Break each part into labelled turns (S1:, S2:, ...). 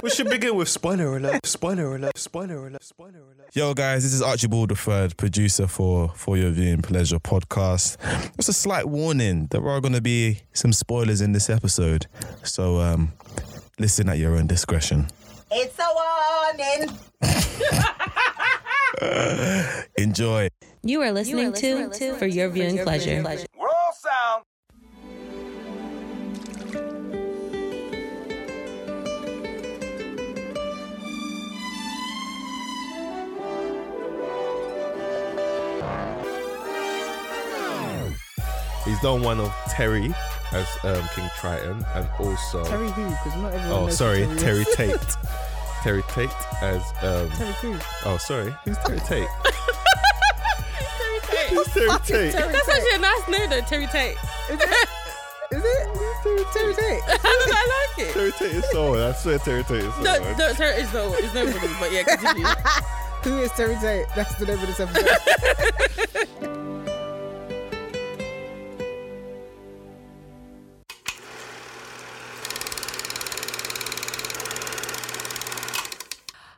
S1: We should begin with spoiler alert, spoiler alert, spoiler alert, spoiler alert.
S2: Yo, guys, this is Archibald III, producer for For Your Viewing Pleasure podcast. Just a slight warning there are going to be some spoilers in this episode. So um, listen at your own discretion.
S3: It's a warning.
S2: Enjoy.
S4: You are listening, to, for your viewing pleasure.
S5: Roll sound. He's done one of Terry as um, King Triton, and also
S6: Terry who? Because not everyone.
S5: oh,
S6: knows
S5: sorry,
S6: who
S5: Terry
S6: is.
S5: Tate. Terry Tate as um,
S6: Terry Crews.
S5: oh, sorry, who's Terry Tate? Who's Terry Tate?
S7: That's actually a nice name though, Terry Tate.
S6: Is it? Who's Terry, Terry Tate.
S7: I like it.
S5: Terry Tate is someone. I swear, Terry Tate is
S7: No,
S5: someone.
S7: no, Terry is no, is nobody. But yeah, continue.
S6: Who is Terry Tate? That's the name of this episode.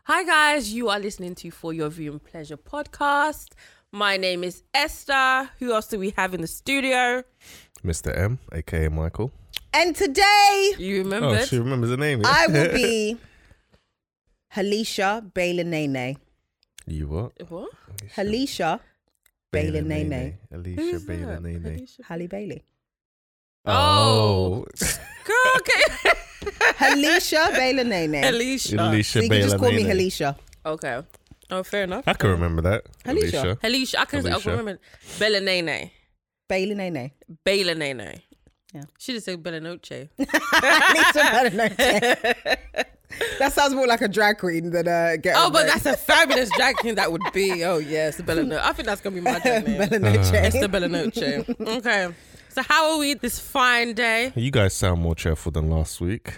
S7: Hi guys, you are listening to For Your Viewing Pleasure podcast. My name is Esther. Who else do we have in the studio?
S5: Mr. M, aka Michael.
S3: And today
S7: You
S5: Oh,
S7: remembered?
S5: she remembers the name. yeah.
S3: I will be Halisha Balanene.
S5: you what?
S7: What?
S3: Halisha Bailey Nene.
S5: Alicia
S7: Who's
S5: Bailey
S7: that?
S5: Nene.
S7: Alicia-
S3: Halle Bailey.
S7: Oh. Girl, okay.
S3: Halisha Balanene.
S7: Alicia.
S5: Alicia
S3: So you can
S5: Bailey
S3: just call me
S5: Nene.
S3: Halisha.
S7: Okay. Oh, fair enough.
S5: I can remember that.
S3: Alicia.
S7: Alicia, I can, I
S5: Alicia.
S7: can remember. Bella Nene.
S3: Balanene.
S7: Bella Nene.
S3: Yeah.
S7: She just said Bella Noche.
S3: Halisha Balanene. That sounds more like a drag queen than uh, a get
S7: Oh, but that's a fabulous drag king that would be. Oh yes, Bella No. I think that's gonna be my drag name.
S3: Balanene.
S7: Esther Bella Noche. Okay. So how are we this fine day?
S5: You guys sound more cheerful than last week.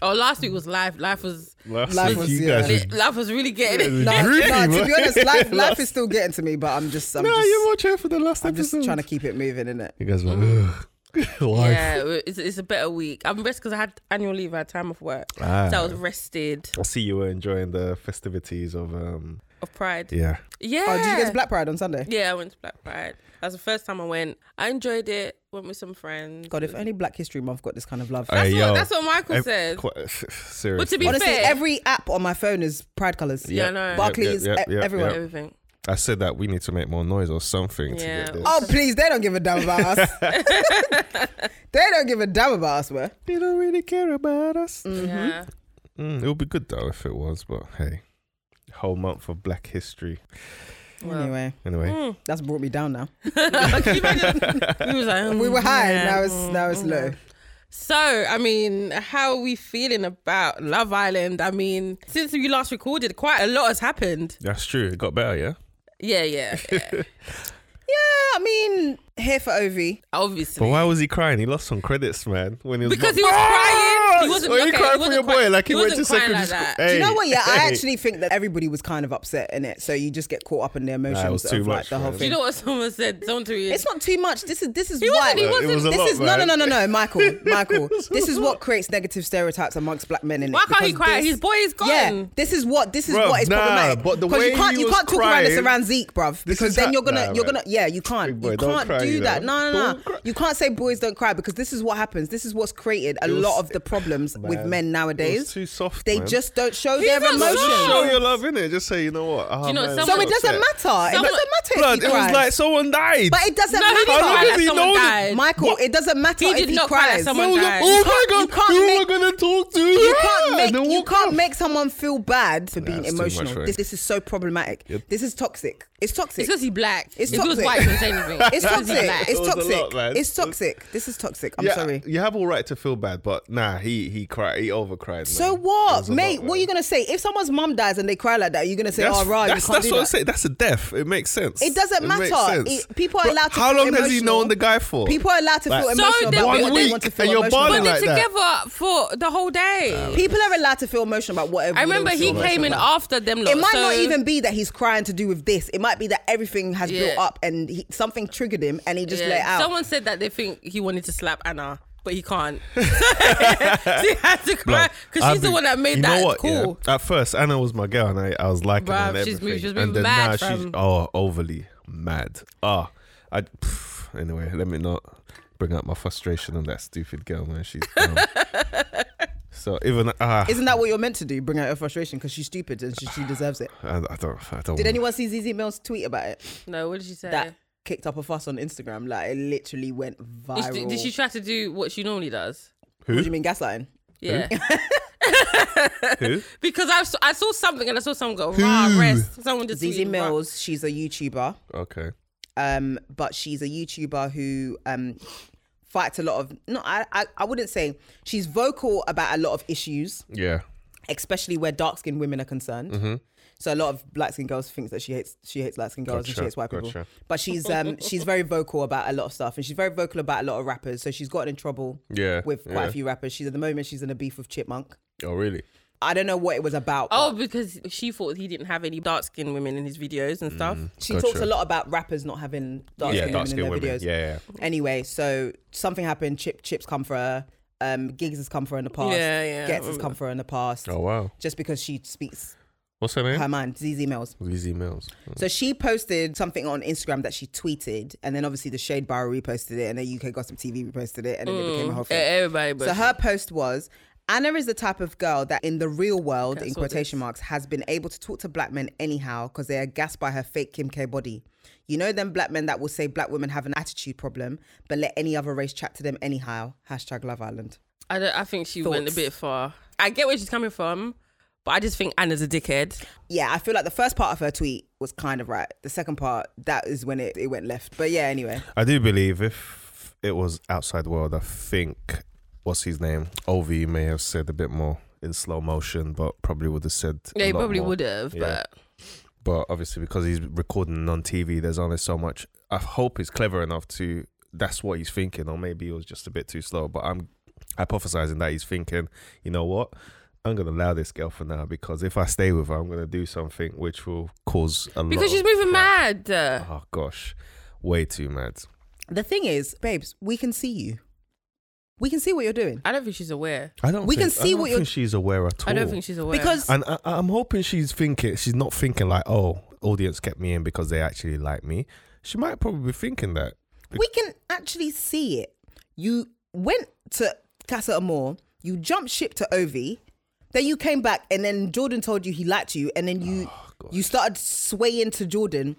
S7: Oh, last week was life. Life was
S5: Last
S3: Life was, yeah.
S5: was-
S7: life was really getting it.
S5: was
S3: No,
S5: dreamy,
S3: no, to
S5: boy.
S3: be honest, life,
S5: Last-
S3: life is still getting to me, but I'm just, I'm
S5: No, you're
S3: just,
S5: more cheerful than last
S3: I'm just
S5: episode.
S3: trying to keep Mm. it moving, innit?
S5: You guys were. Ugh. Life.
S7: Yeah, it's, it's a better week. I'm rest because I had annual leave. I had time off work,
S5: Ah.
S7: so I was rested
S5: I see you were enjoying the festivities of um.
S7: of Pride.
S5: Yeah.
S7: Yeah.
S3: Oh, did you get to Black Pride on Sunday?
S7: yeah, I went to Black Pride. That's the first time I went. I enjoyed it. Went with some friends.
S3: God, if only Black History Month got this kind of love.
S7: That's,
S5: Hey,
S7: what,
S5: yo.
S7: that's what Michael said.
S5: Quite,
S7: But
S5: serious.
S7: to be
S3: Honestly,
S7: fair,
S3: every app on my phone is pride colors.
S7: Yeah, I know.
S3: Barclays,
S5: Yep, yep,
S3: e-
S5: yep,
S3: everyone.
S5: yep.
S7: everything.
S5: I said that we need to make more noise or something
S7: Yeah.
S5: to get this.
S3: Oh, please, they don't give a damn about us. they don't give a damn about us, man.
S5: They don't really care about us.
S7: Yeah.
S5: Mm, it would be good though if it was, but hey, whole month of Black History.
S3: Anyway,
S5: Anyway,
S3: that's brought me down now.
S7: Can you imagine? we was like,
S3: We were
S7: mm,
S3: high,
S7: yeah,
S3: now it's
S7: mm,
S3: now it's
S7: mm.
S3: low.
S7: So, I mean, how are we feeling about Love Island? I mean, since we last recorded, quite a lot has happened.
S5: that's true. It got better, yeah.
S7: Yeah, yeah, yeah.
S3: Yeah, I mean, here for Ovi.
S5: But
S7: obviously.
S5: why was he crying? He lost some credits, man. When he was
S7: Because
S5: bu-
S7: he was crying. He
S5: Oh,
S7: wasn't
S5: you
S7: okay,
S5: crying
S7: he
S5: for
S7: wasn't
S5: your boy
S7: crying-
S5: like he,
S7: he
S5: went to
S7: wasn't crying
S5: secondary
S7: like
S5: school.
S7: that.
S3: Do you know what? Yeah, I
S5: hey.
S3: actually think that everybody was kind of upset in it, so you just get caught up in the emotions
S5: was too
S3: of
S5: much,
S3: like the whole
S5: man.
S3: thing.
S7: you know what someone said? Someone to you.
S3: it's not too much. This is this is
S7: He
S3: why.
S7: wasn't- he
S5: It was a
S3: this
S5: lot,
S3: is no no
S5: man.
S3: no no no Michael Michael.
S5: was a
S3: this is
S5: lot.
S3: what creates negative stereotypes amongst black men. Innit?
S7: Why can't he
S3: Because
S7: cry?
S3: this-
S7: His boy is gone.
S3: Yeah, this is what this is
S5: Bruv,
S3: what is
S5: nah,
S3: problematic.
S5: but the
S3: 'Cause
S5: way
S3: you can't
S5: he
S3: you
S5: was
S3: can't talk around this
S5: crying-
S3: around Zeke, bruv,
S5: This is
S3: because
S5: how-
S3: then you're gonna
S5: nah,
S3: you're
S5: man.
S3: gonna yeah you
S5: Big
S3: can't
S5: boy,
S3: you
S5: don't
S3: can't
S5: cry, you
S3: do
S5: know.
S3: that. No no
S5: Don't
S3: no,
S5: cry.
S3: you can't say boys don't cry because this is what happens. This is what's created a
S5: It was-
S3: lot of the problems with
S5: Man,
S3: men
S5: it was
S3: nowadays.
S5: too soft.
S3: They
S5: man.
S3: just don't show
S7: He's
S3: their
S7: not
S3: emotions.
S5: Just show
S7: emotion.
S5: your love in it. Just say you know what. Ah,
S7: you know,
S5: man,
S7: someone-
S3: So it doesn't
S5: upset.
S3: matter. It
S7: Someone-
S3: doesn't matter.
S5: Blood.
S3: if he
S5: It was
S3: cries.
S5: like someone died.
S3: but it doesn't
S7: No, he didn't
S5: How
S7: cry
S3: matter.
S5: did
S7: like
S5: he
S7: someone
S5: know that?
S7: died.
S3: Michael, it doesn't matter
S7: He
S3: if
S7: did
S3: he
S7: not cry
S3: cries.
S7: like someone
S5: I was like,
S7: died.
S5: oh
S3: You
S5: my
S3: can't-
S5: god,
S3: you
S5: you
S3: can't
S5: were gonna talk to
S3: You
S5: Yeah,
S3: can't
S5: then
S3: make you
S5: walk
S3: can't
S5: off.
S3: make someone feel bad for being
S5: it's too much
S3: emotional.
S5: for him.
S3: This, this is so problematic. This is toxic. It's toxic.
S7: It's because he's black.
S3: It's
S7: if he was
S3: toxic.
S7: white, he wouldn't say anything.
S3: It's
S7: Because he's
S3: toxic.
S7: black.
S3: It's
S5: It was a
S3: toxic.
S5: lot, man.
S3: it's toxic. This is toxic. I'm
S5: yeah,
S3: sorry.
S5: You have all right to feel bad, but nah, he he cried. He overcried.
S3: So
S5: man. It
S3: what,
S5: was a
S3: mate?
S5: lot,
S3: what are you
S5: man.
S3: gonna say if someone's mum dies and they cry like that? You're gonna say, "Oh, right,
S5: that's,
S3: you can't
S5: that's
S3: do
S5: what I'm
S3: that."
S5: saying. That's a death. It makes sense.
S3: It doesn't
S5: makes
S3: matter.
S5: sense.
S3: It- people are
S5: But
S3: allowed to
S5: How
S3: feel
S5: long has he
S3: emotional.
S5: known the guy for?
S3: People are allowed to
S5: Like,
S3: feel
S5: So
S3: emotional
S7: they're-
S3: about
S7: One
S3: what they
S5: week
S3: want to feel
S5: and you're
S3: emotional
S5: balling
S7: But
S3: about.
S7: they're
S5: like that.
S7: together for the whole day.
S3: People are allowed to feel emotional about whatever.
S7: I
S3: they
S7: remember
S3: feel
S7: he
S3: emotional
S7: came in
S3: about.
S7: after them. lot,
S3: It might
S7: so-
S3: not even be that he's crying to do with this. It might be that everything has
S7: Yeah.
S3: built up and he, something triggered him and he just
S7: Yeah.
S3: let out.
S7: Someone said that they think he wanted to slap Anna but he can't. she had to cry because
S5: I've
S7: she's the
S5: been-
S7: one that made
S5: you know
S7: that
S5: what, yeah?
S7: cool.
S5: At first, Anna was my girl, and I, I was liking her and
S7: Bruv, she's
S5: everything.
S7: moved- she's
S5: and
S7: moved
S5: then
S7: mad
S5: now she's
S7: from-
S5: oh overly mad. Ah, I. Pff, anyway, let me not bring up my frustration on that stupid girl, man. She's dumb. so even ah,
S3: Isn't that what you're meant to do? Bring out her frustration because she's stupid and she, she deserves it.
S5: I, I don't. I don't.
S3: Did anyone see ZZ Mills tweet about it?
S7: No, what did she say?
S3: That kicked up a fuss on Instagram. Like it literally went
S7: Is-
S3: viral.
S7: did, she try to do what she normally does?
S3: What do you mean gaslighting?
S7: Yeah,
S5: Who?
S7: because I saw, I saw something and I saw someone go rah rest. Someone just
S3: ZZ
S7: tweeted, rah.
S3: Mills, she's a YouTuber,
S5: Okay.
S3: um, but she's a YouTuber who um, fights a lot of. No, I, I, I wouldn't say she's vocal about a lot of issues,
S5: Yeah.
S3: especially where dark skinned women are concerned.
S5: Mm-hmm.
S3: So a lot of black skinned girls thinks that she hates she hates light skinned girls and she
S5: Gotcha,
S3: hates white people.
S5: gotcha.
S3: But she's um she's very vocal about a lot of stuff and she's very vocal about a lot of rappers. So she's gotten in trouble
S5: Yeah,
S3: with quite
S5: yeah.
S3: a few rappers. She's at the moment she's in a beef with Chipmunk.
S5: Oh really?
S3: I don't know what it was about. but
S7: Oh, because she thought he didn't have any dark skinned women in his videos and stuff.
S3: she
S5: gotcha.
S3: talks a lot about rappers not having dark
S5: Yeah, dark
S3: skinned women in
S5: skinned
S3: their
S5: women.
S3: videos.
S5: Yeah, yeah.
S3: Anyway, so something happened. Chip Chips come for her. Um, Gigs has come for her in the past.
S7: Yeah, yeah, I
S3: Gets has
S7: remember
S3: come for her in the past.
S5: Oh wow.
S3: Just because she speaks
S5: What's her name?
S3: her mind. ZZ Mills.
S5: Lizzie Mills.
S3: So she posted something on Instagram that she tweeted, and then obviously the Shade Bar reposted it, and then UK Gossip TV reposted it, and then it became a whole
S7: Yeah,
S3: thing.
S7: everybody, but
S3: So her post was Anna is the type of girl that in the real world, in quotation marks, has been able to talk to black men anyhow because they are gassed by her fake Kim K body. You know them black men that will say black women have an attitude problem, but let any other race chat to them anyhow. Hashtag Love Island.
S7: I, don't, I think she went a
S3: Thoughts?
S7: bit far. I get where she's coming from, but I just think Anna's a dickhead.
S3: Yeah, I feel like the first part of her tweet was kind of right. The second part, that is when it, it went left. But yeah, anyway.
S5: I do believe if it was outside world, I think what's his name? Ov may have said a bit more in slow motion, but probably would have said. a
S7: They
S5: lot
S7: probably
S5: more.
S7: would have,
S5: Yeah.
S7: but
S5: But obviously, because he's recording on TV, there's only so much. I hope he's clever enough to. That's what he's thinking, or maybe it was just a bit too slow. But I'm hypothesizing that he's thinking, you know what? I'm gonna allow this girl for now because if I stay with her, I'm gonna do something which will cause a lot.
S7: because she's
S5: of
S7: moving
S5: crap.
S7: mad. Uh,
S3: Uh-huh.
S5: Oh gosh, way too mad.
S3: The thing is, babes, we can see you. We can see what you're doing.
S7: I don't think she's aware.
S5: I don't.
S3: We
S5: think,
S3: can see
S5: I don't
S3: what
S5: think
S3: you're-
S5: she's aware at all.
S7: I don't think she's aware
S3: Because
S5: And I, I'm hoping she's thinking. She's not thinking like, oh, audience kept me in because they actually like me. She might probably be thinking that.
S3: we can actually see it. You went to Casa Amor, you jumped ship to Ovi, then you came back, and then Jordan told you he liked you, and then you you started swaying to Jordan.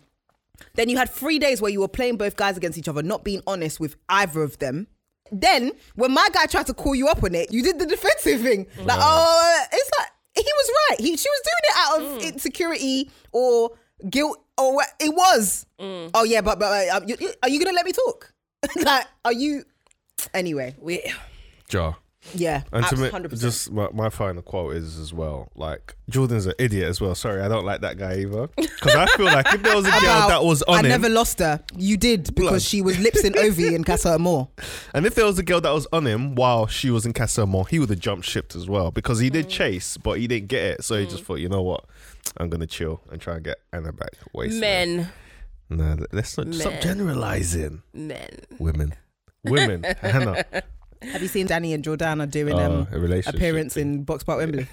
S3: Then you had three days where you were playing both guys against each other, not being honest with either of them. Then when my guy tried to call you up on it, you did the defensive thing. Like, oh, it's like he was right. He she was doing
S7: Mm.
S3: it out of insecurity or guilt or what it was.
S7: Mm.
S3: Oh yeah, but but uh, you, you- are you gonna let me talk? like, are you? Anyway,
S7: we,
S5: Jar.
S3: yeah,
S5: And to me,
S3: 100%.
S5: just my, my final quote is as well like Jordan's an idiot as well. Sorry, I don't like that guy either. Because I feel like if there was a girl
S3: Wow,
S5: that was on
S3: I
S5: him,
S3: never lost her. You did because
S5: Blood.
S3: she was lips and Ovi and Casa Amor.
S5: and if there was a girl that was on him while she was in Casamore, he would have jumped shipped as well because he did chase, but he didn't get it. So he just thought, you know what, I'm gonna chill and try and get Anna back. Waste man.
S7: men,
S5: Nah, let's not stop generalizing.
S7: men.
S5: Women. Women. Hannah.
S3: Have you seen Danny and Jordana doing
S5: Oh,
S3: um
S5: a relationship
S3: appearance
S5: thing.
S3: in Box Park Wembley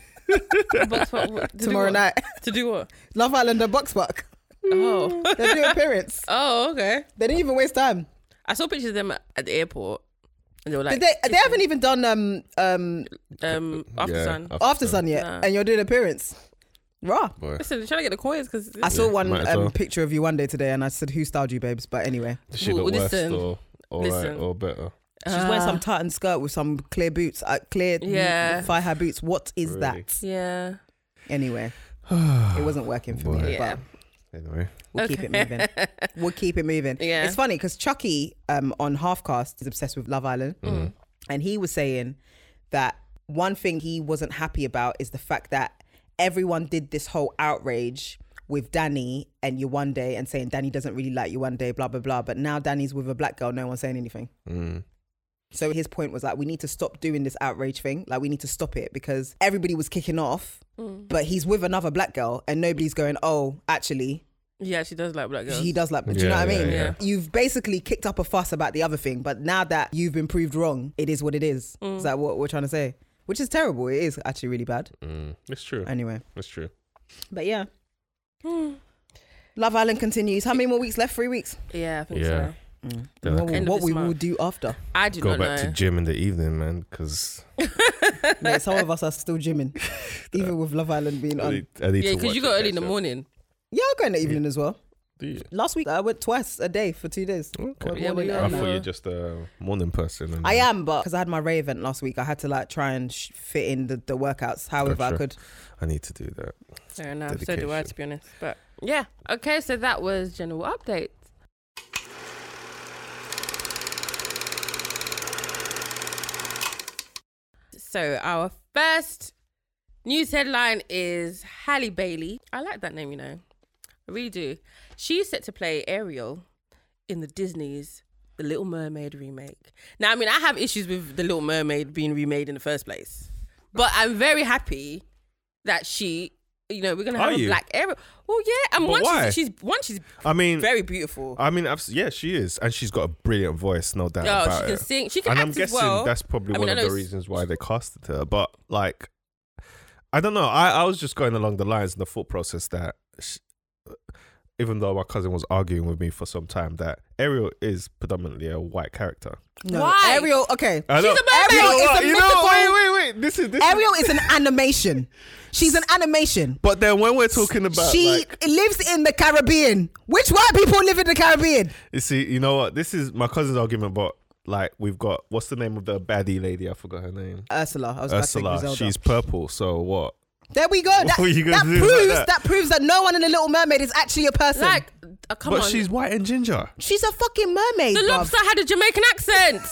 S7: Box park, what- to do
S3: tomorrow
S7: what?
S3: night? Mm.
S7: to do what?
S3: Love Island at Box Park.
S7: Oh,
S3: They do appearance.
S7: oh, okay.
S3: They didn't even waste time.
S7: I saw pictures of them at at the airport, and they were like,
S3: Did they, they haven't even done um um
S7: um, after
S5: Yeah,
S7: sun.
S5: after
S3: after sun yet,
S7: Nah.
S3: and you're doing appearance. Raw.
S5: Boy.
S7: Listen, they're trying to get the coins because
S3: I saw one
S5: might as well.
S3: um, picture of you one day today, and I said, "Who styled you, babes?" But anyway,
S5: She
S7: Well,
S5: look worse
S7: listen,
S5: or all right
S7: listen.
S5: or better.
S3: she's
S7: Ah.
S3: wearing some tartan skirt with some clear boots, uh, clear
S7: Yeah.
S3: thigh high boots. What is
S5: Really?
S3: that?
S7: yeah.
S3: Anyway, it wasn't working for
S5: Boy.
S3: me,
S7: Yeah.
S3: but
S5: Anyway.
S3: we'll keep it moving. we'll keep it moving.
S7: Yeah.
S3: It's funny because Chucky um, on Halfcast is obsessed with Love Island, and he was saying that one thing he wasn't happy about is the fact that everyone did this whole outrage with Danny and you one day and saying Danny doesn't really like you one day, blah blah blah. But now Danny's with a black girl, no one's saying anything.
S5: mm,
S3: So his point was like, we need to stop doing this outrage thing. Like, we need to stop it because Mm. everybody was kicking off, but he's with another black girl, and nobody's going, oh, actually,
S7: Yeah, she does like black girls.
S3: He does like, do you know
S5: Yeah,
S3: what I
S5: yeah,
S3: mean?
S5: yeah.
S3: You've basically kicked up a fuss about the other thing, but now that you've been proved wrong, it is what it is. Is
S7: Mm.
S3: that what we're trying to say? Which is terrible. It is actually really bad.
S5: Mm, it's true.
S3: Anyway,
S5: It's true.
S3: but yeah,
S7: Mm.
S3: Love Island continues. How many more weeks left? Three weeks.
S7: Yeah, I think
S5: Yeah.
S7: so.
S5: Then I
S3: What,
S7: End of
S3: what
S7: this
S3: we
S7: month.
S3: will do after?
S7: I do
S5: Go
S7: not
S5: back
S7: know.
S5: to gym in the evening, man, because
S3: Yeah, some of us are still gymming, even with Love Island being
S5: I
S3: on.
S5: need, I need
S7: yeah,
S5: to
S7: because you
S5: watch
S7: go
S5: it,
S7: early in the
S5: catch up.
S7: morning.
S3: Yeah, I'll go in the evening as well.
S5: Do you?
S3: Last week I went twice a day for two days.
S5: Okay.
S3: Or morning
S7: Yeah, but
S5: I
S3: and
S7: you're
S5: thought
S3: night.
S7: not-
S5: you're just a morning person. and-
S3: I am, but because I had my Ray event last week, I had to like try and sh- fit in the, the workouts however I
S5: Gotcha.
S3: could.
S5: I need to do that.
S7: Fair enough. So do
S5: Dedication.
S7: I, to be honest. But yeah. Okay, so that was general updates. So our first news headline is Halle Bailey. I like that name, you know. I really do. She's set to play Ariel in the Disney's The Little Mermaid remake. Now, I mean, I have issues with The Little Mermaid being remade in the first place, but I'm very happy that she, you know, we're gonna
S5: Are
S7: have a
S5: you?
S7: black Ariel. Well, yeah, and
S5: But
S7: once
S5: why?
S7: she's, she's once she's
S5: I mean,
S7: very beautiful.
S5: I mean, I've, yeah, she is, and she's got a brilliant voice, no doubt
S7: Oh,
S5: about
S7: she can
S5: it.
S7: sing. She can
S5: and
S7: act
S5: I'm guessing
S7: as well.
S5: that's probably
S7: I mean,
S5: one
S7: I
S5: of
S7: know
S5: the
S7: s-
S5: reasons why they casted her. But like, I don't know. I, I was just going along the lines in the thought process that, sh even though my cousin was arguing with me for some time, that Ariel is predominantly a white character.
S3: No,
S7: Why?
S3: Ariel? Okay,
S5: I know-
S7: a mermaid!
S5: You know
S3: Ariel is
S5: what?
S3: a
S5: You know,
S3: mythical-
S5: wait, wait, wait. This is this. is-
S3: Ariel is an animation. She's an animation.
S5: but then when we're talking about
S3: she
S5: like,
S3: lives in the Caribbean. Which white people live in the Caribbean?
S5: You see, you know what? This is my cousin's argument, but like we've got what's the name of the baddie lady? I forgot her name.
S3: Ursula. I was About to
S5: Ursula.
S3: say Griselda.
S5: She's purple. So what?
S3: There we go. That,
S5: What are you gonna
S3: that
S5: do about
S3: proves
S5: that?
S3: that? proves that no one in the Little Mermaid is actually a person.
S7: like, uh, come
S5: but
S7: on.
S5: she's white and ginger.
S3: she's a fucking mermaid.
S7: the
S3: bruv.
S7: lobster had a Jamaican accent.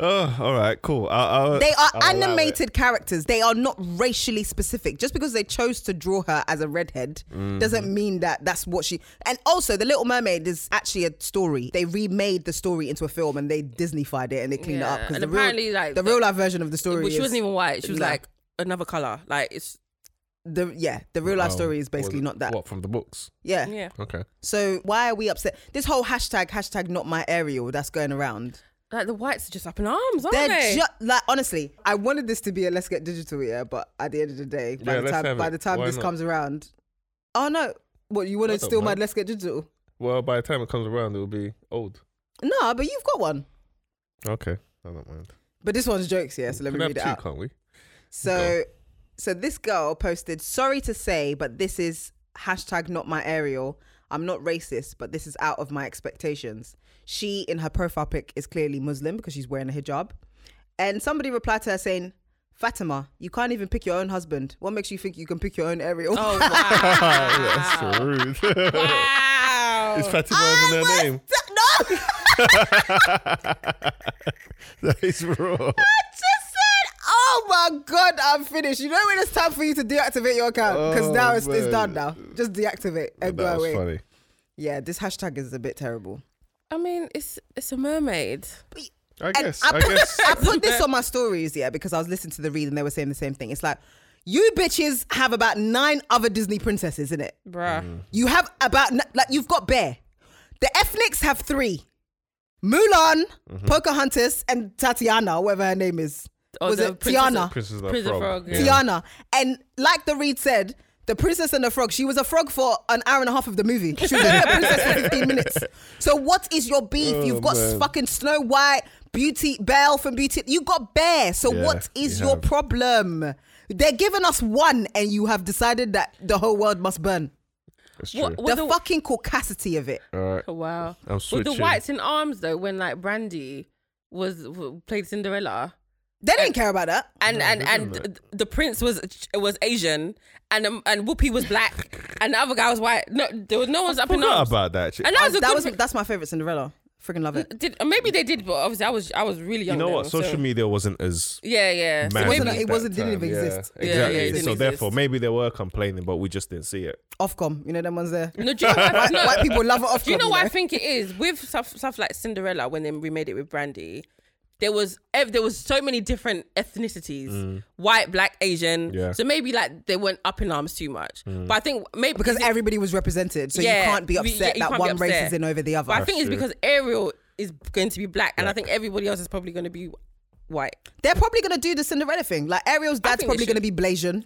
S5: Oh, all right, cool. I'll, I'll,
S3: They are
S5: I'll allow it.
S3: animated characters. They are not racially specific. Just because they chose to draw her as a redhead
S5: Mm-hmm.
S3: doesn't mean that that's what she. And also, The Little Mermaid is actually a story. They remade the story into a film and they Disneyfied it and they cleaned it up
S7: Yeah,
S3: because
S7: and
S3: the
S7: apparently,
S3: real,
S7: like,
S3: the
S7: the-
S3: real life version of the story.
S7: Well, she
S3: is-
S7: wasn't even white. She was
S3: No.
S7: like another color. Like it's
S3: the yeah. The real life story is basically
S5: Was it-
S3: not that.
S5: Oh, What from the books?
S3: Yeah.
S7: yeah.
S5: Okay.
S3: So why are we upset? This whole hashtag hashtag not my Ariel that's going around.
S7: Like the whites are just up in arms, aren't
S3: They're
S7: they?
S3: ju- like honestly, I wanted this to be a let's get digital, yeah. But at the end of the day, by
S5: Yeah,
S3: the
S5: let's
S3: time
S5: have
S3: by
S5: it.
S3: the time
S5: Why
S3: this
S5: not?
S3: comes around, oh no, what you want to
S5: What the
S3: steal my
S5: fuck?
S3: let's get digital?
S5: Well, by the time it comes around, it will be old.
S3: No, but you've got one.
S5: Okay, I don't mind.
S3: But this one's jokes, yeah. So let
S5: Can
S3: me
S5: have
S3: read it
S5: two,
S3: out.
S5: can't we?
S3: So, so this girl posted, "Sorry to say, but this is hashtag not my Ariel. I'm not racist, but this is out of my expectations." She, in her profile pic, is clearly Muslim because she's wearing a hijab, and somebody replied to her saying. Fatima, you can't even pick your own husband. What makes you think you can pick your own Ariel?
S7: Oh wow!
S5: That's rude.
S7: wow.
S5: Is Fatima
S3: I
S5: even
S3: was
S5: her name?
S3: no,
S5: that is raw.
S3: I just said, oh my god, I'm finished. You know when it's time for you to deactivate your account because
S5: Oh,
S3: now it's, it's
S5: man.
S3: done now. Just deactivate and go
S5: That was
S3: away.
S5: funny.
S3: Yeah, this hashtag is a bit terrible.
S7: I mean, it's it's a mermaid.
S5: I
S3: And
S5: guess.
S3: I
S5: I
S3: put,
S5: guess.
S3: I put this on my stories, yeah, because I was listening to the read and they were saying the same thing. It's like, you bitches have about nine other Disney princesses in it.
S7: Bruh.
S5: Mm.
S3: You have about n- like you've got Bear. The ethnics have three: Mulan,
S5: Mm-hmm.
S3: Pocahontas, and Tatiana, whatever her name is.
S7: Or
S3: was
S7: Oh, the
S3: it
S7: princess-
S3: Tiana?
S5: Princess of
S7: Princess
S5: Frog.
S7: Frog, yeah.
S3: Tiana. And like the read said, the princess and the frog, she was a frog for an hour and a half of the movie. She was only a princess for 15 minutes. So what is your beef? You've got
S5: Oh, man.
S3: fucking Snow White, Beauty, Belle from Beauty. You got Bear. So
S5: Yeah,
S3: what is
S5: you
S3: your
S5: have.
S3: problem? They're giving us one and you have decided that the whole world must burn.
S5: It's true.
S7: What, what
S3: the,
S7: the, Oh,
S3: fucking caucasity of it.
S5: All right.
S7: wow.
S5: I'm
S7: With
S5: switching.
S7: the whites in arms though, when like Brandy was w- played Cinderella,
S3: They didn't care about that.
S7: and and and th- the prince was was Asian, and um, and Whoopi was black, and the other guy was white. No, there was no one's up in
S5: Forgot
S7: arms.
S5: about that. shit.
S7: And that was a
S3: Um, That
S7: good
S3: was
S7: re-
S3: that's my favorite Cinderella. Freaking love it.
S7: did uh, maybe they did, but obviously I was I was really young.
S5: You know
S7: then,
S5: what? Social
S7: so-
S5: media wasn't as
S7: Yeah, yeah. So
S5: mad
S3: wasn't-
S5: at
S7: maybe
S3: it wasn't-
S5: that
S3: didn't
S5: time,
S3: even
S5: yeah.
S3: exist.
S5: Exactly.
S7: Yeah, yeah, it didn't
S5: so
S7: exist.
S5: therefore, maybe they were complaining, but we just didn't see it.
S3: Ofcom, you know them ones there.
S7: no, do you know why- no.
S3: White people love it. Ofcom.
S7: Do you know what I think it is with stuff, stuff like Cinderella when they remade it with Brandy? there was ev- there was so many different ethnicities, white, black, Asian.
S5: Yeah.
S7: So maybe like they weren't up in arms too much. But I think maybe
S3: because everybody was represented, so
S7: Yeah,
S3: you can't be
S7: we- yeah,
S3: upset
S7: you
S3: that
S7: can't be
S3: one race
S7: upset.
S3: is in over the other.
S7: But I think it's
S5: true.
S7: because Ariel is going to be black, and I think everybody else is probably going to be white.
S3: They're probably gonna do the Cinderella thing. Like Ariel's dad's
S7: think they
S3: probably gonna
S7: should.
S3: be Blasian.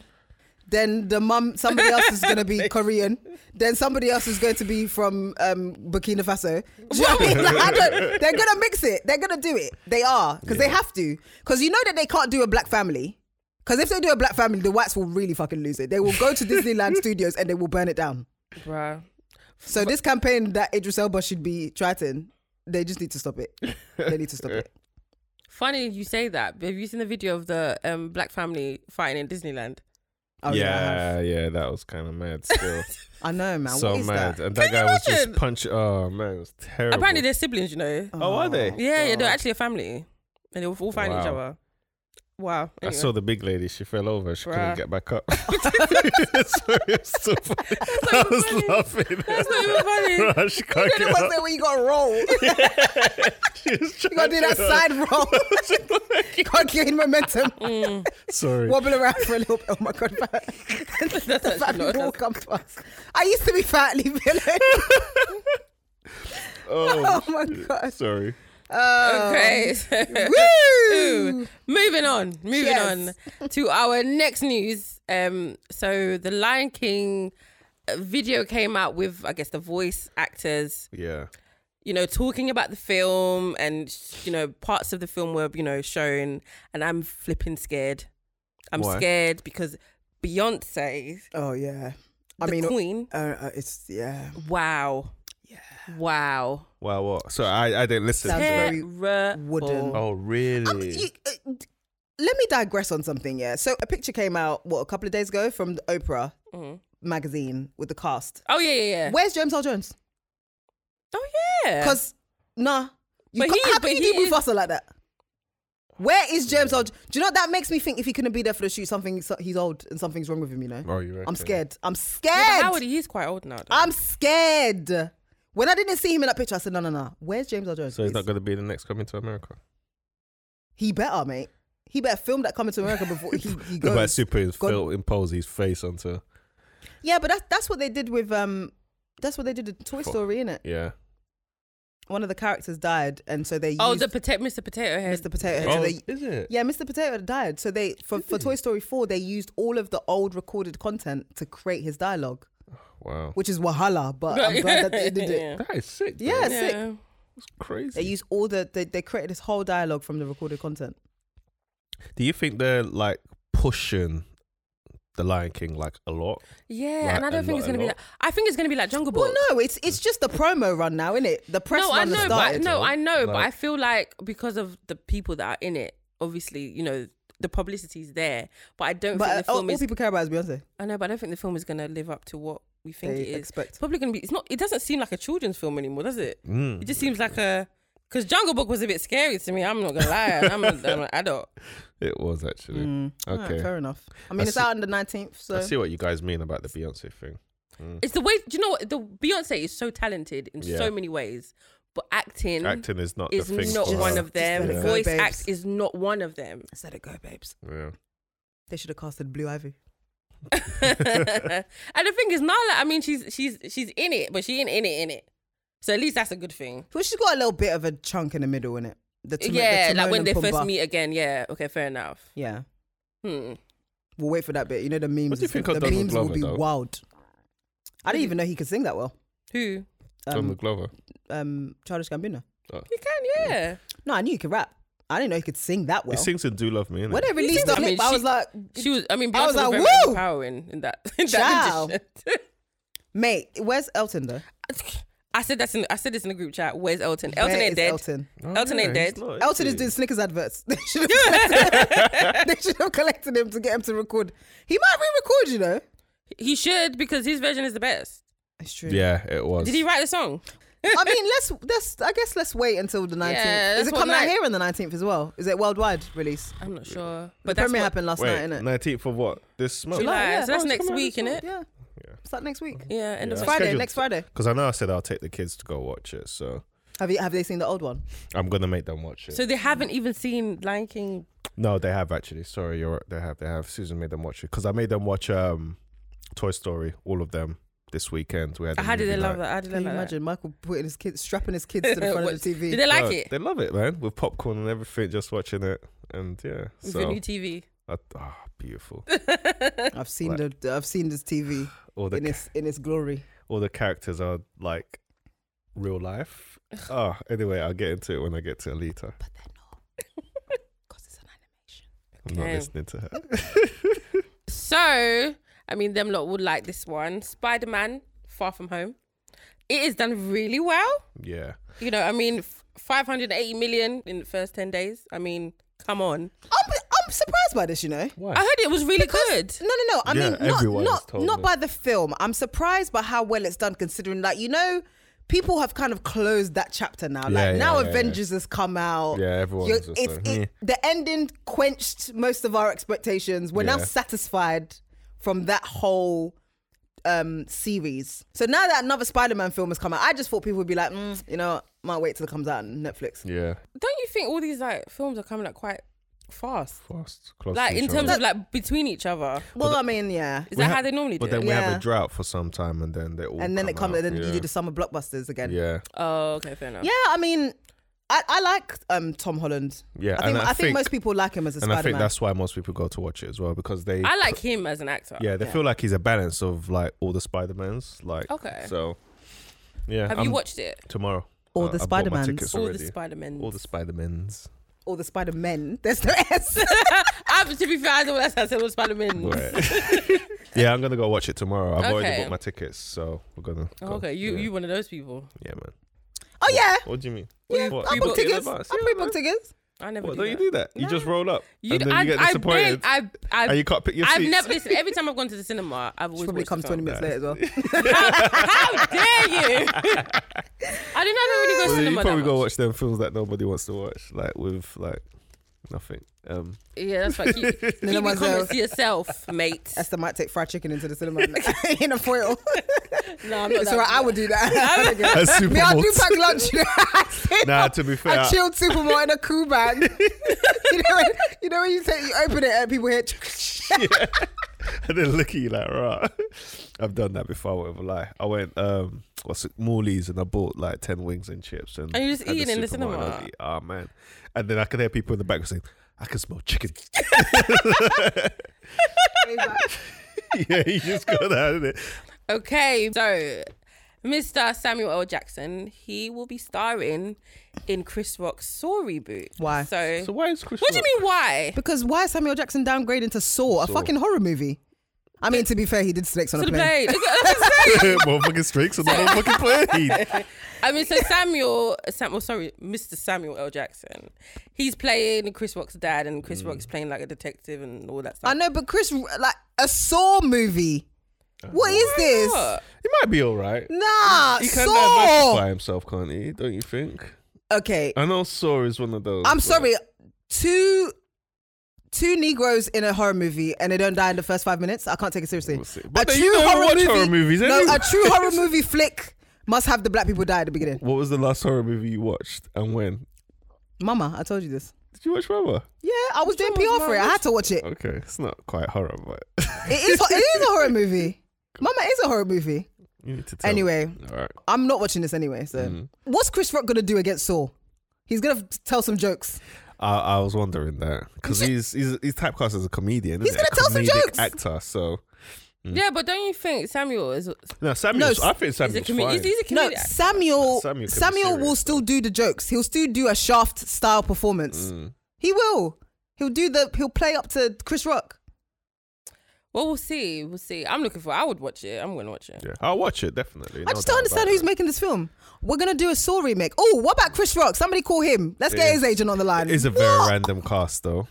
S3: Then the mum, somebody else is gonna be Korean. Then somebody else is going to be from um, Burkina Faso. Do you know what I mean? Like, I don't, they're gonna mix it. They're gonna do it. They are because they have to. Because you know that they can't do a black family. Because if they do a black family, the whites will really fucking lose it. They will go to Disneyland Studios and they will burn it down.
S7: Bruh.
S3: So this campaign that Idris Elba should be tracking, they just need to stop it. They need to stop it.
S7: Funny you say that. but Have you seen the video of the um, black family fighting in Disneyland?
S3: Oh, I, have.
S5: yeah, yeah, that was kind of mad. Still,
S3: I know, man.
S5: so
S3: what is
S5: mad,
S3: that?
S5: and that
S7: Can
S5: guy
S7: you
S5: was just
S7: imagine?
S5: punch. Oh man, it was terrible.
S7: Apparently they're siblings, you know.
S5: Oh, are they?
S7: yeah, yeah, they're actually a family, and they were all fighting each
S5: Wow.
S7: other. Wow.
S5: I
S7: Anyway.
S5: saw the big lady. She fell over. She
S7: Bruh.
S5: couldn't get back up. Sorry, it's so funny. I was
S7: funny.
S5: laughing.
S7: That's not even funny.
S5: Bruh, she can't
S3: Then
S5: get
S3: it was
S5: up.
S3: there where you got roll. you gotta do that side roll. can't gain momentum.
S5: Sorry.
S3: Wobble around for a little bit. Oh my god, fat. the
S7: actually
S3: fat people
S7: not-
S3: will
S7: that's-
S3: come to us. I used to be fat, leave me alone.
S5: Oh,
S3: oh my god.
S5: sorry.
S7: Okay.
S3: Um, Woo!
S7: Moving on. Moving
S3: Yes.
S7: on to our next news. Um, so the Lion King uh, video came out with, I guess, the voice actors
S5: Yeah.
S7: you know, talking about the film and you know, parts of the film were, you know, shown and I'm flipping scared. I'm
S5: Why?
S7: scared because Beyonce,
S3: Oh yeah. I
S7: the
S3: mean,
S7: queen.
S3: uh, uh, it's yeah.
S7: Wow. Yeah. Wow.
S5: Wow. What? So I I didn't listen.
S3: Sounds
S5: to that.
S3: very
S7: Terrible.
S3: wooden.
S5: Oh
S3: Um,
S5: really?
S3: you- uh, d- let me digress on something. Yeah. So a picture came out what a couple of days ago from the Oprah
S7: Mm.
S3: magazine with the cast.
S7: Oh yeah, yeah, yeah.
S3: Where's James Earl Jones?
S7: oh yeah.
S3: Because nah, you
S7: But
S3: can't,
S7: he-
S3: how
S7: but
S3: can
S7: he
S3: you do
S7: is-
S3: Mufasa like that? Where is James Earl? Do you know what? that makes me think if he couldn't be there for the shoot, something so- he's old and something's wrong with him. You know,
S5: Oh, you reckon?
S3: I'm scared. I'm
S7: yeah,
S3: scared.
S7: but Howard, he's quite old now. though.
S3: I'm scared. When I didn't see him in that picture, I said, no, no, no. Where's James Earl Jones?
S5: So he's
S3: please?
S5: not going to be the next coming to America.
S3: he better, mate. He better film that coming to America before he, he goes.
S5: About super is
S3: God-
S5: Phil impose his face onto.
S3: Yeah, but that's that's what they did with um, that's what they did with Toy
S5: Fuck.
S3: Story, innit?
S5: Yeah.
S3: One of the characters died, and so they
S7: oh,
S3: used
S7: the potato Mr. Potato Head.
S3: Mr. Potato Head. so
S5: Oh,
S3: they,
S5: is it?
S3: yeah, Mr. Potato Head died. So they for, for Toy Story four, they used all of the old recorded content to create his dialogue,
S5: Wow.
S3: which is wahala. But I'm glad that they did it.
S5: That is sick. though.
S3: Yeah, sick.
S7: Yeah.
S3: They
S5: Crazy.
S3: used all the they, they created this whole dialogue from the recorded content.
S5: Do you think they're like pushing the Lion King like a lot?
S7: Yeah,
S5: Like,
S7: and I
S5: a
S7: don't think
S5: lot,
S7: it's
S5: a
S7: gonna be
S5: lot.
S7: that. I think it's gonna be like Jungle Book.
S3: Well, no, it's it's just the promo run now, isn't it? The press
S7: no, I
S3: run
S7: know,
S3: that
S7: but
S3: started.
S7: no, I know, but
S5: Like-
S7: I feel like because of the people that are in it, obviously, you know, the publicity's there, but I don't
S3: But uh, oh,
S7: think the
S3: all,
S7: film
S3: all
S7: is.
S3: people care about is Beyonce.
S7: I know, but I don't think the film is going to live up to what we think
S3: They
S7: it is.
S3: expect.
S7: It's probably going to be. It's not. It doesn't seem like a children's film anymore, does it?
S5: Mm.
S7: It just seems like a. Because Jungle Book was a bit scary to me. I'm not gonna lie. I'm, a, I'm an adult.
S5: It was actually.
S3: Mm.
S7: Mm,
S3: All right,
S5: Okay.
S3: fair enough. I mean,
S5: I
S3: it's
S5: see-
S3: out on the nineteenth, so
S5: I see what you guys mean about the Beyonce thing. Mm.
S7: It's the way. Do you know what? The Beyonce is so talented in
S5: Yeah.
S7: so many ways, but acting.
S5: Acting is not
S7: is
S5: the thing.
S7: not
S5: for
S7: one
S5: her.
S7: of them.
S3: let it go,
S7: Voice
S3: babes.
S7: act is not one of them.
S3: Let's let it go, babes.
S5: Yeah.
S3: They should have casted Blue Ivy.
S7: Um, and the thing is, Nala, I mean, she's she's she's in it, but she ain't in it in it. So at least that's a good thing.
S3: Well, she's got a little bit of a chunk in the middle in it. The Tim- the
S7: yeah,
S3: Timon
S7: like when
S3: and
S7: they first
S3: Pumbaa.
S7: meet again. Yeah, okay, fair enough.
S3: Yeah,
S7: Hmm.
S3: we'll wait for that bit. You know the memes.
S5: What do you
S3: is-
S5: think of
S3: the
S5: Donald
S3: memes will
S5: Glover,
S3: be
S5: though?
S3: wild. I didn't even know he could sing that well.
S7: Who?
S5: Donald
S3: Um,
S5: Glover.
S3: um, Childish Gambino.
S7: You can, yeah.
S3: No, I knew he could rap. I didn't know he could sing that well.
S5: he sings in Do Love Me. innit?
S3: when they
S7: sings
S3: released the
S7: that- I mean,
S3: clip, I
S7: she-
S3: was like,
S7: She was. I mean, Beyonce
S3: I was
S7: was,
S3: like,
S7: very
S3: "Woo!"
S7: empowering in that. In that
S3: Child.
S7: position.
S3: mate, where's Elton though?
S7: I said that's in. I said this in the group chat. Where's Elton? Elton
S3: Where
S7: ain't
S3: is
S7: dead.
S3: Elton?
S5: Oh,
S7: Elton ain't
S5: he's
S7: dead.
S5: not,
S3: Elton is
S5: he?
S3: doing Snickers adverts. They should have collected, they should have collected him to get him to record. He might re-record, you know.
S7: He should because his version is the best.
S3: It's true.
S5: Yeah, it was.
S7: Did he write the song?
S3: I mean, let's let's. I guess let's wait until the nineteenth.
S7: Yeah,
S3: is it
S7: that's what
S3: coming out
S7: night-
S3: here on the nineteenth as well? Is it worldwide release?
S7: I'm not sure.
S3: But
S7: But
S3: the
S7: that's
S3: premiere
S7: what,
S3: happened last
S5: Wait,
S3: night, innit?
S5: 19th of what? This month?
S7: July.
S3: yeah.
S7: so that's next week, innit?
S3: Yeah. It's like next week.
S7: Yeah, end
S5: Yeah.
S7: of
S3: Friday,
S5: Scheduled
S3: next
S5: to-
S3: Friday.
S5: Because I know I said I'll take the kids to go watch it. So
S3: Have you have they seen the old one?
S5: I'm gonna make them watch it.
S7: So they haven't even seen Lion King.
S5: no, they have actually. Sorry, you're right. They have. They have. Susan made them watch it because I made them watch um, Toy Story, all of them this weekend. We had. a
S7: How did they
S5: movie
S7: love
S5: night.
S7: that? How did they
S3: Can you
S7: like that?
S3: imagine Michael putting his kids, strapping his kids to the front of the TV?
S7: Did they like
S5: No,
S7: it?
S5: They love it, man. With popcorn and everything, just watching it, and yeah.
S7: With
S5: So,
S7: the new TV.
S5: I- ah, beautiful.
S3: I've seen the I've seen this TV
S5: All the
S3: in its in its glory.
S5: all the characters are like real life. oh, anyway, I'll get into it when I get to Alita.
S7: But they're not. Because it's an animation.
S5: I'm not
S7: Okay.
S5: listening to her.
S7: So, I mean, them lot would like this one. Spider Man, Far From Home. It is done really well.
S5: yeah.
S7: You know, I mean, f- 580 million in the first 10 days. I mean, come on.
S3: I'm I'm surprised by this, you know.
S5: Why?
S7: I heard it was really
S3: Because-
S7: good.
S3: No, no, no. I
S5: Yeah,
S3: mean,
S5: everyone has
S3: not not
S5: told
S3: not
S5: me.
S3: by the film. I'm surprised by how well it's done, considering like you know, people have kind of closed that chapter now. Like
S5: Yeah, yeah,
S3: now,
S5: yeah, yeah.
S3: Avengers has come out.
S5: Yeah, everyone's
S3: You're-
S5: just
S3: It's
S5: like, "Hmm."
S3: it, the ending quenched most of our expectations. We're now
S5: Yeah.
S3: satisfied from that whole um series. So now that another Spider-Man film has come out, I just thought people would be like, mm, you know, might wait till it comes out on Netflix.
S5: yeah.
S7: Don't you think all these like films are coming out quite fast?
S5: Fast. Close
S7: Like
S5: to
S7: in
S5: each
S7: terms
S5: other.
S7: of like between each other.
S3: Well, I mean, yeah.
S5: We
S7: Is that
S5: ha-
S7: how they normally do
S5: But
S7: it?
S5: then we have
S3: Yeah.
S5: a drought for some time, and then they all.
S3: And then it comes,
S5: out.
S3: and then
S5: yeah.
S3: you do the summer blockbusters again.
S5: Yeah,
S7: Oh, okay, fair enough.
S3: Yeah, I mean, I, I like um, Tom Holland.
S5: yeah.
S3: I think
S5: and
S3: I, think, most people like him as a
S5: and I
S3: Spider
S5: think
S3: Man.
S5: that's why most people go to watch it as well because they.
S7: I like him as an actor.
S5: yeah, they feel like he's a balance of like all the Spider Mans. Like
S7: Okay.
S5: so. Yeah.
S7: Have
S5: I'm-
S7: you watched it?
S5: tomorrow?
S3: All
S5: Uh, I
S3: the
S5: bought my
S3: Spider-Mans.
S5: tickets
S7: All the
S5: already.
S7: Spider Men.
S5: All the Spider Mans.
S3: Or the Spider Men. There's no S.
S7: Ah, to be fair, I don't know what I said. All Spider Men.
S5: yeah, I'm gonna go watch it tomorrow. I've already
S7: Mm. Okay. Oh,
S5: bought my tickets, so we're gonna. Go.
S7: Okay, you
S5: yeah.
S7: you one of those people.
S5: Yeah, man.
S3: oh yeah,
S5: What do you mean?
S3: yeah.
S5: What,
S3: I
S5: you
S3: booked
S5: booked it in
S3: tickets. I
S5: advance? Yeah,
S3: pre-booked tickets.
S7: I never.
S5: What,
S7: do
S5: don't you
S7: that.
S5: do that? You just roll up
S7: You
S5: and
S7: d-
S5: then
S7: I,
S5: you get
S7: I
S5: disappointed.
S7: beg- I, I,
S5: and you can't pick your
S7: I've
S5: seats.
S7: never listen. Every time I've gone to the cinema, I've always
S3: Probably
S7: watched the
S3: comes twenty minutes
S7: film.
S3: later as well.
S7: How dare you? I did not really go to
S5: Well, you
S7: cinema.
S5: probably
S7: that
S5: go
S7: much.
S5: watch them films that nobody wants to watch, like with like nothing. Um,
S7: Yeah, that's right. Keep, keep
S3: no
S7: your
S3: one's
S7: comments
S3: there.
S7: to yourself, mate.
S3: Esther might take fried chicken into the cinema in a foil.
S7: no, I'm not
S3: it's
S7: that-
S3: alright. I would do that.
S5: a super
S3: Me, I do
S5: malt.
S3: pack lunch. you know. I sit
S5: nah,
S3: up-
S5: to be fair,
S3: I chilled supermarket in a cool bag. you know, when, you know when you say you open it and people hear.
S5: and then look at you like, right. I've done that before. I won't even lie. I went um, what's it, Morley's, and I bought like ten wings and chips, and
S7: And you're just
S5: had
S7: eating in the
S5: supermarket, and I was
S7: cinema?
S5: eating- Oh man! And then I could hear people in the back saying, "I can smell chicken." yeah, you just got out of it.
S7: Okay, so Mr. Samuel L. Jackson, he will be starring in Chris Rock's Saw reboot.
S3: Why?
S7: So,
S5: So why is Chris?
S7: what do you mean? Why?
S3: Because why is Samuel Jackson downgrading to Saw, a fucking horror movie? I mean, to be fair, he did Snakes on
S7: To
S3: a
S7: the
S3: Plane.
S7: play. That's what I'm saying.
S5: motherfucking streaks on the motherfucking plane?
S7: I mean, so Samuel, Sam, well, sorry, Mr. Samuel L. Jackson, he's playing Chris Rock's dad, and Chris
S5: Mm.
S7: Rock's playing like a detective and all that stuff.
S3: I know, but Chris, like a Saw movie. What is this?
S7: What?
S5: He might be all right.
S3: Nah,
S5: Uh-huh. He can
S3: Saw.
S5: diversify himself, can't he? Don't you think?
S3: Okay,
S5: I know Saw is one of those.
S3: I'm
S5: but-
S3: sorry. Two, two Negroes in a horror movie and they don't die in the first five minutes. I can't take it seriously.
S5: We'll see. But then you don't watch horror movies,
S3: no,
S5: anyway.
S3: a true horror movie flick must have the black people die at the beginning.
S5: What was the last horror movie you watched and when?
S3: Mama, I told you this.
S5: Did you watch Rubber?
S3: Yeah, I was doing PR for it. I had to watch it.
S5: Okay, it's not quite horror, but
S3: It is, it is a horror movie. Mama is a horror movie.
S5: you need to tell.
S3: Anyway,
S5: me. all right.
S3: I'm not watching this anyway. So,
S5: Mm-hmm.
S3: what's Chris Rock gonna do against Saul? He's gonna f- tell some jokes.
S5: I, I was wondering that because he's he's he's typecast as a comedian.
S3: He's
S5: isn't he?
S3: gonna tell some
S5: Comedic
S3: jokes.
S5: Actor, so Mm.
S7: Yeah, but don't you think Samuel is, is
S5: no,
S3: No,
S5: Samuel. I think
S7: a
S5: Samuel's
S7: comedian?
S5: fine.
S7: He's, he's a
S3: No,
S7: comedian.
S3: Samuel.
S5: Samuel can be
S3: Samuel,
S5: serious,
S3: will still do the jokes. He'll still do a Shaft style
S5: Mm.
S3: performance. He will. He'll do the. He'll play up to Chris Rock.
S7: well, we'll see. We'll see. I'm looking for. I would watch it. I'm gonna watch it.
S5: yeah, I'll watch it definitely.
S3: I just don't understand who's making this film. We're gonna do a Saw remake. Oh, what about Chris Rock? Somebody call him. Let's
S5: Yeah.
S3: get his agent on the line.
S5: It's a very
S3: What?
S5: random cast, though.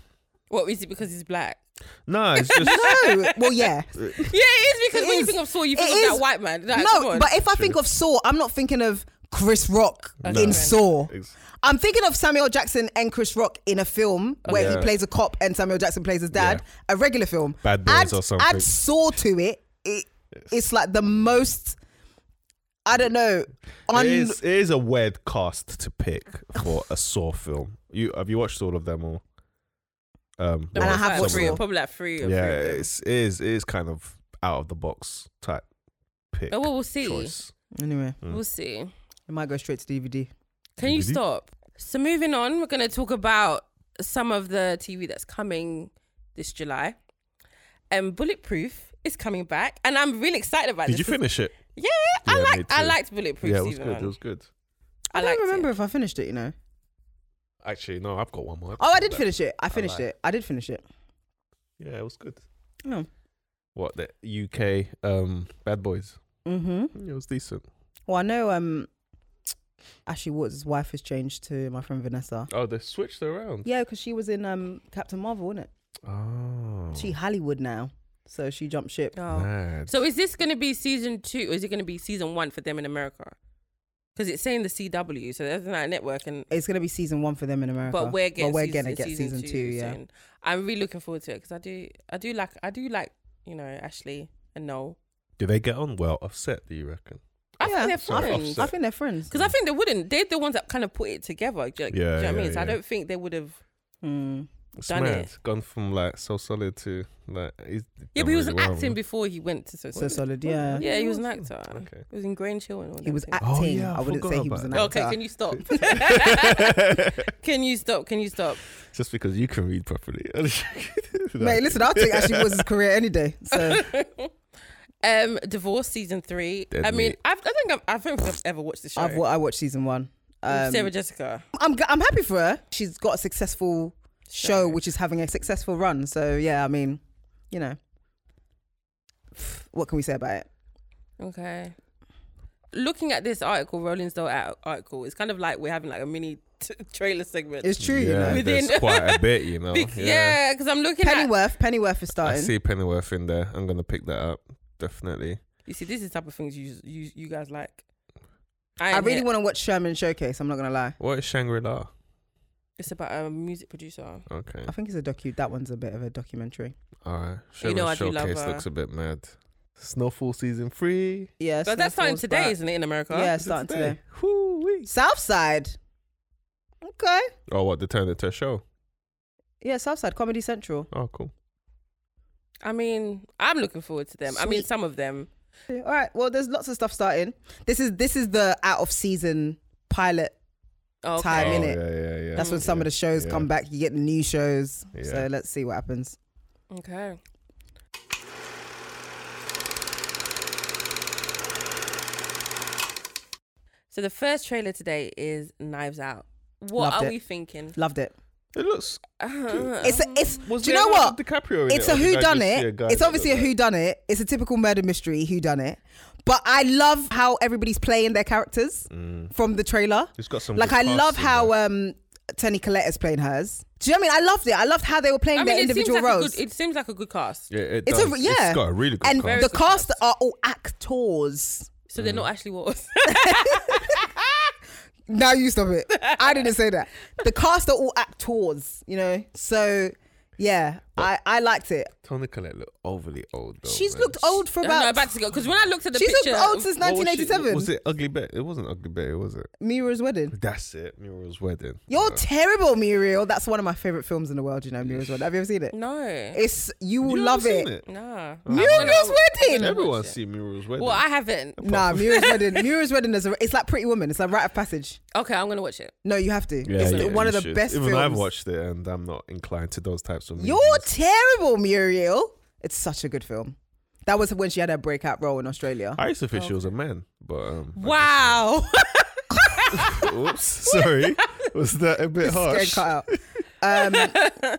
S7: What is it because he's black?
S5: No, it's just
S3: No. Well, yeah.
S7: Yeah, it is because
S3: It
S7: when you
S3: is.
S7: think of Saul, you
S3: It
S7: think of
S3: is.
S7: that white man. Like, come
S3: no,
S7: on.
S3: but if I think of Saw, I'm not thinking of Chris Rock in Saw.
S5: Ex-
S3: I'm thinking of Samuel Jackson and Chris Rock in a film where he
S5: Oh, Yeah.
S3: plays a cop and Samuel Jackson plays his dad. A regular film.
S5: Bad Boys
S3: add,
S5: or something.
S3: Add Saw to it. it It's like the most. I don't know. Un-
S5: it, is, it is a weird cast to pick for a Saw film. You have you watched all of them all? Um,
S3: And
S7: No,
S3: I
S7: it's
S3: have
S7: like
S3: watched
S7: three,
S3: all.
S7: probably like three. Or
S5: yeah,
S7: three of them.
S5: it's, it is it is kind of out of the box type pick.
S3: Oh,
S7: But we'll, we'll see.
S5: choice. Hmm.
S3: anyway,
S7: We'll see.
S3: it might go straight to DVD.
S7: Can you
S5: DVD?
S7: stop? So moving on, we're going to talk about some of the TV that's coming this July. And Bulletproof is coming back, and I'm really excited about
S5: Did you
S7: this.
S5: finish it?
S7: Yeah, I
S5: Yeah, me
S7: liked I
S5: too.
S7: liked Bulletproof.
S5: Yeah, it was
S7: season
S5: good.
S7: one.
S5: It was good.
S3: I,
S7: liked
S3: don't
S7: it.
S3: remember if I finished it. You know.
S5: Actually, no, I've got one more.
S3: Oh, I
S5: episode
S3: did
S5: left.
S3: finish it. I finished
S5: lied.
S3: it. I did finish it.
S5: Yeah, it was good.
S3: Oh.
S5: What the UK um, Bad Boys? Hmm,
S3: Mm-hmm.
S5: It was decent.
S3: Well, I know. Um, Ashley Woods' wife has changed to my friend Vanessa.
S5: Oh, they switched around.
S3: Yeah, because she was in um Captain Marvel, wasn't it?
S5: Oh,
S3: She Hollywood now, so she jumped ship.
S7: Oh.
S5: mad.
S7: So is this going to be season two, or is it going to be season one for them in America? Because it's saying the CW, so there's not a network, and
S3: It's gonna be season one for them in America.
S7: but we're getting
S3: Uh-huh. but we're
S7: season,
S3: gonna get season, two. yeah.
S7: soon. I'm really looking forward to it because I do, I do like, I do like, you know, Ashley and Noel.
S5: Do they get on well? Upset? Do you reckon?
S7: I
S3: Yeah,
S7: think they're
S5: sorry,
S7: friends.
S5: offset.
S3: I think they're friends.
S7: Because I think they wouldn't. They're the ones that kind of put it together. Do you, do you know
S5: Yeah,
S7: what I mean?
S5: yeah,
S7: So I
S5: yeah.
S7: don't think they would have.
S3: Mm.
S5: It's
S7: Done
S5: mad.
S7: it.
S5: Gone from like so solid to like. He's
S7: Yeah,
S5: done
S7: but he was
S5: really
S7: an
S5: well,
S7: acting
S5: man.
S7: before he went to so.
S3: So solid. Yeah.
S7: Yeah, he was an actor.
S5: Okay.
S7: He was in Grange Hill and all
S3: He was
S7: that.
S3: acting.
S5: Oh, yeah, I
S3: I wouldn't
S5: forgot
S3: say he
S5: about
S3: was an
S5: that.
S3: actor.
S7: Okay, can you stop? Oh. can you stop? Can you stop?
S5: Just because you can read properly.
S3: Mate, listen, I'll take Ashley Woods' career any day. So
S7: Um, Divorce season three.
S5: Dead
S7: I mean,
S5: meat.
S7: I've, I think I've, I don't think I've ever watched the show.
S3: I've, wa- I watched season one. Um,
S7: Sarah Jessica.
S3: I'm g- I'm happy for her. She's got a successful show,
S7: Show.
S3: which is having a successful run. So yeah, I mean, you know, what can we say about it?
S7: Okay. Looking at this article, Rolling Stone ar- article, it's kind of like we're having like a mini t- trailer segment.
S3: It's true, you
S5: yeah,
S3: know.
S7: Within-
S5: there's quite a bit, you know.
S7: Bec- yeah, because I'm looking at.
S3: Pennyworth, Pennyworth is
S5: I
S3: starting.
S5: see Pennyworth in there. I'm gonna pick that up definitely.
S7: You see, this is the type of things you you, you guys like.
S3: I,
S7: ain't
S3: really
S7: it.
S3: want to watch Sherman Showcase. I'm not gonna lie.
S5: What is Shangri La?
S7: It's about a music producer.
S5: Okay,
S3: I think it's a docu. That one's a bit of a documentary.
S5: all right. Show
S7: You know I do love
S5: showcase
S7: her.
S5: looks a bit mad. Snowfall season three.
S3: Yeah,
S7: But that's starting
S3: Snowfall's
S7: today,
S3: back.
S7: isn't it, in America?
S3: Yeah, it's
S5: Is it
S3: starting today.
S5: Whoo-wee.
S3: Southside. Okay.
S5: Oh, what? They turned it to a show.
S3: Yeah, Southside Comedy Central.
S5: Oh, cool.
S7: I mean, I'm looking forward to them. I mean,
S3: Sweet.
S7: some of them.
S3: Yeah, All right. Well, there's lots of stuff starting. This is this is the out of season pilot.
S7: Oh, okay.
S3: Time. I'm in
S5: oh,
S3: it.
S5: Yeah, yeah, yeah.
S3: That's when some of the shows
S5: yeah.
S3: come back. You get the new shows.
S5: Yeah.
S3: So let's see what happens.
S7: Okay. So the first trailer today is Knives Out. What
S3: Loved
S7: are
S3: it.
S7: we thinking? Uh-huh.
S3: Loved it.
S5: It looks.
S3: It's a, it's.
S5: Was
S3: do you
S5: there
S3: know what?
S5: DiCaprio in
S3: It's
S5: it,
S3: a
S5: or did
S3: who
S5: I
S3: done
S5: just see
S3: it.
S5: guy
S3: It's
S5: that
S3: obviously a
S5: looked
S3: who done it. It's a typical murder mystery who done it. But I love how everybody's playing their characters
S5: like- Mm.
S3: from the trailer.
S5: It's got some.
S3: Like
S5: good
S3: I love
S5: casting
S3: how
S5: there.
S3: um Tony Collette is playing hers. Do you know what I mean? I loved it. I loved how they were playing
S7: I
S3: their
S7: mean, it seems,
S3: individual
S7: like a
S3: roles.
S7: good, it seems like a good cast.
S5: Yeah, it
S3: it's a-
S5: does.
S3: yeah.
S5: It's got a really good cast.
S3: and the
S7: Very good
S3: cast
S7: cast.
S3: are all actors.
S7: So they're not Ashley Waters.
S3: Now you stop it. I didn't say that. The cast are all actors, you know? So yeah, I, I liked it.
S5: Tony Collette looked overly old though.
S3: She's
S5: Oh, man.
S3: looked old for
S7: No, no,
S3: about,
S7: about to go. Because when I looked at the
S3: she's
S7: picture,
S3: looked old since
S5: What was she-
S3: 1987.
S5: Was it Uh, Ugly Betty? It wasn't Ugly Betty, was it?
S3: Mira's Wedding.
S5: That's it. Muriel's wedding.
S3: You're
S5: Yeah.
S3: terrible, Muriel. That's one of my favorite films in the world. You know, Muriel's Wedding. Have you ever seen it?
S7: no,
S3: It's you will
S5: You
S3: love
S5: haven't
S3: it.
S5: seen
S7: Nah.
S3: Muriel's Wedding.
S5: Everyone's seen Muriel's wedding.
S7: Well, I haven't.
S3: Nah, Muriel's Wedding. Muriel's Wedding is a, it's like Pretty Woman. It's like rite of passage.
S7: Okay, I'm gonna watch it.
S3: No, you have to. it's one
S5: you
S3: of the
S5: should.
S3: best
S5: Even
S3: films.
S5: I've watched it, and I'm not inclined to those types of.
S3: You're
S5: movies.
S3: terrible, Muriel. It's such a good film. That was when she had her breakout role in Australia.
S5: I used to
S3: Oh.
S5: think she was a man, but um, I
S7: Wow.
S5: guess- Oops, sorry. Was that a bit
S3: Getting
S5: harsh?
S3: cut out. Um, yeah, I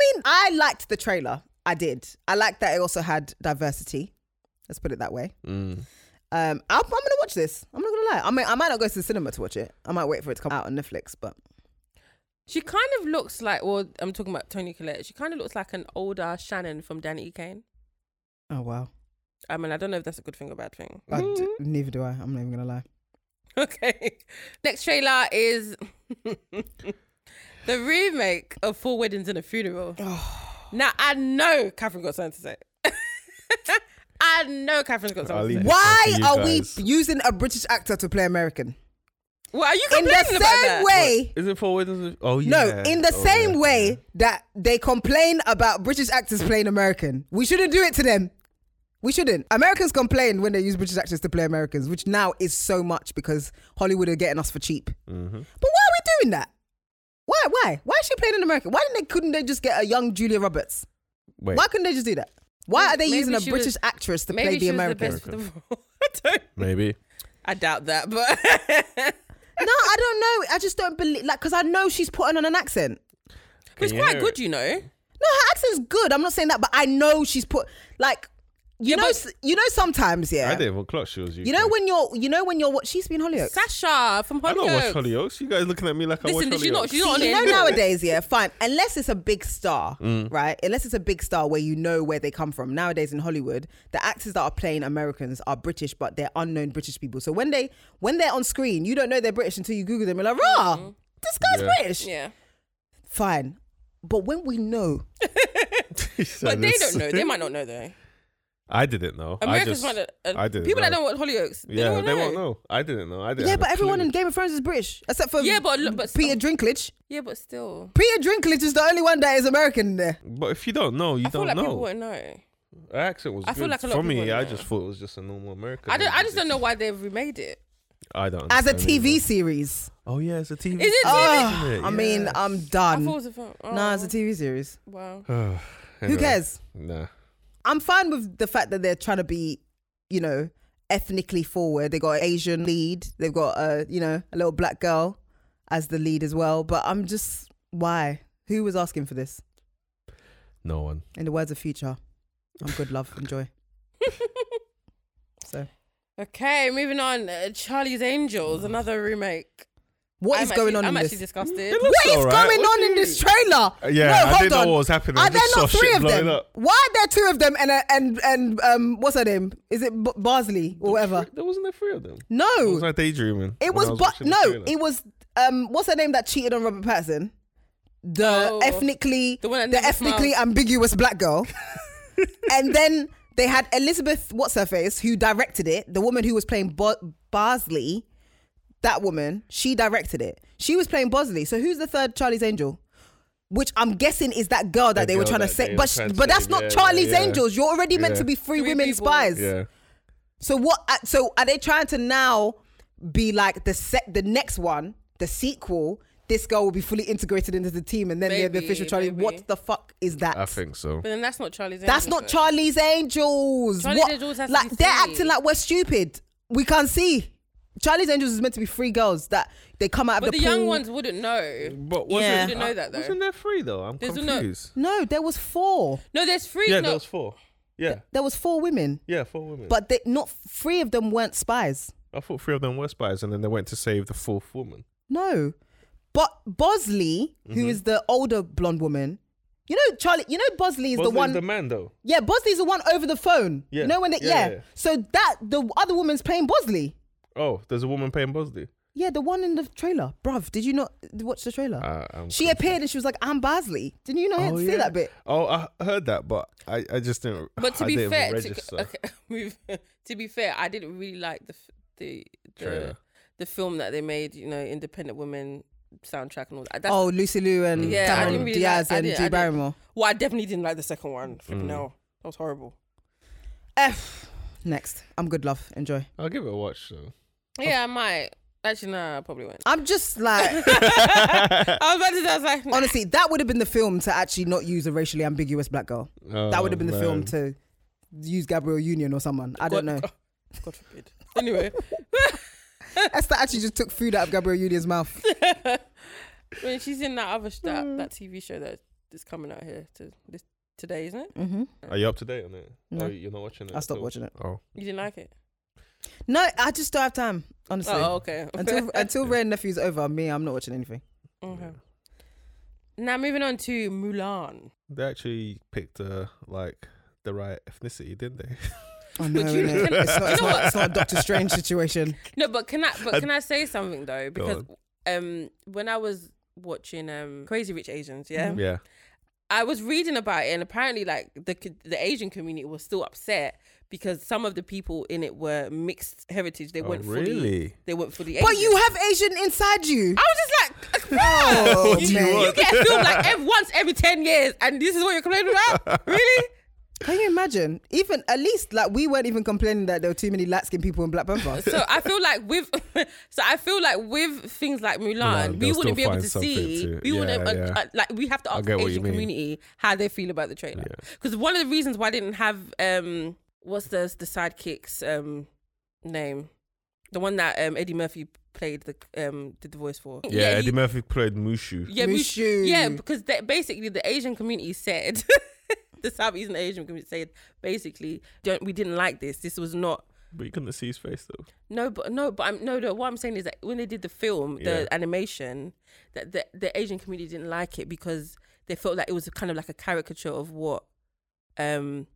S3: mean, I liked the trailer. I did. I liked that it also had diversity. Let's put it that way.
S5: Mm.
S3: Um, I'm, I'm gonna watch this. I'm not gonna lie. I might, I might not go to the cinema to watch it. I might wait for it to come out on Netflix. But
S7: she kind of looks like. Well, I'm talking about Tony Collette. She kind of looks like an older Shannon from Danny E. Kane.
S3: oh wow,
S7: I mean, I don't know if that's a good thing or bad thing.
S3: I d-
S5: Mm-hmm.
S3: neither do I. I'm not even gonna lie.
S7: Okay. Next trailer is the remake of Four Weddings and a Funeral. now I know Catherine got something to say. I I know Catherine's got
S5: I'll
S7: something.
S5: leave
S7: to
S5: it.
S7: say.
S3: Why
S5: It's up to you
S3: are we
S5: guys.
S3: using a British actor to play American?
S7: Well, are you
S3: In the
S7: complaining
S3: same
S7: about that?
S3: way.
S5: Is it four windows? Oh yeah.
S3: No, in the
S5: Oh,
S3: same
S5: yeah.
S3: way that they complain about British actors playing American. We shouldn't do it to them. We shouldn't. Americans complain when they use British actors to play Americans, which now is so much because Hollywood are getting us for cheap.
S5: Mm-hmm.
S3: But why are we doing that? Why? Why? Why is she playing an American? Why didn't they? Couldn't they just get a young Julia Roberts?
S5: Wait.
S3: Why couldn't they just do that? Why are they
S7: Maybe
S3: using a
S7: she
S3: British
S7: was-
S3: actress to
S7: Maybe
S3: play the
S7: she was
S3: American?
S7: the best of the I don't.
S5: Maybe.
S7: I doubt that, but
S3: no, I don't know. I just don't believe like because I know she's putting on an accent.
S7: but it's
S5: you
S7: quite
S5: hear it?
S7: good, you know.
S3: No, her accent's good. I'm not saying that, but I know she's put like you know s you know sometimes yeah.
S5: I didn't even clock she was.
S3: You know when you're you know when you're what she's been Hollyoaks.
S7: Sasha from
S5: I don't watch
S7: Hollyoaks.
S5: Hollyoaks. You guys looking at me like I watch
S7: Listen,
S5: Hollyoaks.
S7: did you not? She's not on
S3: See,
S7: it
S3: you know
S7: anymore.
S3: nowadays, yeah, fine. Unless it's a big star,
S5: Mm.
S3: right? Unless it's a big star where you know where they come from. Nowadays in Hollywood, the actors that are playing Americans are British, but they're unknown British people. So when they when they're on screen, you don't know they're British until you Google them. You're like, rah, this guy's
S5: Yeah.
S3: British.
S7: Mm-hmm. Yeah,
S3: Fine. But when we know,
S7: but they don't know. They might not know though.
S5: I didn't know.
S7: Americans
S5: I
S7: might.
S5: just,
S7: Not, uh,
S5: I didn't
S7: people
S5: know.
S7: that don't watch Hollyoaks, they
S5: yeah,
S7: don't
S5: they
S7: know.
S5: won't know. I didn't know. I didn't.
S3: yeah,
S5: have
S3: but
S5: a
S3: everyone
S5: clue.
S3: in Game of Thrones is British, except for
S7: Yeah, but look, but-
S3: Peter Drinklage.
S7: Yeah, but still,
S3: Peter Drinklage is the only one that is American in there.
S5: But if you don't know, you
S7: I feel
S5: don't
S7: like people
S5: know.
S7: won't know.
S5: Her accent was.
S7: I feel
S5: good.
S7: like a lot
S5: for
S7: of people
S5: me.
S7: won't
S5: I
S7: know.
S5: just thought it was just a normal American.
S7: I don't. I just don't know why they've remade it.
S5: I don't.
S3: As a
S5: understand either.
S3: TV series.
S5: Oh yeah, it's a TV.
S7: Is it
S3: Oh,
S5: Isn't it?
S3: I mean,
S5: Yeah.
S3: I'm
S7: I
S3: done.
S7: thought it was a film. Oh,
S3: Nah, it's a TV series.
S7: Wow.
S3: Who
S5: Anyway,
S3: cares?
S5: Nah.
S3: I'm fine with the fact that they're trying to be, you know, ethnically forward. They got an Asian lead. They've got a, you know, a little black girl as the lead as well. But I'm just, why? Who was asking for this?
S5: No one.
S3: In the words of Future, I'm good, love, enjoy. So,
S7: okay, moving on. Uh, Charlie's Angels, another remake.
S3: what
S7: I'm
S3: is going
S7: actually-
S3: on
S7: I'm
S3: in
S7: actually
S3: this?
S7: disgusted.
S5: It
S3: What
S5: looks
S3: is
S5: alright.
S3: going
S5: What
S3: on
S5: do
S3: in
S5: you-
S3: this trailer?
S5: Yeah,
S3: no,
S5: I
S3: hold
S5: didn't know
S3: on.
S5: what was happening. I
S3: Are there
S5: just
S3: not
S5: saw
S3: three
S5: shit
S3: of
S5: blowing
S3: them?
S5: up.
S3: Why are there two of them and a, and and um what's her name? Is it B- Barsley or whatever?
S5: There wasn't there three of them.
S3: No,
S5: It was like daydreaming.
S3: It
S5: when I
S3: was, but
S5: watching the
S3: no,
S5: trailer.
S3: it was um, what's her name that cheated on Robert Patterson? The
S7: Oh,
S3: ethnically,
S7: the
S3: the,
S7: one that never
S3: ethnically
S7: smiled.
S3: ambiguous black girl, and then they had Elizabeth, what's her face, who directed it. The woman who was playing Bo- Bosley, that woman, she directed it. She was playing Bosley. So who's the third Charlie's Angel? Which I'm guessing is that girl that
S5: The
S3: they were
S5: girl
S3: trying
S5: that
S3: to say,
S5: they
S3: but
S5: were
S3: sh-
S5: trying to
S3: but that's
S5: save,
S3: not
S5: yeah,
S3: Charlie's
S5: yeah, yeah.
S3: Angels. You're already meant
S5: Yeah.
S3: to be free,
S7: Three
S3: women
S7: people.
S3: spies.
S5: Yeah.
S3: So what? uh, So are they trying to now be like the set, the next one, the sequel? This girl will be fully integrated into the team, and then they're the
S7: Maybe,
S3: official Charlie.
S7: maybe.
S3: What the fuck is that?
S5: I think so.
S7: But then that's not Charlie's Angels.
S3: That's not
S7: though.
S3: Charlie's Angels.
S7: Charlie's
S3: what?
S7: Angels has to
S3: like
S7: be
S3: they're
S7: silly.
S3: acting like we're stupid. We can't see. Charlie's Angels is meant to be free girls that they come out of
S7: But the,
S3: the,
S7: young
S3: pool.
S7: ones wouldn't know.
S5: But
S3: wasn't- Yeah.
S7: Didn't know that, though.
S5: Wasn't there three though? I'm
S7: There's no-
S5: confused.
S3: No, there was four.
S7: No, there's three.
S5: yeah,
S7: no,
S5: there was four. Yeah,
S3: There was four women,
S5: yeah, four women.
S3: but they, not three of them weren't spies.
S5: I thought three of them were spies, and then they went to save the fourth woman.
S3: No. But Bosley,
S5: Mm-hmm.
S3: who is the older blonde woman, you know Charlie, you know Bosley is
S5: Wasn't it
S3: the one
S5: the man though.
S3: Yeah, Bosley's the one over the phone.
S5: Yeah.
S3: You know when they
S5: Yeah,
S3: yeah.
S5: yeah, yeah.
S3: So that the other woman's playing Bosley.
S5: Oh, there's a woman playing Bosley.
S3: Yeah, the one in the trailer. Bruv, did you not watch the trailer?
S5: Uh, I'm
S3: she appeared and she was like, I'm Bosley. Didn't you know
S5: confused.
S3: oh, see that bit?
S5: Oh, I heard that, but I, I just didn't.
S7: But to
S5: I
S7: be
S5: didn't
S7: fair,
S5: register.
S7: to, okay, move. to be fair, I didn't really like the f- the the,
S5: Trailer.
S7: the film that they made. You know, Independent Women soundtrack and all that. That's,
S3: oh, Lucy Liu and
S7: Yeah, I
S3: Cameron
S7: didn't really
S3: Diaz
S7: like- I
S3: and
S7: didn't- I
S3: Drew
S7: didn't-
S3: Barrymore.
S7: well, I definitely didn't like the second one. No, that was horrible.
S3: F next. I'm good love. Enjoy.
S5: I'll give it a watch though.
S7: Yeah, I might. Actually, no, I probably won't.
S3: I'm just like
S5: Uh,
S7: I was about to say, I was like, nah.
S3: honestly, that would have been the film to actually not use a racially ambiguous black girl. That
S5: Oh,
S3: would have been the film to use Gabriel Union or someone. I don't know.
S7: God forbid. Anyway,
S3: Esther actually just took food out of Gabriel Union's mouth.
S7: when she's in that other sh-
S3: Mm.
S7: that, that TV show that is coming out here to this today, isn't it?
S3: Mm-hmm.
S5: Are you up to date on it?
S3: No.
S5: Oh, you're not watching it.
S3: I stopped
S5: still?
S3: watching it.
S5: Oh,
S7: You didn't like it?
S3: No, I just don't have time, honestly.
S7: Oh, okay.
S3: Until until Ray and Nephew's over, me, I'm not watching anything.
S7: okay. Now moving on to Mulan.
S5: they actually picked uh, like the right ethnicity, didn't they?
S3: Oh no,
S7: But you-
S3: innit?
S7: you
S3: it's, not, it's,
S7: know
S3: not,
S7: what?
S3: it's not a Doctor Strange situation.
S7: No, but can I but can I say something though?
S5: Go
S3: Mm-hmm.
S7: Because um when I was watching um Crazy Rich Asians, yeah,
S5: Yeah.
S7: I was reading about it, and apparently, like the co- the Asian community was still upset because some of the people in it were mixed heritage. They weren't
S5: Oh, really?
S7: fully. They weren't fully.
S3: Oh, But
S7: Asian.
S3: you have Asian inside you.
S7: I was just like, oh, you,
S3: man.
S7: you get filmed like every, once every ten years, and this is what you're complaining about? Really?
S3: Can you imagine? Even at least like we weren't even complaining that there were too many light skinned people in Black Panther.
S7: So I feel like with, so I feel like with things like Mulan,
S5: Mulan,
S7: we
S5: they'll still
S7: wouldn't be able
S5: find
S7: to
S5: something
S7: see.
S5: to-
S7: we wouldn't
S5: yeah,
S7: uh,
S5: yeah.
S7: uh, like we have to ask
S5: get
S7: the
S5: what you
S7: Asian
S5: mean.
S7: community how they feel about the trailer. Because one of the reasons why I didn't have um, what's the the sidekicks um name, the one that um Eddie Murphy played the um did the voice for.
S5: Yeah, Eddie
S7: he-
S5: Murphy played Mushu.
S7: yeah, we-
S3: Mushu.
S7: yeah, because they, basically the Asian community said, the Southeastern Asian community said, basically, don't we didn't like this. This was not.
S5: But you couldn't see his face though.
S7: No, but no, but I'm no. no what I'm saying is that when they did the film,
S5: Yeah.
S7: the animation, that the, the Asian community didn't like it because they felt like it was kind of like a caricature of what, um,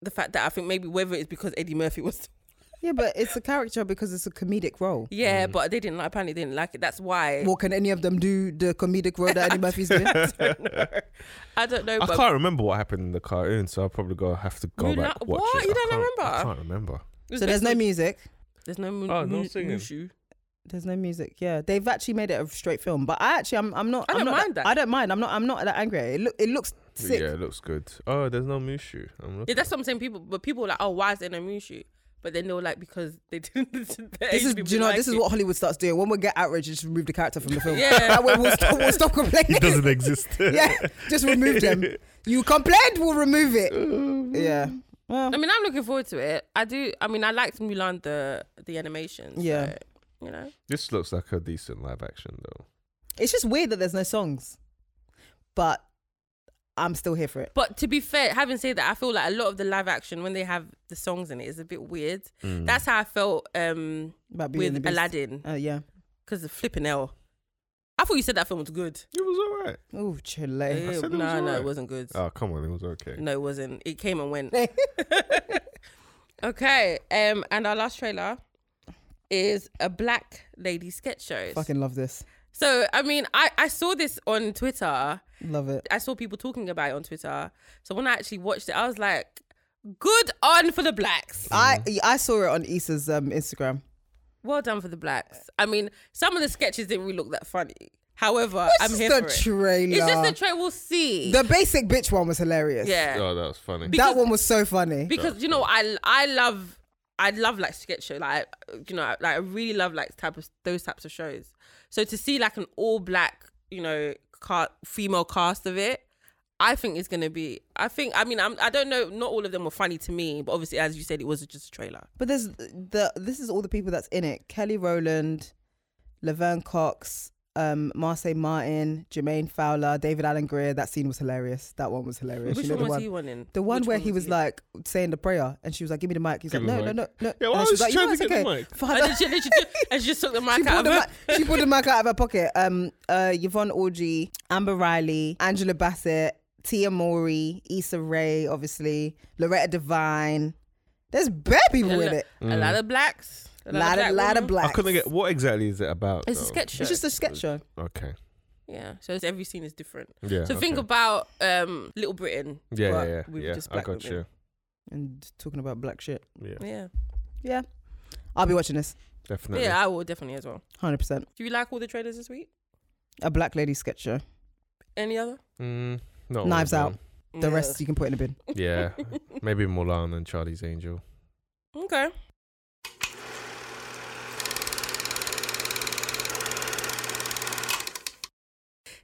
S7: the fact that I think maybe whether it's because Eddie Murphy was,
S3: yeah, but it's a character because it's a comedic role.
S7: yeah, but they didn't like. Apparently, they didn't like it. That's why.
S3: Mm. Well, can any of them do the comedic role that Eddie Murphy's doing?
S7: I don't know.
S5: I
S7: but
S5: can't remember what happened in the cartoon, so I'll probably go have to go
S7: Mulan-
S5: back. Watch
S7: what?
S5: It.
S7: You
S5: I
S7: don't
S5: can't-
S7: remember?
S5: I can't remember.
S7: it was
S3: So there's no
S7: based on-
S3: music.
S7: There's no. Mu-
S5: Oh, no
S7: mu-
S5: singing.
S7: mushu.
S3: There's no music. Yeah, they've actually made it a straight film. But I actually, I'm, I'm not.
S7: I
S3: I'm
S7: don't
S3: not
S7: mind that.
S3: I don't mind. I'm not. I'm not that angry. at It, It look, it looks sick.
S5: Yeah, it looks good. Oh, there's no Mushu. I'm
S7: Yeah,
S5: looking.
S7: that's what I'm saying. People, but people were like, oh, why is there no mushu? But then they were like, because they didn't.
S3: This is, do you know, this is what Hollywood starts doing. When we get outraged, just remove the character from the film.
S7: Yeah.
S3: That way we'll stop, we'll stop complaining.
S5: exist.
S3: yeah, just remove them. You complained, we'll remove it. Yeah. Well,
S7: I mean, I'm looking forward to it. I do. I mean, I liked Mulan the the animation. so,
S3: Yeah.
S7: you know.
S5: This looks like a decent live action though.
S3: it's just weird that there's no songs, but I'm still here for it.
S7: But to be fair, having said that, I feel like a lot of the live action when they have the songs in it is a bit weird. That's how I felt um,
S3: About Beauty and Mm. the
S7: with
S3: Beast.
S7: Aladdin
S3: Oh yeah.
S7: because the flipping hell. I thought you said that film was good.
S5: It was alright.
S3: Oh, chile.
S7: Ew,
S5: said it was
S7: no, no,
S5: alright.
S7: it wasn't good.
S5: Oh come on, it was okay.
S7: No, it wasn't. It came and went. okay, um, and our last trailer is a black lady sketch show.
S3: Fucking love this.
S7: So I mean, I I saw this on Twitter.
S3: Love it.
S7: I saw people talking about it on Twitter. So when I actually watched it, I was like, good on for the blacks.
S3: I I saw it on Issa's um, Instagram.
S7: Well done for the blacks. I mean, some of the sketches didn't really look that funny. However, I'm
S3: just
S7: here
S3: the
S7: for
S3: trailer.
S7: it. It's just the trailer. We'll see.
S3: The basic bitch one was hilarious.
S7: yeah.
S5: Oh, that was funny.
S3: That
S7: Because-
S3: one was so funny.
S7: because you know I I love I love like sketch show like you know like I really love like type of those types of shows. So to see like an all black you know car, female cast of it, I think is gonna be. I think I mean I'm I don't know not all of them were funny to me, but obviously as you said it was just a trailer.
S3: But there's the this is all the people that's in it: Kelly Rowland, Laverne Cox, um, Marseille Martin, Jermaine Fowler, David Allen Greer. That scene was hilarious. That one was hilarious.
S7: Which
S3: You know
S7: one
S3: the
S7: was
S3: one,
S7: he one in?
S3: The one
S7: Which
S3: where he
S7: was
S3: was like saying the prayer, and she was like, "Give me the mic." He's
S5: Give
S3: like,
S5: me
S3: "No,
S5: the
S3: no, no,
S5: mic."
S3: no."
S5: Yeah, well, I
S3: and she
S5: was
S3: like,
S5: trying
S3: "You know,
S5: to
S3: it's
S5: get the
S3: okay."
S5: mic.
S3: Father-
S7: And then she, then she, took, and she just took the mic
S3: she
S7: out
S3: pulled, the
S7: of her.
S3: mic, she pulled the mic out of her pocket. Um, uh, Yvonne Orji, Amber Riley, Angela Bassett, Tia Mori, Issa Rae, obviously Loretta Devine. There's bare people
S7: A
S3: in
S7: lo-
S3: it.
S7: A lot of blacks. A
S3: A lot of, lot of
S7: women.
S3: black.
S5: Mm. I couldn't get what exactly is it about?
S7: It's a
S5: though?
S7: sketch show.
S3: It's just a sketch show.
S5: Okay.
S7: yeah. So it's, every scene is different.
S5: Yeah.
S7: so think
S5: okay.
S7: about um, Little Britain.
S5: Yeah,
S7: but
S5: yeah, yeah.
S7: with
S5: yeah.
S7: just
S5: I
S7: black
S5: got you.
S7: women.
S3: and talking about black shit.
S5: Yeah,
S7: Yeah.
S3: Yeah. I'll be watching this
S5: definitely.
S7: Yeah, I will definitely as well.
S3: 100%.
S7: Do you like all the trailers this week?
S3: A black lady sketch show.
S7: Any other?
S5: Mm, not all
S3: Knives
S5: of
S3: Out.
S5: them.
S3: The rest you can put in a bin.
S5: Yeah, maybe Mulan and Charlie's Angel.
S7: Okay.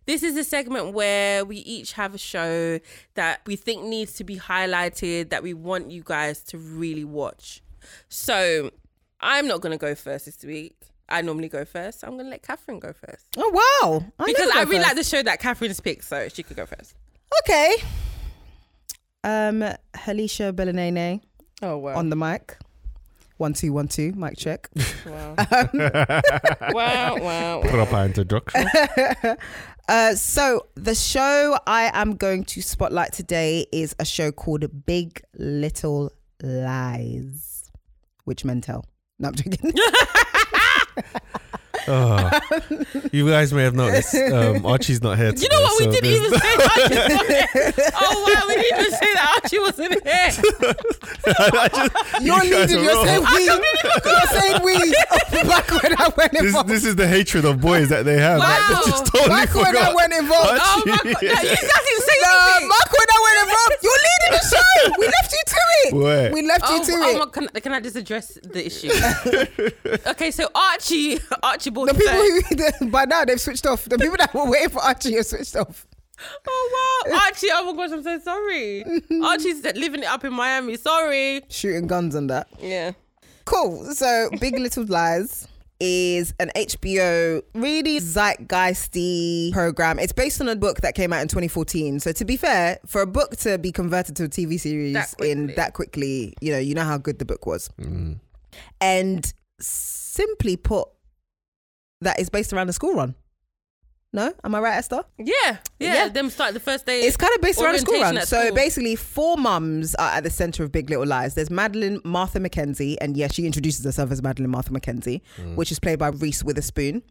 S7: This is a segment where we each have a show that we think needs to be highlighted that we want you guys to really watch. So I'm not going to go first this week. I normally go first. I'm going to let Catherine go first.
S3: Oh, wow. I
S7: because
S3: never
S7: I
S3: go
S7: really like
S3: first.
S7: the show that Catherine's picked, so she could go first.
S3: Okay. Um, Halisha Belenene
S7: Oh, wow.
S3: on the mic. One, two, one, two. Mic check. Um,
S7: wow.
S5: wow,
S7: wow, wow.
S5: Proper introduction.
S3: Uh, so the show I am going to spotlight today is a show called Big Little Lies, which men tell. No, I'm joking.
S5: Oh, you guys may have noticed um, Archie's not here. Today,
S7: You know what? We
S5: so
S7: didn't
S5: there's-
S7: even say Archie wasn't here. Oh, wow. We didn't even say that Archie wasn't here.
S5: I just-
S3: You're
S5: you guys
S3: leading.
S5: are
S3: You're
S5: wrong.
S3: saying we. You're saying we. Back when I went
S5: This,
S3: involved.
S5: this is the hatred of boys that they have. Like,
S7: Wow.
S5: they just totally
S3: Back when I
S5: forgot.
S3: went involved.
S7: Oh, my God. No, you guys didn't say
S3: Nah,
S7: anything.
S3: Mark, when I went involved, you're leading the show. We left you to it.
S5: Where?
S3: We left you
S7: Oh,
S3: to
S7: oh
S3: it.
S7: my, can, can I just address the issue? okay, so Archie, Archibald.
S3: The people
S7: said-
S3: who the, by now they've switched off. The people that were waiting for Archie have switched off.
S7: Oh wow, Archie! Oh my gosh, I'm so sorry. Archie's living it up in Miami. Sorry.
S3: Shooting guns and that.
S7: Yeah.
S3: Cool. So Big Little Lies is an HBO really zeitgeisty program. It's based on a book that came out in 2014. So to be fair, for a book to be converted to a TV series
S7: That
S3: in
S7: quickly.
S3: that quickly, you know, you know how good the book was.
S5: Mm,
S3: And simply put, that is based around a school run. No, am I right, Esther?
S7: Yeah. Yeah.
S3: Yeah.
S7: Them start the first day.
S3: It's kind of based around a school
S7: Orientation
S3: run.
S7: at
S3: So
S7: school.
S3: basically, four mums are at the center of Big Little Lies. There's Madeline Martha McKenzie, and yes, she introduces herself as Madeline Martha McKenzie,
S5: mm,
S3: which is played by Reese Witherspoon,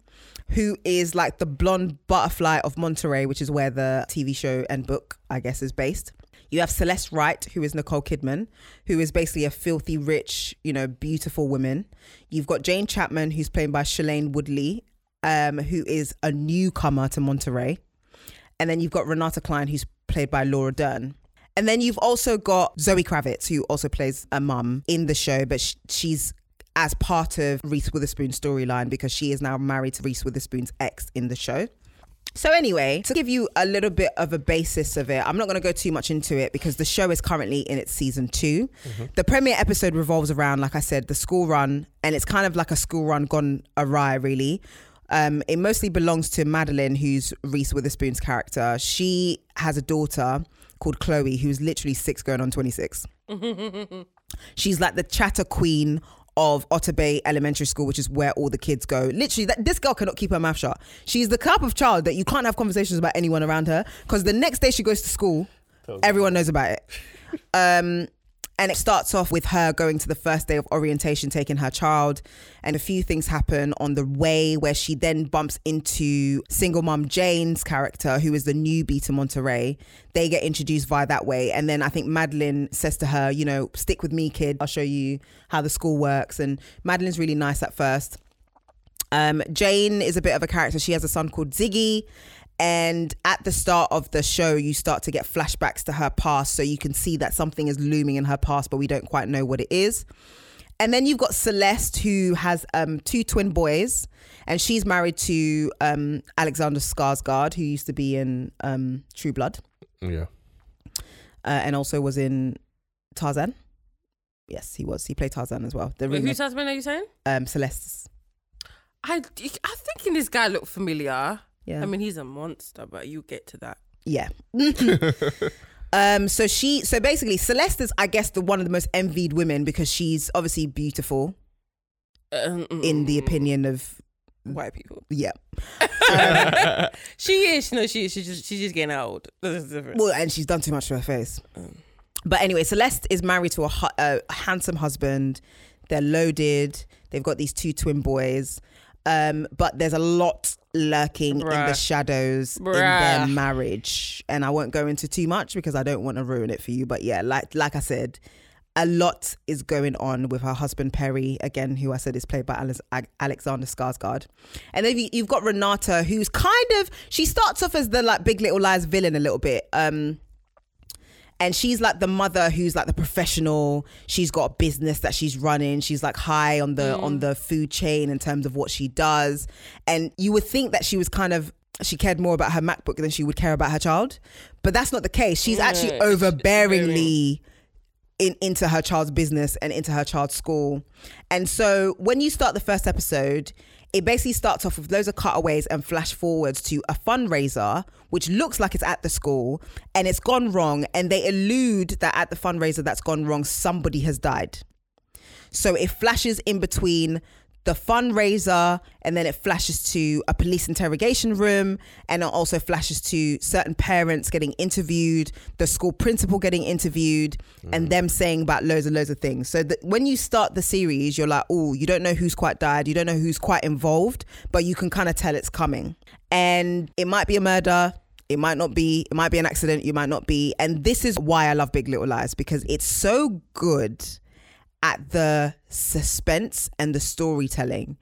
S3: who is like the blonde butterfly of Monterey, which is where the TV show and book, I guess, is based. You have Celeste Wright, who is Nicole Kidman, who is basically a filthy rich, you know, beautiful woman. You've got Jane Chapman, who's played by Shalane Woodley, um, who is a newcomer to Monterey. And then you've got Renata Klein, who's played by Laura Dern. And then you've also got Zoe Kravitz, who also plays a mum in the show, but sh- she's as part of Reese Witherspoon's storyline because she is now married to Reese Witherspoon's ex in the show. So, anyway, to give you a little bit of a basis of it, I'm not going to go too much into it because the show is currently in its season 2 The premiere episode revolves around, like I said, the school run, and it's kind of like a school run gone awry, really. Um, it mostly belongs to Madeline, who's Reese Witherspoon's character. She has a daughter called Chloe, who's literally six going on 26. She's like the chatter queen of Otter Bay Elementary School, which is where all the kids go. Literally, that this girl cannot keep her mouth shut. She's the type of child that you can't have conversations about anyone around her because the next day she goes to school, everyone knows about it. Um, and it starts off with her going to the first day of orientation, taking her child, and a few things happen on the way where she then bumps into single mom Jane's character, who is the newbie to Monterey. They get introduced via that way. And then I think Madeline says to her, you know, stick with me, kid. I'll show you how the school works. And Madeline's really nice at first. Um, Jane is a bit of a character. She has a son called Ziggy. And at the start of the show, you start to get flashbacks to her past. So you can see that something is looming in her past, but we don't quite know what it is. And then you've got Celeste, who has um, two twin boys, and she's married to um, Alexander Skarsgård, who used to be in um, True Blood
S5: Yeah.
S3: uh, and also was in Tarzan. Yes, he was. He played Tarzan as well. The
S7: Wait,
S3: remake,
S7: whose husband are you saying?
S3: um, Celeste's.
S7: I I thinking this guy looked familiar.
S3: Yeah.
S7: I mean, he's a monster, but you get to that.
S3: Yeah. um. So she. So basically, Celeste is, I guess, the one of the most envied women because she's obviously beautiful
S7: Um,
S3: in the opinion of
S7: white people.
S3: yeah.
S7: She is. No, she is. She's just, she's just getting old. This is different.
S3: Well, and she's done too much to her face. But anyway, Celeste is married to a, hu- a handsome husband. They're loaded. They've got these two twin boys. Um, but there's a lot lurking in the
S7: Bruh.
S3: shadows in their
S7: Bruh.
S3: marriage, and I won't go into too much because I don't want to ruin it for you. But yeah, like like I said, a lot is going on with her husband Perry again, who I said is played by Alex, Ag- Alexander Skarsgård, and then you- you've got Renata, who's kind of she starts off as the like Big Little Lies villain a little bit. Um, and she's like the mother who's like the professional she's got a business that she's running she's like high on the on the food chain in terms of what she does and you would think that she was kind of she cared more about her macbook than she would care about her child but that's not the case she's actually
S7: Yeah, it's- it's
S3: overbearingly in, into her child's business and into her child's school and so when you start the first episode it basically starts off with loads of cutaways and flash forwards to a fundraiser, which looks like it's at the school and it's gone wrong. And they allude that at the fundraiser that's gone wrong, somebody has died. So it flashes in between the fundraiser, and then it flashes to a police interrogation room, and it also flashes to certain parents getting interviewed, the school principal getting interviewed, and them saying about loads and loads of things. So that when you start the series, you're like, oh, you don't know who's quite died, you don't know who's quite involved, but you can kind of tell it's coming. And it might be a murder, it might not be it might be an accident you might not be and this is why i love big little lies because it's so good at the suspense and the storytelling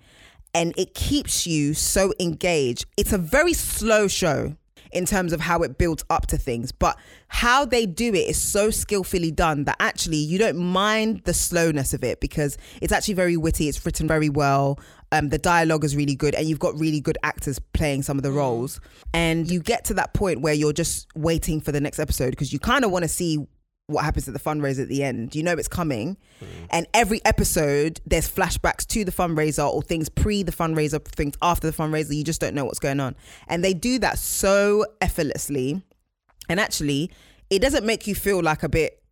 S3: and it keeps you so engaged it's a very slow show in terms of how it builds up to things but how they do it is so skillfully done that actually you don't mind the slowness of it because it's actually very witty it's written very well um, the dialogue is really good and you've got really good actors playing some of the roles and you get to that point where you're just waiting for the next episode because you kind of want to see what happens at the fundraiser at the end you know it's coming and every episode there's flashbacks to the fundraiser or things pre the fundraiser things after the fundraiser you just don't know what's going on and they do that so effortlessly and actually it doesn't make you feel like a bit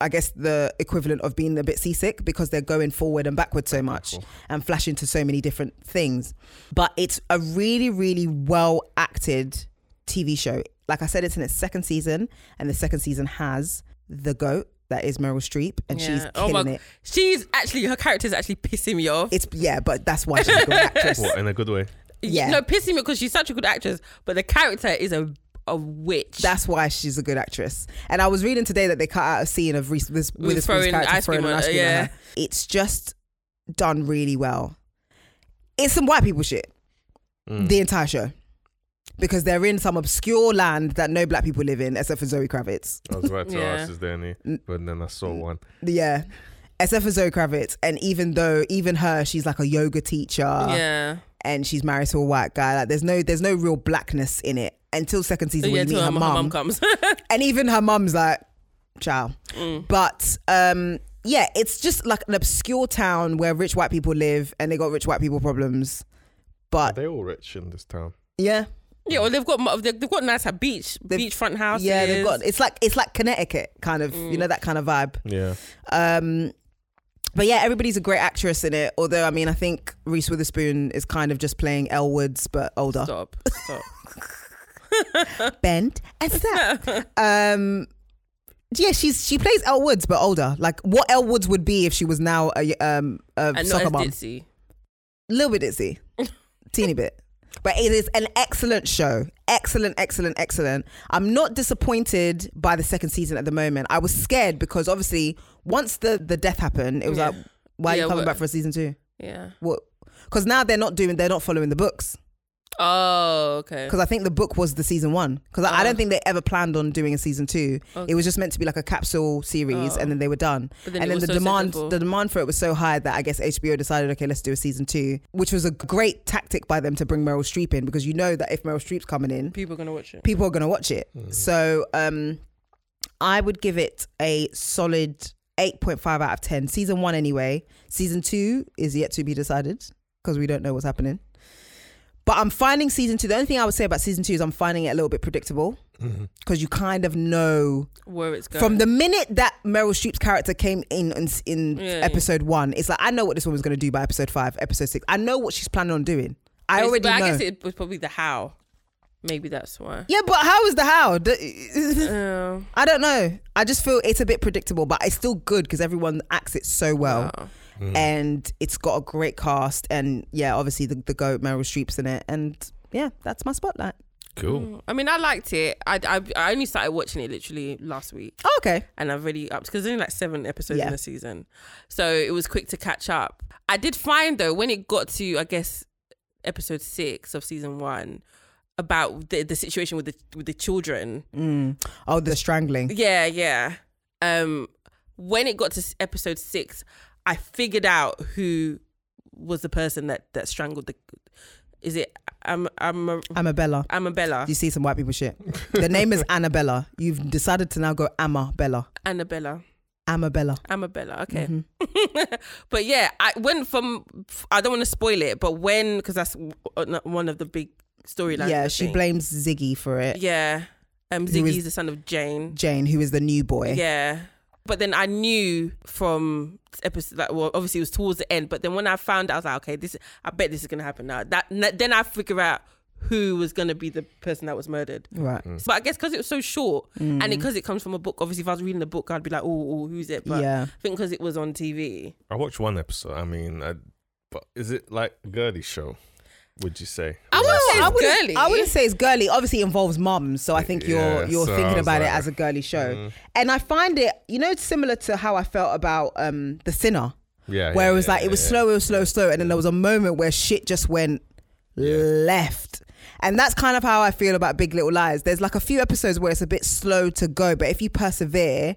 S3: I guess the equivalent of being a bit seasick because they're going forward and backward so much and flashing to so many different things. But it's a really, really well acted TV show. Like I said, it's in its second season, and the second season has the goat that is Meryl Streep, and she's
S7: Yeah. Oh
S3: killing it.
S7: She's actually her character's actually pissing me off.
S3: It's yeah, but that's why she's a good actress.
S5: What, in a good way?
S3: yeah.
S7: No, pissing me because she's such a good actress, but the character is a a witch.
S3: That's why she's a good actress. And I was reading today that they cut out a scene of Reese with
S7: With
S3: with
S7: throwing
S3: character
S7: ice cream
S3: throwing an
S7: on
S3: ice
S7: her,
S3: cream at
S7: yeah.
S3: her. It's just done really well. It's some white people shit.
S7: Hmm.
S5: Mm.
S3: The entire show. Because they're in some obscure land that no black people live in, except for Zoe Kravitz.
S5: I was about to
S7: Yeah.
S5: ask, is there any? But then I saw one.
S3: Yeah. Except for Zoe Kravitz. And even though, even her, she's like a yoga teacher.
S7: yeah.
S3: and she's married to a white guy. Like there's no there's no real blackness in it until second
S7: So
S3: season
S7: Oh, yeah,
S3: when you
S7: till
S3: meet her
S7: her mum her mum
S3: mum.
S7: comes.
S3: And even her mum's like, ciao.
S7: Mm.
S3: But um yeah, it's just like an obscure town where rich white people live and they got rich white people problems.
S5: Are
S3: But
S5: they all rich in this town?
S3: yeah,
S7: yeah, well they've got mo- they've they've got nice like, beach
S3: They've-
S7: beachfront houses. Mm.
S3: yeah, they've got it's like it's like Connecticut kind of, you know that kind of vibe.
S5: Yeah.
S3: Um, but yeah, everybody's a great actress in it. Although I mean, I think Reese Witherspoon is kind of just playing Elwoods but older.
S7: stop stop.
S3: bent and snap. um, yeah, she's she plays Elle Woods but older. Like what Elle Woods would be if she was now a um a
S7: and not
S3: soccer
S7: as
S3: mom.
S7: ditzy.
S3: Little bit ditzy, teeny bit. But it is an excellent show. Excellent, excellent, excellent. I'm not disappointed by the second season at the moment. I was scared because obviously once the the death happened, it was
S7: Yeah.
S3: like, why are
S7: Yeah,
S3: you coming
S7: what-
S3: back for a season two?
S7: Yeah.
S3: What? Because now they're not doing, they're not following the books.
S7: Oh okay.
S3: because I think the book was the season one. Because I, I
S7: Ah.
S3: don't think they ever planned on doing a season two. It was just meant to be like a capsule series, and then they were done.
S7: But Ah. then
S3: and
S7: it
S3: then the
S7: was so
S3: demand,
S7: successful.
S3: the demand for it was so high that I guess HBO decided, okay, let's do a season two, which was a great tactic by them to bring Meryl Streep in because you know that if Meryl Streep's coming in,
S7: People are gonna watch it.
S3: people are gonna watch it.
S7: Mm.
S3: So um, I would give it a solid. 8.5 out of 10 season 1 anyway season 2 is yet to be decided because we don't know what's happening but I'm finding season 2 the only thing I would say about season 2 is I'm finding it a little bit predictable
S5: Mm-hmm.
S3: because you kind of know
S7: Where it's going.
S3: from the minute that Meryl Streep's character came in in, in
S7: Yeah.
S3: episode 1 it's like I know what this woman's going to do by episode 5 episode 6 I know what she's planning on doing I
S7: It's-
S3: already
S7: but
S3: know
S7: I guess it was probably the how. Maybe that's why. Um,
S3: yeah but how is the how
S7: Uh,
S3: The-
S7: Yeah.
S3: I don't know. I just feel it's a bit predictable, but it's still good because everyone acts it so well.
S5: Mm.
S7: Mm.
S3: And it's got a great cast. And yeah, obviously the, the goat Meryl Streep's in it. And yeah, that's my spotlight.
S5: Cool.
S7: I mean, I liked it. I, I, I only started watching it literally last week,
S3: Oh, okay.
S7: and I've really upped because there's only like seven episodes
S3: Yeah.
S7: in a season, so it was quick to catch up. I did find though when it got to I guess episode six of season one about the, the situation with the with the children.
S3: Oh, the strangling.
S7: Yeah, yeah. Um, when it got to s- episode six, I figured out who was the person that that strangled the. Is it? I'm I'm
S3: Amabella.
S7: Amabella.
S3: You see some white people shit. The name is Annabella. You've decided to now go Amabella.
S7: Annabella.
S3: Amabella. Mm-hmm.
S7: Amabella, okay. but yeah, I went from. I don't want to spoil it, but when because that's w- one of the big storylines.
S3: yeah,
S7: I
S3: she
S7: think.
S3: blames Ziggy for it.
S7: Yeah, um,
S3: Who
S7: Ziggy's
S3: is-
S7: the son of Jane.
S3: Jane, who is the new boy.
S7: Yeah, But then I knew from episode, like, well, obviously it was towards the end. But then when I found out, I was like, okay, this, I bet this is gonna happen now. That n- then I figure out who was gonna be the person that was murdered.
S3: Right.
S5: Mm.
S7: But I guess because it was so short, and
S3: Mm.
S7: because it, comes from a book, obviously if I was reading the book, I'd be like, oh, oh, who's it? But
S3: Yeah.
S7: I think because it was on TV,
S5: I watched one episode. I mean, I, but is it like Gertie's show? Would you say?
S7: I wouldn't say
S3: I
S7: it's
S3: wouldn't,
S7: girly.
S3: I wouldn't say it's girly. Obviously, it involves mums, so I think you're
S5: Yeah,
S3: you're
S5: so I
S3: thinking
S5: was
S3: about it
S5: like- mm.
S3: as a girly show. And I find it, you know, it's similar to how I felt about um the sinner,
S5: Yeah.
S3: where
S5: yeah,
S3: it was
S5: yeah,
S3: like it was
S5: yeah,
S3: slow, it was slow, slow, and then there was a moment where shit just went left. And that's kind of how I feel about Big Little Lies. There's like a few episodes where it's a bit slow to go, but if you persevere,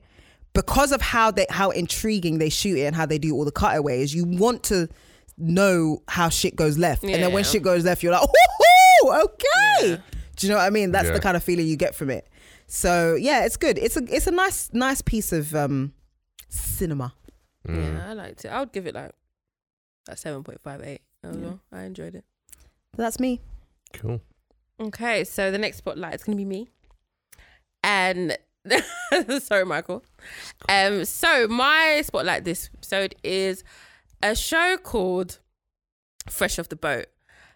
S3: because of how they how intriguing they shoot it and how they do all the cutaways, you want to know how shit goes left. And then when
S7: Yeah.
S3: shit goes left, you're like, oh, okay. Do you know what I mean? That's
S5: Yeah.
S3: the kind of feeling you get from it. So yeah, it's good. It's a it's a nice nice piece of um cinema.
S5: yeah. Mm.
S7: yeah, I liked it. I would give it like like seven point five eight. I don't know. I enjoyed it.
S3: That's me.
S5: Cool.
S7: Okay, so the next spotlight is going to be me. And sorry, Michael. Um, so my spotlight this episode is a show called Fresh Off the Boat.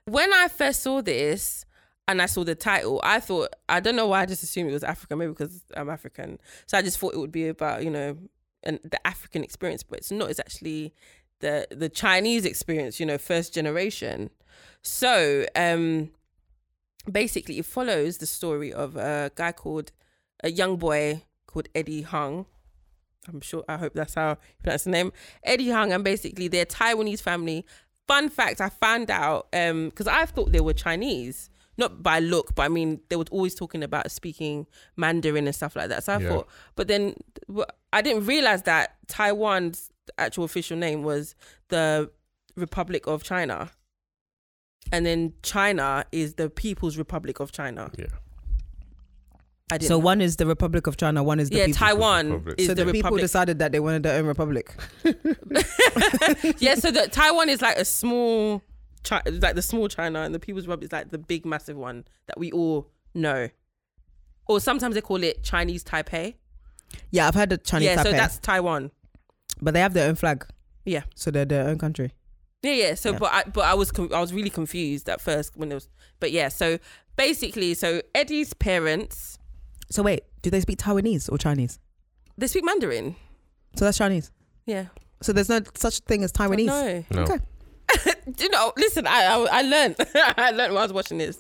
S7: When I first saw this and I saw the title, I thought I don't know why I just assumed it was Africa, maybe because I'm African. So I just thought it would be about you know an, the African experience, but it's not. It's actually the the Chinese experience, you know, first generation. So um, basically it follows the story of a guy called a young boy called Eddie Hung. I'm sure I hope that's how you pronounce the name. Eddie Hung and basically their Taiwanese family. Fun fact, I found out um because I thought they were Chinese. Not by look, but I mean they were always talking about speaking Mandarin and stuff like that. So I
S5: Yeah.
S7: thought, but then wh- I didn't realize that Taiwan's actual official name was the Republic of China, and then China is the People's Republic of China.
S5: Yeah.
S7: I didn't.
S3: So one is the Republic of China, one is the
S7: yeah,
S3: people.
S7: Taiwan
S5: Republic.
S7: is
S3: so
S7: the,
S3: the, people
S7: Republic.
S3: decided that they wanted their own republic.
S7: yeah, so the, Taiwan is like a small, Chi- like the small China, and the People's Republic is like the big, massive one that we all know. Or sometimes they call it Chinese Taipei.
S3: Yeah, I've heard the Chinese
S7: yeah, so
S3: Taipei,
S7: that's Taiwan.
S3: but they have their own flag.
S7: Yeah.
S3: so they're their own country.
S7: Yeah, yeah. So,
S3: Yeah.
S7: but I, but I was, con- I was really confused at first when it was. But yeah, so basically, so Eddie's parents
S3: So wait, do they speak Taiwanese or Chinese?
S7: they speak Mandarin.
S3: So that's Chinese.
S7: Yeah,
S3: So there's no such thing as Taiwanese.
S7: no.
S5: No.
S3: Okay.
S7: you know, listen, I I, I learned I learned while I was watching this.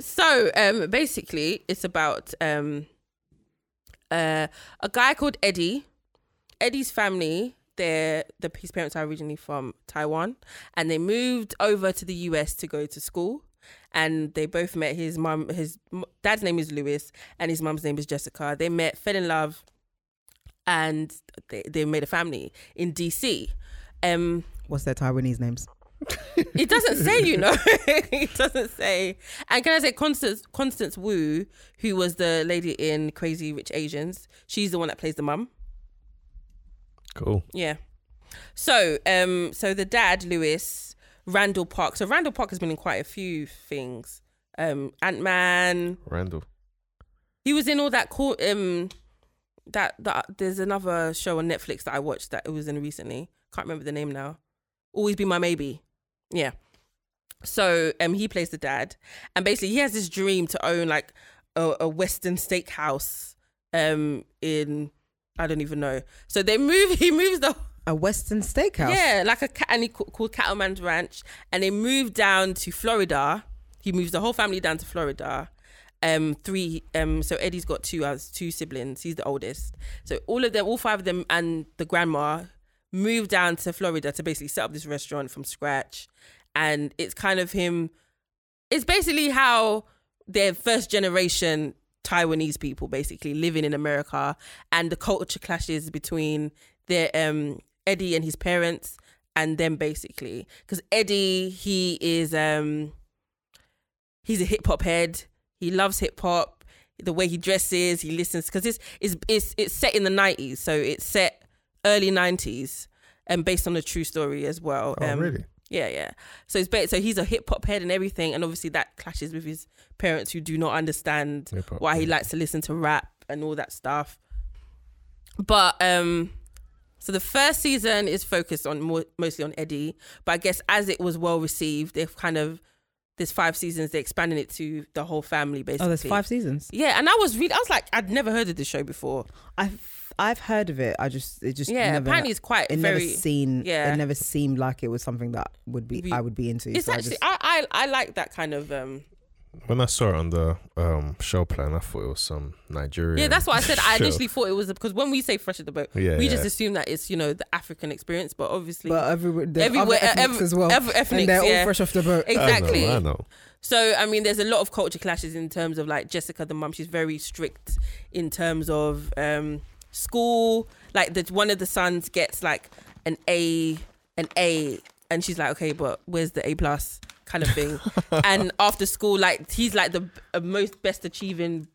S7: So um, basically, it's about um, uh, a guy called Eddie. Eddie's family, they're the his parents are originally from Taiwan, and they moved over to the US to go to school. And they both met his mum. His m- dad's name is Lewis, and his mum's name is Jessica. They met, fell in love, and they, they made a family in DC. Um,
S3: What's their Taiwanese names?
S7: it doesn't say, you know. it doesn't say. And can I say Constance Constance Wu, who was the lady in Crazy Rich Asians, she's the one that plays the mum.
S5: Cool.
S7: Yeah. So, um, so the dad, Lewis, Randall Park. So Randall Park has been in quite a few things. Um, Ant Man.
S5: Randall.
S7: He was in all that court. Um, that that there's another show on Netflix that I watched that it was in recently. Can't remember the name now. Always be my maybe. Yeah. So um, he plays the dad, and basically he has this dream to own like a, a Western steakhouse. Um, in I don't even know. So they move. He moves the
S3: A Western steakhouse.
S7: yeah, like a cat, and he ca- called Cattleman's Ranch, and they moved down to Florida. He moves the whole family down to Florida. Um, three. Um, so Eddie's got two as two siblings. He's the oldest. So all of them, all five of them, and the grandma moved down to Florida to basically set up this restaurant from scratch, and it's kind of him. It's basically how they're first generation Taiwanese people basically living in America and the culture clashes between their um Eddie and his parents and them basically because Eddie he is um he's a hip hop head he loves hip hop the way he dresses he listens because it's, it's it's it's set in the 90s so it's set early 90s and based on a true story as well Um,
S5: Oh, really?
S7: yeah, yeah. So it's ba- so he's a hip hop head and everything, and obviously that clashes with his parents who do not understand
S5: Hip-hop,
S7: why he
S5: yeah.
S7: likes to listen to rap and all that stuff. But um, so the first season is focused on more, mostly on Eddie, but I guess as it was well received, they've kind of there's five seasons. They're expanding it to the whole family basically.
S3: Oh, there's five seasons.
S7: Yeah, and I was really, I was like, I'd never heard of this show before.
S3: I've I've heard of it. I just it just
S7: Yeah,
S3: never,
S7: apparently it's quite
S3: it
S7: very.
S3: never seen.
S7: yeah.
S3: it never seemed like it was something that would be
S7: We-
S3: I would be into.
S7: it's
S3: so I
S7: actually
S3: just-
S7: I, I I like that kind of um.
S5: When I saw it on the um, show plan, I thought it was some Nigerian.
S7: Yeah, that's what I said. I
S5: show.
S7: initially thought it was because when we say fresh at the boat,
S5: Yeah,
S7: we just
S5: yeah.
S7: assume that it's you know the African experience, but obviously
S3: but everywhere, there's
S7: everywhere, uh,
S3: other ethnics
S7: every-
S3: as well,
S7: every ethnics,
S3: and they're
S7: yeah.
S3: all fresh off the boat.
S5: I know,
S7: exactly.
S5: I know.
S7: So I mean, there's a lot of culture clashes in terms of like Jessica, the mum. She's very strict in terms of um, school. Like the one of the sons gets like an A, an A, and she's like, okay, but where's the A plus kind of thing. and after school, like he's like the uh, most best achieving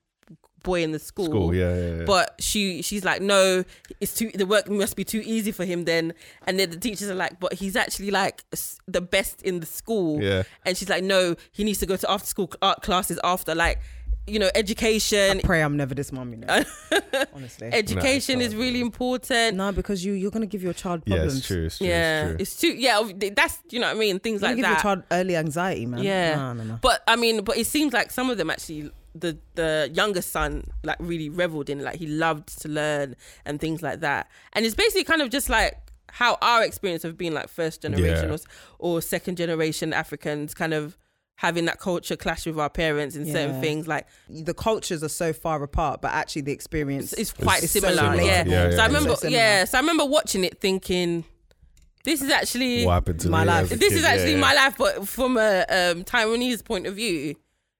S7: boy in the school.
S5: School, yeah, yeah, yeah.
S7: But she she's like, no, it's too the work must be too easy for him then. And then the teachers are like, but he's actually like s- the best in the school.
S5: Yeah.
S7: And she's like, no, he needs to go to after school art classes after like, you know, education.
S3: Pray I'm never this mum, you know. Honestly,
S7: Education
S5: Nah, it's
S7: is
S5: not.
S7: really important.
S3: no, because you you're gonna give your child
S5: Yeah,
S3: problems.
S5: it's true. It's true.
S7: yeah,
S5: It's true.
S7: it's too. Yeah, ob- that's you know what I mean. Things
S3: You're gonna
S7: like
S3: give
S7: that.
S3: your child early anxiety, man.
S7: Yeah.
S3: no, no, no.
S7: But I mean, but it seems like some of them actually the the younger son like really reveled in it. like he loved to learn and things like that. And it's basically kind of just like how our experience of being like first generation
S5: Yeah.
S7: or, s- or second generation Africans kind of having that culture clash with our parents in certain
S3: Yeah.
S7: things like
S3: the cultures are so far apart, but actually the experience
S7: it's, it's quite
S3: it's so
S7: similar.
S3: relatable.
S7: yeah.
S5: Yeah,
S7: So
S5: yeah,
S7: I remember
S3: So similar.
S7: yeah, so I remember watching it thinking this is actually
S5: What happened to
S3: My
S5: me
S3: life.
S5: as a
S7: this
S5: kid?
S7: is
S5: Yeah,
S7: actually
S5: yeah.
S7: my life, but from a um, Taiwanese point of view,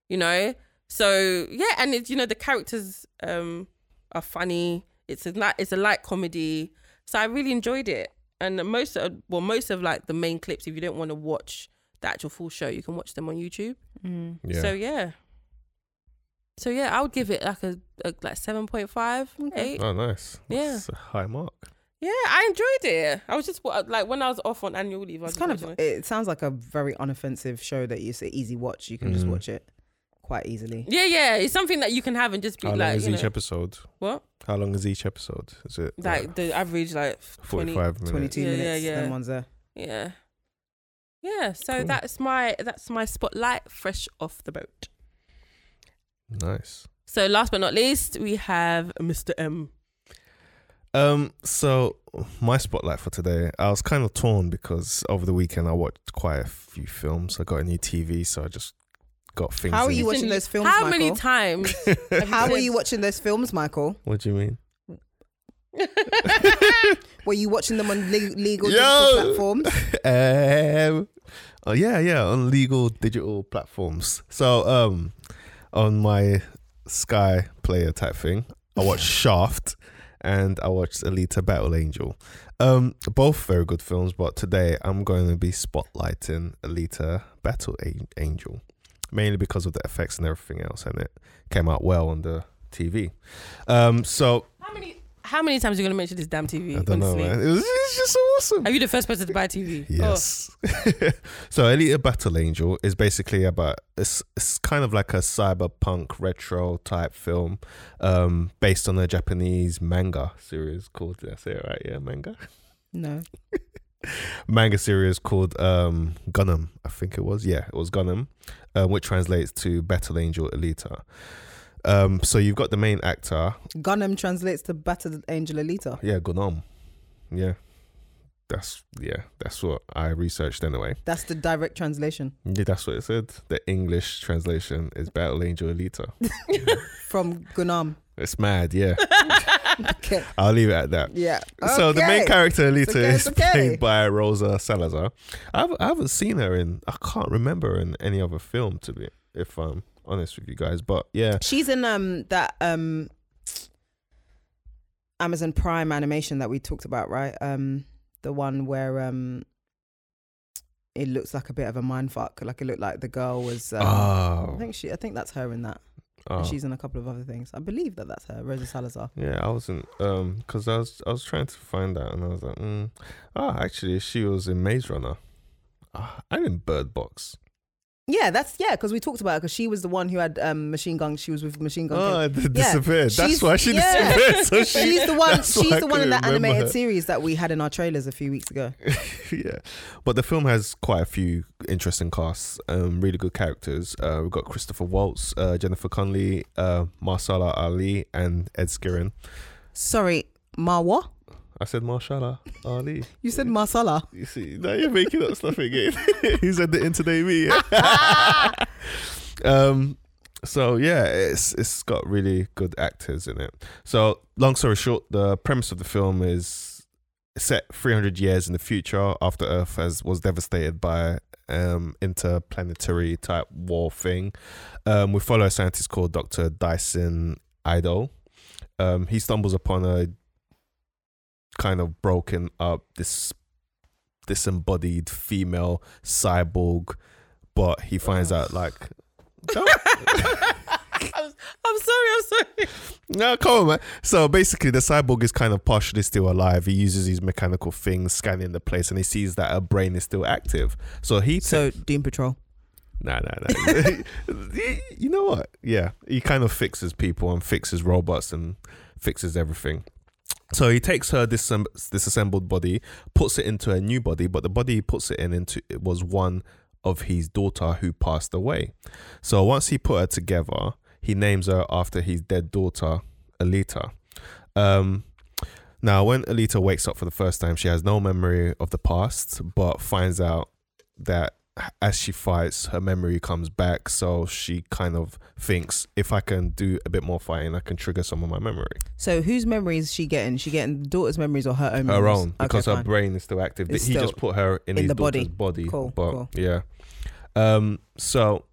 S7: you know. So yeah, and it's you know the characters um, are funny. It's a li- it's a light comedy, so I really enjoyed it. And most of, well, most of like the main clips, if you don't want to watch the actual full show, you can watch them on YouTube.
S4: Mm.
S5: Yeah.
S7: So yeah, so yeah, I would give it like a, a like seven point five, eight.
S5: Oh, nice.
S7: Yeah.
S5: That's a high mark.
S7: Yeah, I enjoyed it. I was just wa- like when I was off on annual leave, I was
S3: It's kind
S7: just
S3: of
S7: watching it.
S3: it sounds like a very unoffensive show that you say easy watch. You can just
S5: Mhm.
S7: Mm.
S3: watch it quite easily.
S7: Yeah, yeah, it's something that you can have and just be
S5: How long
S7: like,
S5: is
S7: you know,
S5: Oh, each episode?
S7: what?
S5: How long is each episode? Is it
S7: Like the average, like 20.
S5: forty-five minutes?
S3: 22
S7: Yeah, yeah,
S3: minutes,
S7: yeah.
S3: then one's there.
S7: Yeah, yeah. So
S5: Cool.
S7: that's my that's my spotlight, fresh off the boat.
S5: Nice.
S7: So last but not least, we have Mr. M.
S5: Um, so my spotlight for today, I was kind of torn because over the weekend I watched quite a few films. I got a new TV, so I just got things.
S3: How are
S5: in-
S3: you watching those films,
S7: How
S3: Michael?
S7: many times? have
S3: How
S7: said-
S3: were you watching those films, Michael?
S5: What do you mean?
S3: Were you watching them on le- legal
S5: Yo!
S3: digital platforms?
S5: um, oh yeah, yeah, on legal digital platforms. So um, on my Sky Player type thing, I watched Shaft, and I watched Alita: Battle Angel. Um, both very good films, but today I'm going to be spotlighting Alita: Battle An- Angel, mainly because of the effects and everything else, and it came out well on the TV. Um, so
S7: How many? How many times are you gonna mention this damn TV?
S5: I don't know,
S7: honestly?
S5: man. It was, it's just so awesome.
S7: Are you the first person to buy a TV?
S5: Yes. so Elite Battle Angel is basically about it's, it's kind of like a cyberpunk retro type film um based on a Japanese manga series called did I say it right? Yeah, manga.
S3: No.
S5: Manga series called um Gundam, I think it was. Yeah, it was Gundam, uh, which translates to Battle Angel Elita. Um so you've got the main actor,
S3: Gundam translates to Battered Angel Alita.
S5: yeah, Gundam. Yeah. That's yeah, that's what I researched anyway.
S3: That's the direct translation
S5: Yeah, that's what it said. The English translation is Battle Angel Alita.
S3: from Gunam.
S5: It's mad, yeah.
S7: Oh.
S3: Okay.
S5: I'll leave it at that.
S3: Yeah.
S5: So the main
S3: Okay.
S5: character Alita
S3: okay,
S5: is
S3: it's okay.
S5: played by Rosa Salazar. I haven't, I haven't seen her in. I can't remember in any other film to be, if I'm honest with you guys. But yeah,
S3: She's in um that um Amazon Prime animation that we talked about, right? Um the one where um it looks like a bit of a mind fuck. Like it looked like the girl was um,
S5: Oh.
S3: I think she I think that's her in that.
S5: oh,
S3: And she's in a couple of other things. I believe that that's her, Rosa Salazar.
S5: yeah, I wasn't um because I was I was trying to find out and I was like, mm. Ah, oh, actually, she was in Maze Runner. Ah, I'm in Bird Box.
S3: Yeah, that's yeah, because we talked about her because she was the one who had um, machine gun. She was with machine gun.
S5: Oh,
S3: Kelly.
S5: it disappeared. That's
S3: She's-
S5: why she
S3: yeah.
S5: disappeared. So she-
S3: she's the one.
S5: that's why
S3: She's
S5: I
S3: the one in
S5: couldn't
S3: that
S5: remember
S3: animated
S5: her.
S3: series that we had in our trailers a few weeks ago.
S5: yeah, but the film has quite a few interesting casts, um, really good characters. Uh, we've got Christopher Waltz, uh, Jennifer Connelly, uh, Marsala Ali, and Ed Skirin.
S3: Sorry, Marwa.
S5: I said Marsala Ali.
S3: You said Marsala.
S5: You see, now you're making up stuff again. Who's at the end today? Me. um. So yeah, it's it's got really good actors in it. So long story short, the premise of the film is set 300 years in the future after Earth has was devastated by um interplanetary type war thing. Um, we follow a scientist called Dr. Dyson Idol. Um, he stumbles upon a kind of broken up this disembodied female cyborg, but he finds out like Don't-
S7: I'm, I'm sorry. I'm sorry.
S5: no, come on, man. So basically, the cyborg is kind of partially still alive. He uses his mechanical things scanning the place, and he sees that her brain is still active. So he
S3: So Doom Patrol.
S5: Nah, nah, nah. you know what? Yeah, he kind of fixes people and fixes robots and fixes everything. So he takes her disem- disassembled body, puts it into a new body, but the body he puts it in into it was one of his daughter who passed away. So once he put her together, he names her after his dead daughter, Alita. Um, now, when Alita wakes up for the first time, she has no memory of the past, but finds out that as she fights, her memory comes back. So she kind of thinks, if I can do a bit more fighting, I can trigger some of my memory.
S3: So whose memory is she getting? She getting daughter's memories or her own?
S5: Her
S3: memories?
S5: own,
S3: Okay,
S5: because her
S3: fine.
S5: brain is still active.
S3: It's
S5: he
S3: still
S5: just put her in,
S3: in
S5: his
S3: the body.
S5: daughter's body.
S3: Cool,
S5: but
S3: cool.
S5: yeah. Um. So.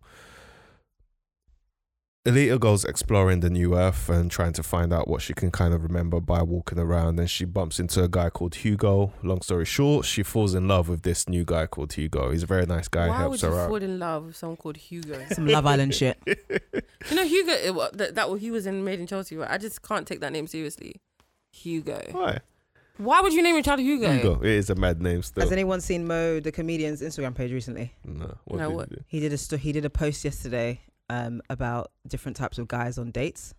S5: Alita goes exploring the new Earth and trying to find out what she can kind of remember by walking around. And she bumps into a guy called Hugo. Long story short, she falls in love with this new guy called Hugo. He's a very nice guy.
S7: Why would
S5: helps
S7: you
S5: her out.
S7: fall in love with someone called Hugo?
S3: Some Love Island shit.
S7: You know Hugo. it wa- That, that was- he was in Made in Chelsea. Right? I just can't take that name seriously. Hugo.
S5: Why?
S7: Why would you name your child Hugo?
S5: Hugo. It is a mad name still.
S3: Has anyone seen Mo the comedian's Instagram page recently?
S5: no.
S7: No,
S5: did
S7: what?
S5: you do?
S3: He did a sto- he did a post yesterday um, about different types of guys on dates,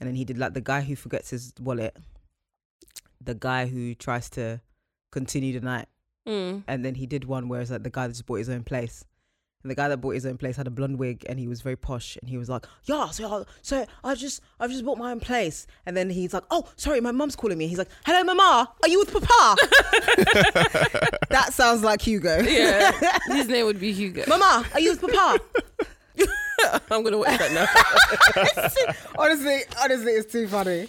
S3: and then he did like the guy who forgets his wallet, the guy who tries to continue the night,
S7: Mm.
S3: and then he did one where it's like the guy that just bought his own place. And the guy that bought his own place had a blonde wig and he was very posh and he was like, Yeah, so I, so I just I've just bought my own place. And then he's like, Oh, sorry, my mum's calling me. He's like, Hello mama, are you with papa? that sounds like Hugo.
S7: Yeah, his name would be Hugo.
S3: mama, are you with papa?
S7: I'm gonna watch that now.
S8: honestly, honestly, it's too funny.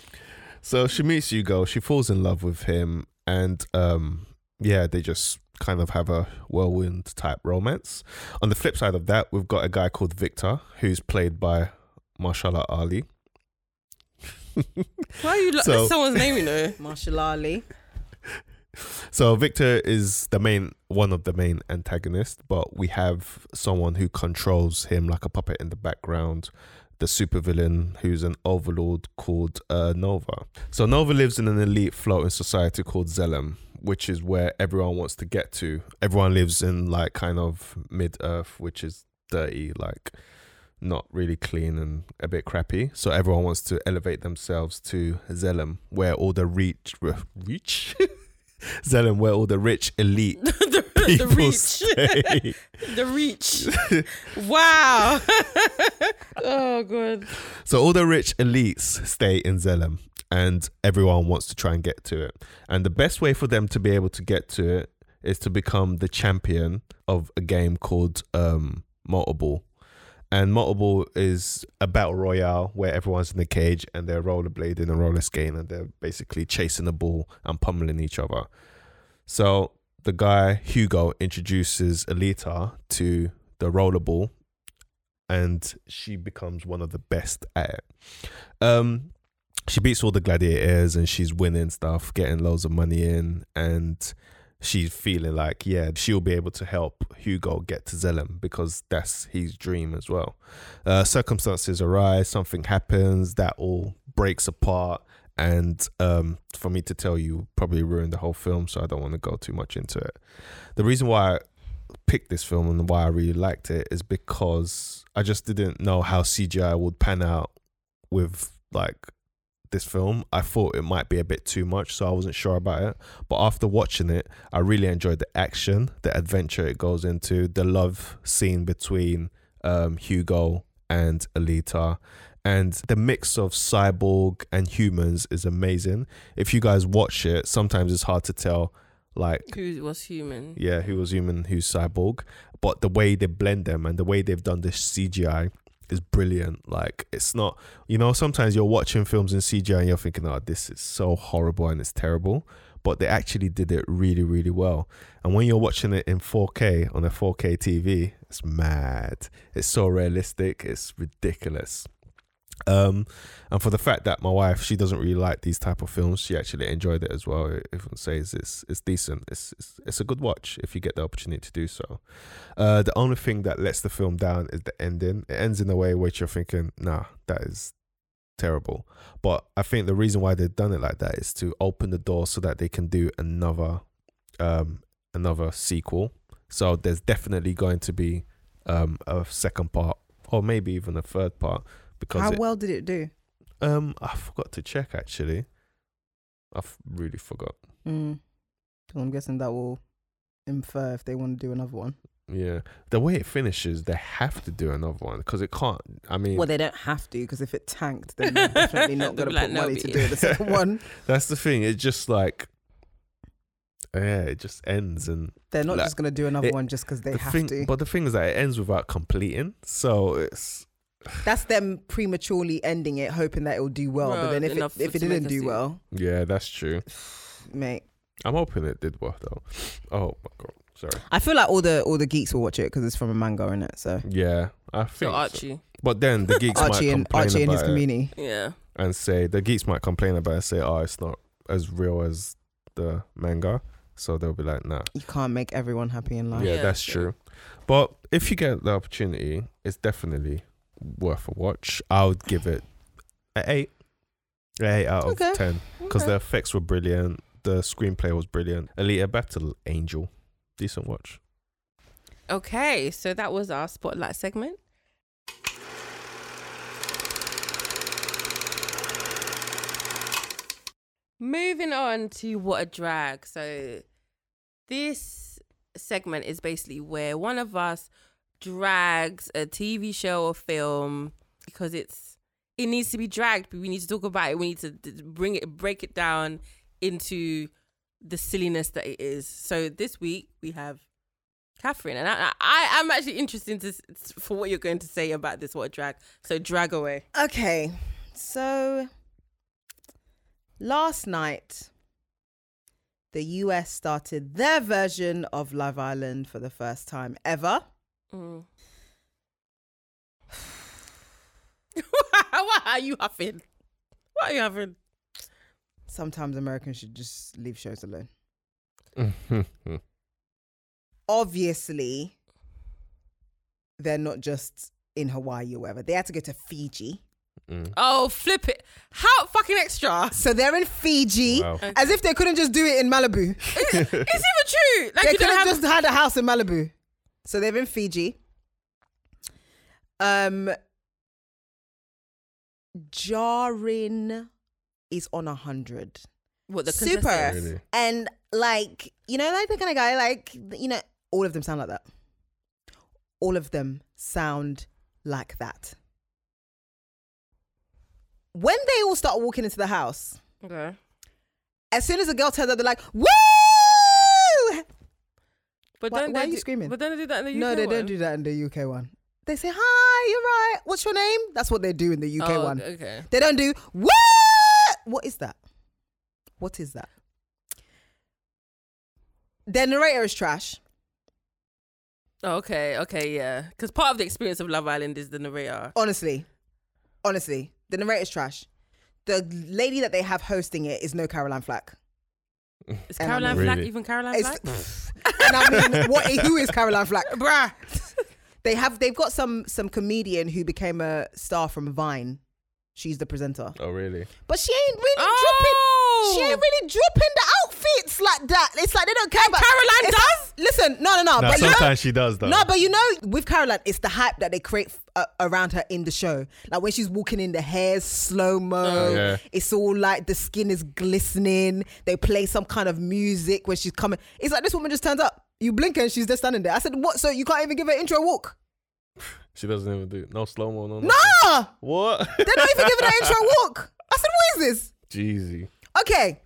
S5: So she meets Hugo. She falls in love with him, and um, yeah, they just kind of have a whirlwind type romance. On the flip side of that, we've got a guy called Victor, who's played by Marshala Ali.
S7: Why are you? Lo-
S5: So-
S7: that's someone's name, you know.
S3: Marshall Ali.
S5: So Victor is the main one of the main antagonists, but we have someone who controls him like a puppet in the background. The supervillain who's an overlord called uh, Nova. So Nova lives in an elite floating society called Zelem, which is where everyone wants to get to. Everyone lives in like kind of mid Earth, which is dirty, like not really clean and a bit crappy. So everyone wants to elevate themselves to Zelem, where all the reach, reach, Zelem, where all the rich elite
S7: the, the
S5: people
S7: reach.
S5: stay.
S7: The reach. wow. oh god.
S5: so all the rich elites stay in Zelem, and everyone wants to try and get to it. And the best way for them to be able to get to it is to become the champion of a game called um, Multiple. And Multiple is a battle royale where everyone's in the cage and they're rollerblading and roller skating and they're basically chasing the ball and pummeling each other. So the guy Hugo introduces Alita to the rollerball, and she becomes one of the best at it. Um, she beats all the gladiators, and she's winning stuff, getting loads of money in, and she's feeling like yeah, she'll be able to help Hugo get to Zelem because that's his dream as well. Uh, circumstances arise, something happens, that all breaks apart. And um, for me to tell you, probably ruined the whole film, so I don't want to go too much into it. The reason why picked this film and why I really liked it is because I just didn't know how CGI would pan out with like this film. I thought it might be a bit too much, so I wasn't sure about it. But after watching it, I really enjoyed the action, the adventure it goes into, the love scene between um, Hugo and Alita. And the mix of cyborg and humans is amazing. If you guys watch it, sometimes it's hard to tell, like,
S7: Who was human?
S5: yeah, who was human, who's cyborg. But the way they blend them and the way they've done this CGI is brilliant. Like it's not, you know, sometimes you're watching films in CGI and you're thinking, oh, this is so horrible and it's terrible. But they actually did it really, really well. And when you're watching it in 4K on a 4K TV, it's mad. It's so realistic. It's ridiculous. Um, and for the fact that my wife, she doesn't really like these type of films, she actually enjoyed it as well. Everyone says it's it's decent. It's it's, it's a good watch if you get the opportunity to do so. Uh, the only thing that lets the film down is the ending. It ends in a way which you're thinking, nah, that is terrible. But I think the reason why they've done it like that is to open the door so that they can do another um another sequel. So there's definitely going to be um a second part or maybe even a third part because
S3: How
S5: it-
S3: well did it do?
S5: um, I forgot to check actually. I f- really forgot.
S3: Mm. So I'm guessing that will infer if they want to do another one.
S5: Yeah, the way it finishes, they have to do another one because it can't. I mean,
S3: Well, they don't have to because if it tanked, then they're definitely not
S7: They'll
S3: going to
S7: be like,
S3: put
S7: no,
S3: money to
S7: bitch.
S3: do the second one.
S5: that's the thing. It's just like, yeah, it just ends, and
S3: They're not
S5: Like,
S3: just going to do another
S5: it-
S3: one just because they
S5: the
S3: have
S5: thing.
S3: to.
S5: But the thing is that it ends without completing, so it's
S3: That's them prematurely ending it, hoping that it will do well.
S7: Well,
S3: but then if
S7: enough
S3: it, if
S7: to
S3: it
S7: make
S3: didn't
S7: us
S3: do
S7: do-
S3: well,
S5: yeah, that's true.
S3: mate,
S5: I'm hoping it did well though. Oh my god, sorry.
S3: I feel like all the all the geeks will watch it because it's from a manga, in it. So
S5: Yeah, I
S7: So
S5: think. so.
S7: Archie.
S5: But then the geeks
S3: Archie
S5: might
S3: and
S5: complain
S3: Archie and his
S5: about it.
S3: community.
S7: Yeah.
S5: and say the geeks might complain about it and say, oh, it's not as real as the manga. So they'll be like, nah.
S3: You can't make everyone happy in life.
S5: Yeah,
S7: Yeah,
S5: that's
S7: yeah.
S5: true. But if you get the opportunity, it's definitely worth a watch. I would give it an eight. An eight out of
S3: Okay.
S5: ten. Because the effects were brilliant. The screenplay was brilliant. Elite Battle Angel. Decent watch.
S7: Okay, so that was our spotlight segment. Moving on to what a drag. So this segment is basically where one of us drags a TV show or film because it's it needs to be dragged. But we need to talk about it. We need to d- bring it, break it down into the silliness that it is. So this week we have Catherine, and I, I, I'm actually interested to, s- for what you're going to say about this. What a drag? So drag away.
S3: Okay, so last night, the US started their version of Love Island for the first time ever. Mm.
S7: what are you having? What are you having?
S3: Sometimes Americans should just leave shows alone.
S5: yeah.
S3: Obviously, they're not just in Hawaii or wherever. They had to go to Fiji.
S7: Oh, flip it! How fucking extra?
S3: So they're in Fiji
S5: Wow.
S3: as if they couldn't just do it in Malibu.
S7: Is it even true? Like
S3: they
S7: you
S3: could
S7: don't
S3: have
S7: have
S3: just had a house in Malibu. So they're in Fiji. Um, Jarin is on a hundred,
S7: what the
S3: Super.
S7: contestants?
S5: Really.
S3: and like you know, like the kind of guy, like you know, all of them sound like that. All of them sound like that. When they all start walking into the house,
S7: Okay.
S3: as soon as a girl turns up, they're like, "Woo!"
S7: But
S3: Why-
S7: don't
S3: why
S7: they
S3: are you
S7: do-
S3: screaming?
S7: But don't they do that in the UK?
S3: No, they
S7: one?
S3: don't do that in the UK one. They say, "Hi, you're right. What's your name?" That's what they do in the UK
S7: Oh,
S3: one.
S7: Okay.
S3: They don't do what? What is that? What is that? Their narrator is trash.
S7: Oh, okay. Okay. Yeah. Because part of the experience of Love Island is the narrator.
S3: Honestly, honestly, the narrator is trash. The lady that they have hosting it is no Caroline Flack.
S7: Is
S3: And-
S7: Caroline Flack
S5: Really?
S7: even Caroline
S3: It's-
S7: Flack?
S3: and I mean, what? Who is Caroline Flack?
S7: Bruh.
S3: They have. They've got some some comedian who became a star from Vine. She's the presenter,
S5: Oh, really?
S3: but she ain't really dripping.
S7: Oh.
S3: She ain't really dropping the outfits like that. It's like they don't care about
S7: Caroline
S3: it's
S7: does?
S3: Like, listen, Listen, no, no, no.
S5: Nah,
S3: but you know-
S5: sometimes she does, though.
S3: No, but you know, with Caroline, it's the hype that they create uh, around her in the show. Like when she's walking in, the hair's slow
S7: Oh,
S3: mo.
S5: Oh, Yeah.
S3: It's all like the skin is glistening. They play some kind of music when she's coming. It's like this woman just turns up. You blink and she's just standing there. I said, "What? So you can't even give her intro walk?
S5: She doesn't even do no slow mo. No,
S3: No,
S5: What?
S3: Ah, they're not even giving her intro walk." I said, "What is this?"
S5: Jeezy.
S3: Okay.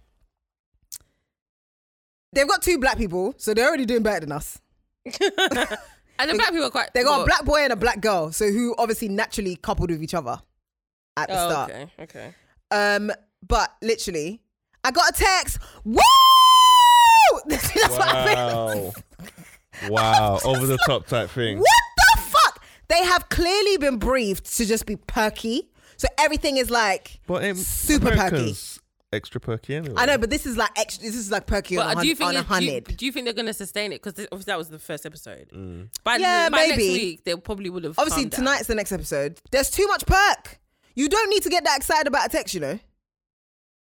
S3: They've got two black people, so they're already doing better than us.
S7: And the black people are quite.
S3: They got a
S7: well,
S3: black boy and a black girl, so who obviously naturally coupled with each other at the
S7: Oh,
S3: start.
S7: okay, okay.
S3: Um, but literally, I got a text. Woo! That's what I
S5: Wow.
S3: mean.
S5: wow. Over the top type thing.
S3: What the fuck? They have clearly been briefed to just be perky. So everything is like
S5: But um,
S3: super perky.
S5: Americans Extra perky anyway.
S3: I know, but this is like extra, this is like perky on, a
S7: But do you
S3: hun-
S7: think
S3: on a
S7: it- do you,
S3: hundred.
S7: do you think they're gonna sustain it? Because obviously that was the first episode.
S5: Mm.
S7: By,
S3: Yeah,
S7: by next
S3: maybe.
S7: week they probably would have.
S3: Obviously,
S7: calmed down.
S3: tonight's the next episode. There's too much perk. You don't need to get that excited about a text, you know. And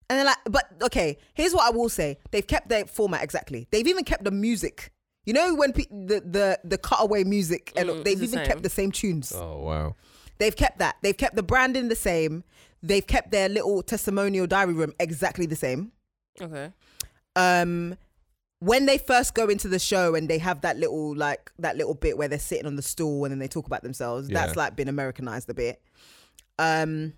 S3: then like, but okay, here's what I will say: they've kept their format exactly. They've even kept the music. You know when pe- the the the cutaway music, and
S7: Mm,
S3: they've
S7: it's the
S3: even kept
S7: same.
S3: the same tunes.
S5: Oh wow.
S3: They've kept that. They've kept the branding the same. They've kept their little testimonial diary room exactly the same
S7: Okay.
S3: um when they first go into the show and they have that little like that little bit where they're sitting on the stool and then they talk about themselves
S5: Yeah.
S3: that's like been americanized a bit um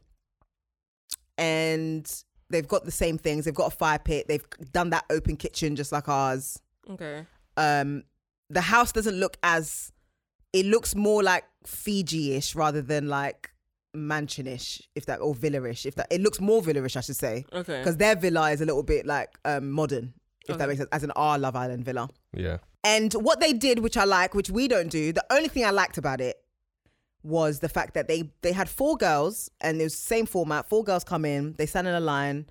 S3: and they've got the same things they've got a fire pit they've done that open kitchen just like ours
S7: Okay.
S3: um the house doesn't look as it looks more like fiji-ish rather than like mansionish if that or villa-ish if that it looks more villa-ish i should say
S7: Okay.
S3: because their villa is a little bit like um, modern, if
S7: Okay.
S3: that makes sense, as an R Love Island villa.
S5: Yeah.
S3: And what they did, which I like, which we don't do, the only thing I liked about it was the fact that they they had four girls and it was the same format. Four girls come in, they stand in a line.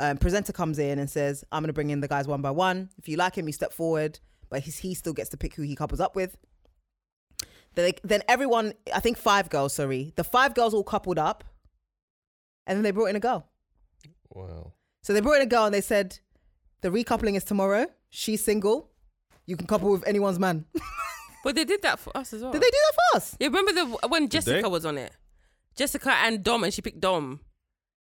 S3: Um, presenter comes in and says, "I'm going to bring in the guys one by one. If you like him, you step forward, but he's, he still gets to pick who he couples up with." Then, they, then everyone, I think five girls, sorry, the five girls all coupled up, and then they brought in a girl.
S5: Wow.
S3: So they brought in a girl and they said, the recoupling is tomorrow. She's single. You can couple with anyone's man.
S7: But they did that for us as well.
S3: Did they do that for us?
S7: Yeah, remember the when Jessica
S5: they?
S7: was on it? Jessica and Dom, and she picked Dom,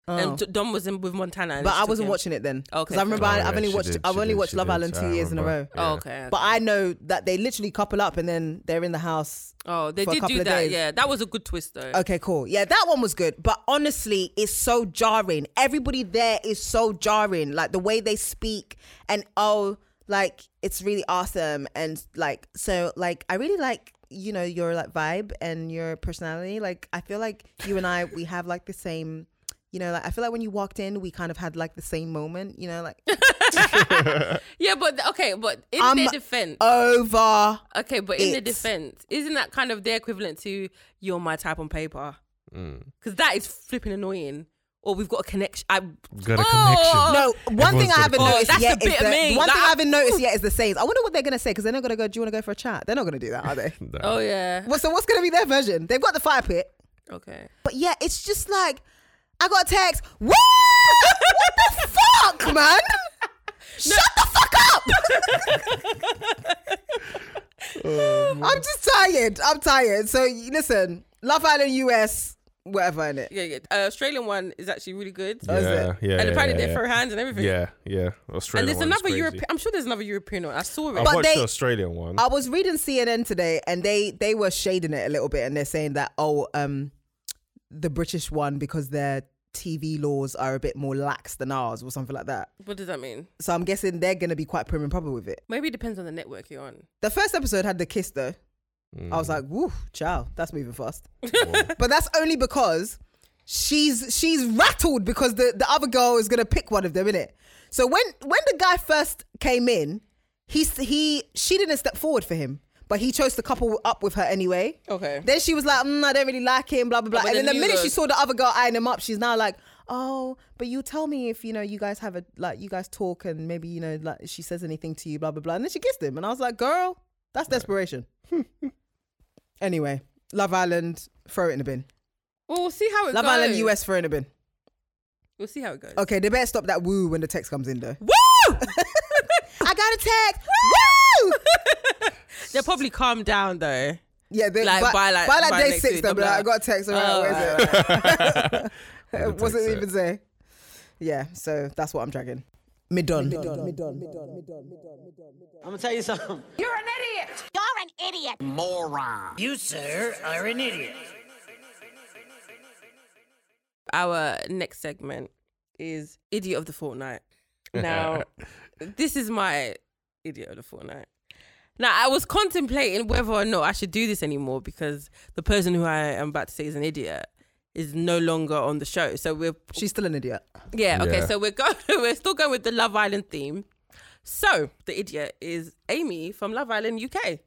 S7: and t- Dom was in with Montana. and
S3: Oh. but
S7: she
S3: I
S7: took
S3: wasn't
S7: him.
S3: watching it then.
S7: Okay,
S3: Because I remember
S5: fair.
S3: I,
S5: Oh,
S3: have
S5: yeah,
S3: only
S5: she
S3: watched
S5: did,
S3: I've
S5: she
S3: only
S5: did,
S3: watched
S5: she
S3: Love
S5: did.
S3: Island
S5: I
S3: two years in a row.
S5: remember.
S7: Oh,
S5: Yeah.
S7: okay.
S3: But I know that they literally couple up and then they're in the house.
S7: oh, they
S3: for a
S7: did
S3: couple
S7: do
S3: of
S7: that.
S3: days.
S7: Yeah, that was a good twist though.
S3: Okay, cool. Yeah, that one was good. But honestly, it's so jarring. Everybody there is so jarring. Like the way they speak and oh, like it's really awesome. And like, so like I really like, you know, your like vibe and your personality. Like I feel like you and I we have like the same you know, like I feel like when you walked in, we kind of had like the same moment, you know, like
S7: Yeah, but okay, but in
S3: I'm
S7: their defense,
S3: over.
S7: okay, but in their
S3: it.
S7: defense, isn't that kind of their equivalent to "you're my type on paper"?
S3: Mm.
S7: Because that is flipping annoying. Or we've got a connection. I
S3: oh,
S5: Got a connection.
S3: No, one
S5: Everyone's
S3: thing I
S5: got a
S3: haven't
S5: Oh,
S3: noticed
S7: Oh. that's
S3: yet
S7: the
S3: is
S7: bit
S3: the,
S7: of me.
S3: one thing
S7: Like,
S3: I haven't noticed yet is the sayings. I wonder what they're gonna say because they're not gonna go. Do you want to go for a chat? They're not gonna do that, are they?
S5: Nah.
S7: Oh yeah.
S3: Well, so what's gonna be their version? They've got the fire pit,
S7: Okay.
S3: but yeah, it's just like I got a text. Woo! what the fuck, man? Shut the fuck up! I'm just tired. I'm tired. So y- listen, Love Island US, whatever in it.
S7: Yeah, yeah. Uh, Australian one is actually really good.
S3: Oh,
S5: Yeah, yeah, yeah.
S7: and apparently
S5: yeah,
S7: they
S5: yeah.
S7: throw hands and everything.
S5: Yeah, yeah. Australia.
S7: And there's another
S5: European.
S7: European. I'm sure there's another European one. I saw
S5: I
S7: it.
S3: But
S5: watched
S3: they- Oh,
S5: the Australian one.
S3: I was reading CNN today, and they they were shading it a little bit, and they're saying that oh, um, the British one because their TV laws are a bit more lax than ours, or something like that.
S7: what does that mean?
S3: So I'm guessing they're gonna be quite prim and proper with it.
S7: Maybe it depends on the network you're on.
S3: The first episode had the kiss though.
S5: Mm.
S3: I was like, woo, ciao, that's moving fast. but that's only because she's she's rattled because the, the other girl is gonna pick one of them, innit? So when when the guy first came in, he s- he she didn't step forward for him. But he chose to couple up with her anyway.
S7: Okay.
S3: Then she was like, mm, I don't really like him, blah blah blah.
S7: but
S3: and
S7: then
S3: then the
S7: you
S3: minute
S7: look-
S3: she saw the other girl eyeing him up, she's now like, Oh, but you tell me if you know you guys have a like you guys talk and maybe you know like she says anything to you, blah blah blah. And then she kissed him, and I was like, Girl, that's desperation. anyway, Love Island, throw it in the bin.
S7: Well, we'll see how it
S3: Love
S7: goes.
S3: Island Oh. US, throw it in the bin.
S7: We'll see how it goes.
S3: Okay, they better stop that woo when the text comes in though.
S7: Woo!
S3: I got a text. woo!
S7: They'll probably calm down though.
S3: Yeah, they,
S7: Like,
S3: by,
S7: by, like-
S3: by like
S7: by
S3: day
S7: next
S3: six,
S7: week,
S3: they'll be like, I
S7: they'll be
S3: got a text. All right,
S7: "Oh,
S3: where's it?
S5: Didn't
S3: Uh, What's
S5: text
S3: it
S5: it.
S3: even say? Yeah, so that's what I'm dragging. Midon.
S9: I'm gonna tell you something.
S10: You're an idiot.
S9: You, sir, are an idiot.
S7: Our next segment is Idiot of the Fortnight. Now, this is my Idiot of the Fortnight. Now, I was contemplating whether or not I should do this anymore because the person who I am about to say is an idiot is no longer on the show. So we're
S3: She's still an idiot.
S7: Yeah, okay.
S5: Yeah.
S7: So we're going we're still going with the Love Island theme. So the idiot is Amy from Love Island UK.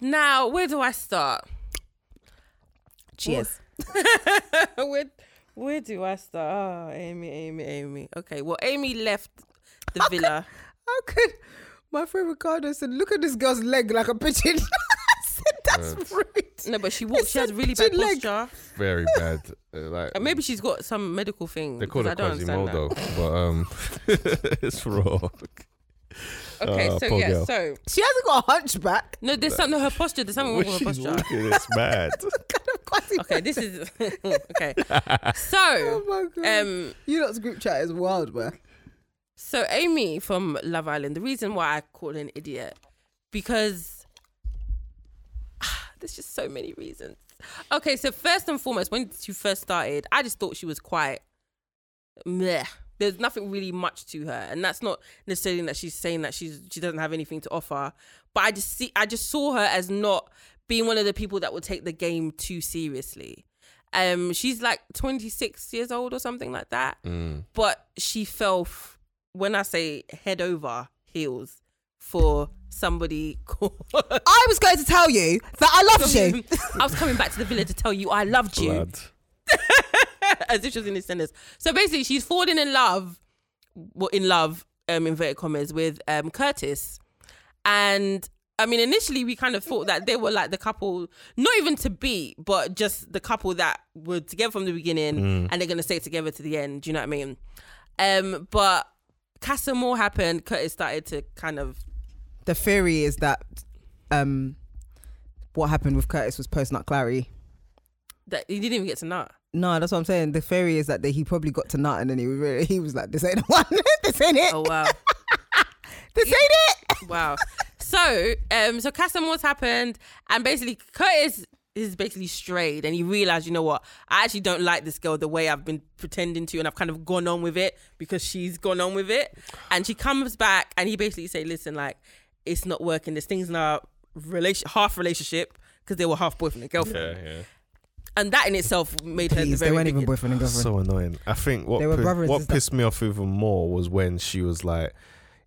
S7: Now, where do I start?
S3: Cheers.
S7: where where do I start? Oh, Amy, Amy, Amy. Okay, well Amy left the villa.
S3: How could my friend Ricardo said, look at this girl's leg like a pigeon? I said, that's rude.
S7: No, but she walks. She
S3: It's
S7: has
S3: a
S7: really bad
S3: pigeon leg.
S7: posture.
S5: Very bad. Uh, like,
S7: And maybe she's got some medical thing.
S5: they call
S7: because Mm, I
S5: it
S7: don't understand
S5: Quasimodo,
S7: that.
S5: but um, it's raw.
S7: Okay,
S5: Oh,
S7: so
S5: poor
S7: yeah,
S5: girl.
S7: so
S3: She hasn't got a hunchback.
S7: no, there's something her posture. There's something wrong
S5: When
S7: with her
S5: she's
S7: posture.
S5: walking, it's mad.
S7: Okay, this is okay. So,
S3: Oh my God.
S7: um,
S3: You lot's group chat is wild, man.
S7: So Amy from Love Island, the reason why I call her an idiot because there's just so many reasons. Okay, so first and foremost, when she first started, I just thought she was quite meh. There's nothing really much to her, and that's not necessarily that she's saying that she's she doesn't have anything to offer. But I just see, I just saw her as not being one of the people that will take the game too seriously. Um, she's like 26 years old or something like that,
S5: Mm.
S7: but she fell f- when I say head over heels for somebody called.
S3: I was going to tell you that I loved you.
S7: I was coming back to the villa to tell you I loved you,
S5: Blood.
S7: as if she was in the sentence. So basically, she's falling in love, well, in love, um, inverted commas, with um, Curtis, and I mean, initially we kind of thought that they were like the couple, not even to be, but just the couple that were together from the
S5: Mm.
S7: beginning, and they're gonna stay together to the end. Do you know what I mean? Um, but Casa Moore happened. Curtis started to kind of
S3: The theory is that um, what happened with Curtis was post Nut Clary.
S7: that he didn't even get to nut.
S3: No, that's what I'm saying. The theory is that they, he probably got to Nut and then he was really, he was like, this ain't the one. this ain't it.
S7: Oh wow,
S3: this ain't it.
S7: wow. So um, so Casa Moore's happened, and basically Curtis is basically strayed, and he realized, you know what, I actually don't like this girl the way I've been pretending to, and I've kind of gone on with it because she's gone on with it, and she comes back, and he basically say, listen, like it's not working. This thing's not relation half relationship because they were half boyfriend and girlfriend, and that in itself made her. The
S3: Please,
S7: very
S3: they weren't
S7: big-
S3: even boyfriend and girlfriend.
S5: So annoying. I think what
S3: They were
S5: pi-
S3: brother and
S5: what
S3: sister.
S5: pissed me off even more was when she was like,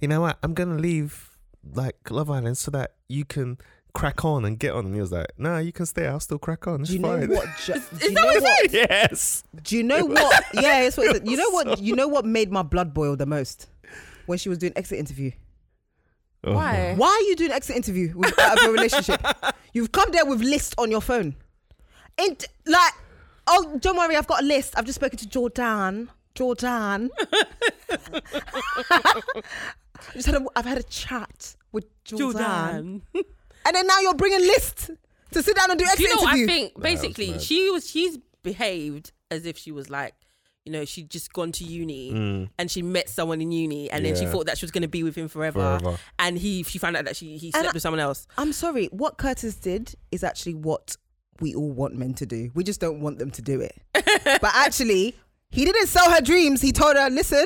S5: "You know what? I'm gonna leave like Love Island so that you can crack on and get on." And he was like, "Nah, you can stay. I'll still crack on. It's
S3: do you know
S5: fine."
S3: what? Ju- do you
S7: that
S3: know
S7: what it
S3: what?
S5: yes.
S3: Do you know what? Yeah, it's what it said. you know what. You know what made my blood boil the most when she was doing exit interview.
S7: Why?
S3: Why are you doing exit interview with, out of a relationship? You've come there with list on your phone. And like, oh, don't worry, I've got a list. I've just spoken to Jordan. Jordan. I just had a, I've had a chat with Jordan.
S7: Jordan.
S3: and then now you're bringing list to sit down and do exit
S7: Do you know what
S3: interview.
S7: I think? Basically, she was she's behaved as if she was like, you know, she'd just gone to uni and she met someone in uni, and then she
S5: Mm. Yeah.
S7: thought that she was going to be with him forever,
S5: Forever.
S7: and he she found out that she he
S3: And
S7: slept
S3: I-
S7: with someone else.
S3: I'm sorry. What Curtis did is actually what we all want men to do. We just don't want them to do it. but actually, he didn't sell her dreams. He told her, listen.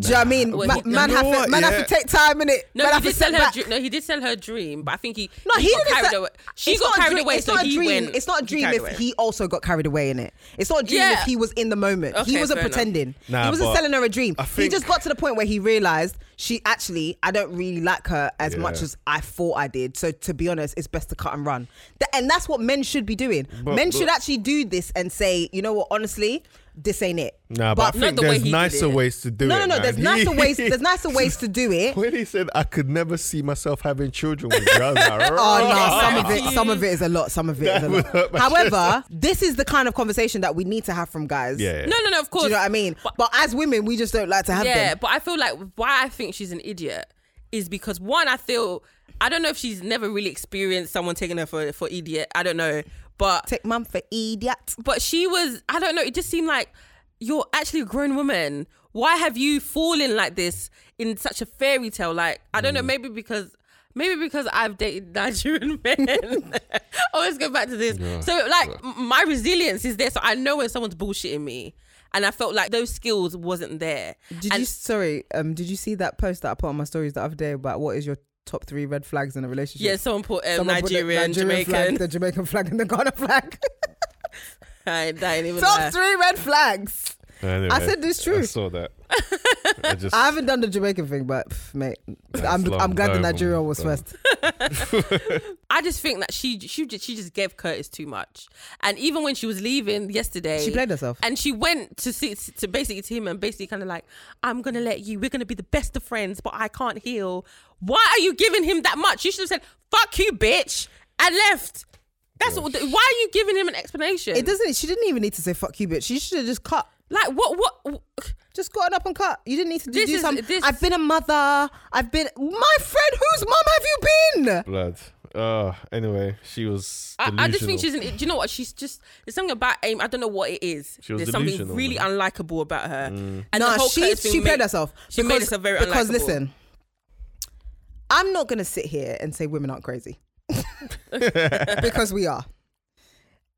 S3: Do you know what I mean?
S7: Well,
S3: Ma-
S7: he-
S3: man
S5: You know
S3: have, to,
S5: what?
S3: man
S5: Yeah.
S3: have to take time in it.
S7: No,
S3: man
S7: he
S3: have to
S7: did
S3: sit
S7: sell her.
S3: back.
S7: Dr- no, he did sell her dream, but I think he
S3: No, he,
S7: got
S3: didn't.
S7: carried
S3: sell-
S7: away. She
S3: It's
S7: got
S3: not a
S7: carried
S3: dream-
S7: away,
S3: It's
S7: so
S3: not a
S7: he
S3: dream.
S7: went.
S3: it's not a
S7: he
S3: dream
S7: carried
S3: if
S7: away.
S3: he also got carried away in it. It's not a dream
S7: Yeah.
S3: if he was in the moment.
S7: Okay,
S3: he wasn't
S7: fair enough.
S3: pretending.
S5: Nah,
S3: he wasn't
S5: but
S3: selling her a dream.
S5: I
S3: He
S5: think-
S3: just got to the point where he realized she actually, I don't really like her as
S5: Yeah.
S3: much as I thought I did. So to be honest, it's best to cut and run. Th- and that's what men should be doing.
S5: But-
S3: men
S5: but-
S3: should actually do this and say, you know what, honestly, this ain't it.
S5: Nah, but, I
S7: not
S5: think
S7: the way
S5: there's
S7: he did
S5: nicer
S7: it.
S5: ways to do
S3: No,
S5: it.
S3: no, no.
S5: man.
S3: There's nicer ways. There's nicer ways to do it.
S5: When he said I could never see myself having children with you, I was like,
S3: Oh no,
S5: "Rah."
S3: some of it, some of it is a lot. Some of it is a
S5: would
S3: lot.
S5: hurt my
S3: However, this is the kind of conversation that we need to have from guys.
S5: Yeah, yeah.
S7: No, no, no. Of course,
S3: Do you know what I mean? But, as women, we just don't like to have
S7: yeah,
S3: them.
S7: but I feel like why I think she's an idiot is because one, I feel I don't know if she's never really experienced someone taking her for for idiot. I don't know, but
S3: Take mum for idiot.
S7: but she was i don't know it just seemed like you're actually a grown woman why have you fallen like this in such a fairy tale like i don't
S3: Mm.
S7: know maybe because maybe because i've dated nigerian men always go back to this so like m- my resilience is there so i know when someone's bullshitting me and i felt like those skills wasn't there
S3: Did
S7: And-
S3: you sorry? Um, did you see that post that I put on my stories the other day about what is your top three red flags in a relationship?
S7: yeah someone put um,
S3: Someone put the
S7: nigerian,
S3: flag,
S7: jamaican
S3: the Jamaican flag, and the Ghana flag.
S7: I, I ain't even lie.
S3: top three red flags.
S5: Uh, Anyway,
S3: I said this
S5: I
S3: truth.
S5: saw that. I just.
S3: I haven't done the Jamaican thing, but pff, mate, I'm,
S5: long
S3: I'm glad the
S5: time,
S3: Nigerian was
S5: so-
S3: first.
S7: i just think that she she just, she just gave curtis too much and even when she was leaving yesterday
S3: She played herself.
S7: And she went to see to basically to him and basically kind of like, I'm gonna let you. We're gonna be the best of friends, but I can't heal. Why are you giving him that much? You should have said, "Fuck you, bitch," and left. That's what, why are you giving him an explanation?
S3: It doesn't. She didn't even need to say fuck you, bitch. She should have just cut.
S7: like what what. what
S3: Just gotten up and cut. You didn't need to
S7: This
S3: do
S7: is-
S3: something.
S7: this-
S3: I've been a mother. I've been my friend. Whose mom have you been?
S5: Blood. Oh, anyway, she was.
S7: I, I just think
S5: delusional.
S7: she's an. Do you know what? She's just. There's something about aim. I don't know what it is.
S5: She was
S7: there's something
S5: delusional,
S7: really
S5: man. Mm.
S7: unlikable about her. And the
S3: No,
S7: whole
S3: she
S7: Curtis thing
S3: she
S7: made-
S3: played herself.
S7: She made herself very
S3: because
S7: unlikable.
S3: listen, I'm not gonna sit here and say women aren't crazy because we are,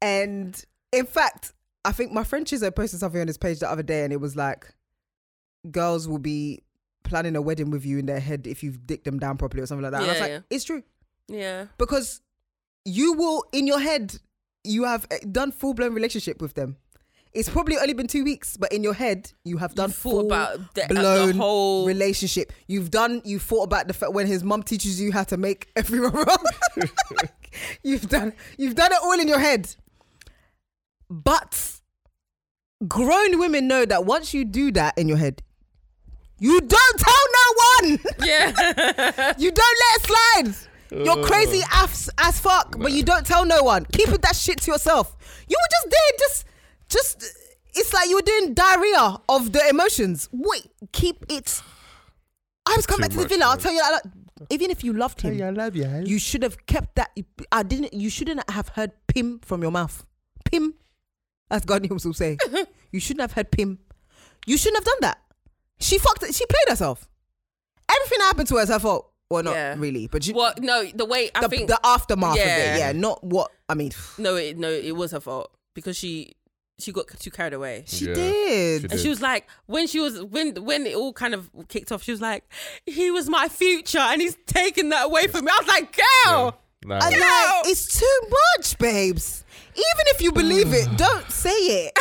S3: and in fact, I think my friend Chizo posted something on his page the other day, and it was like, girls will be planning a wedding with you in their head if you've dicked them down properly or something like that. and I was
S7: Yeah,
S3: like,
S7: yeah.
S3: it's true
S7: Yeah.
S3: because you will in your head you have eh, done full blown relationship with them. It's probably only been two weeks, but in your head you have done
S7: thought
S3: full
S7: about the- uh, the
S3: blown
S7: whole-
S3: relationship. You've done. You thought about the fact when his mum teaches you how to make everyone wrong. you've done. You've done it all in your head. But grown women know that once you do that in your head, you don't tell no one.
S7: Yeah.
S3: You don't let it slide. You're crazy as, as fuck, but you don't tell no one. Keeping that shit to yourself. You were just there, just, just. It's like you were doing diarrhea of the emotions. Wait, keep it. I was coming back to the
S5: much,
S3: villa. I'll
S5: man.
S3: tell you that. like, even if you loved him, you should have kept that. I didn't. You shouldn't have heard pim from your mouth. Pim, as God Williams will say. you shouldn't have heard pim. You shouldn't have done that. She fucked. She played herself. Everything that happened to her is her fault. Well, not
S7: Yeah.
S3: really, but you,
S7: well, no. The way I
S3: the,
S7: think
S3: the aftermath
S7: Yeah.
S3: of it. Yeah, not what I mean.
S7: No, it, no, it was her fault because she she got too carried away.
S3: She
S5: Yeah,
S3: did.
S5: she
S7: And she was like, when she was when when it all kind of kicked off, she was like, he was my future and he's taking that away from me. I was like, girl,
S5: Nah,
S3: And
S5: nah.
S3: like, it's too much, babes. Even if you believe it, don't say it.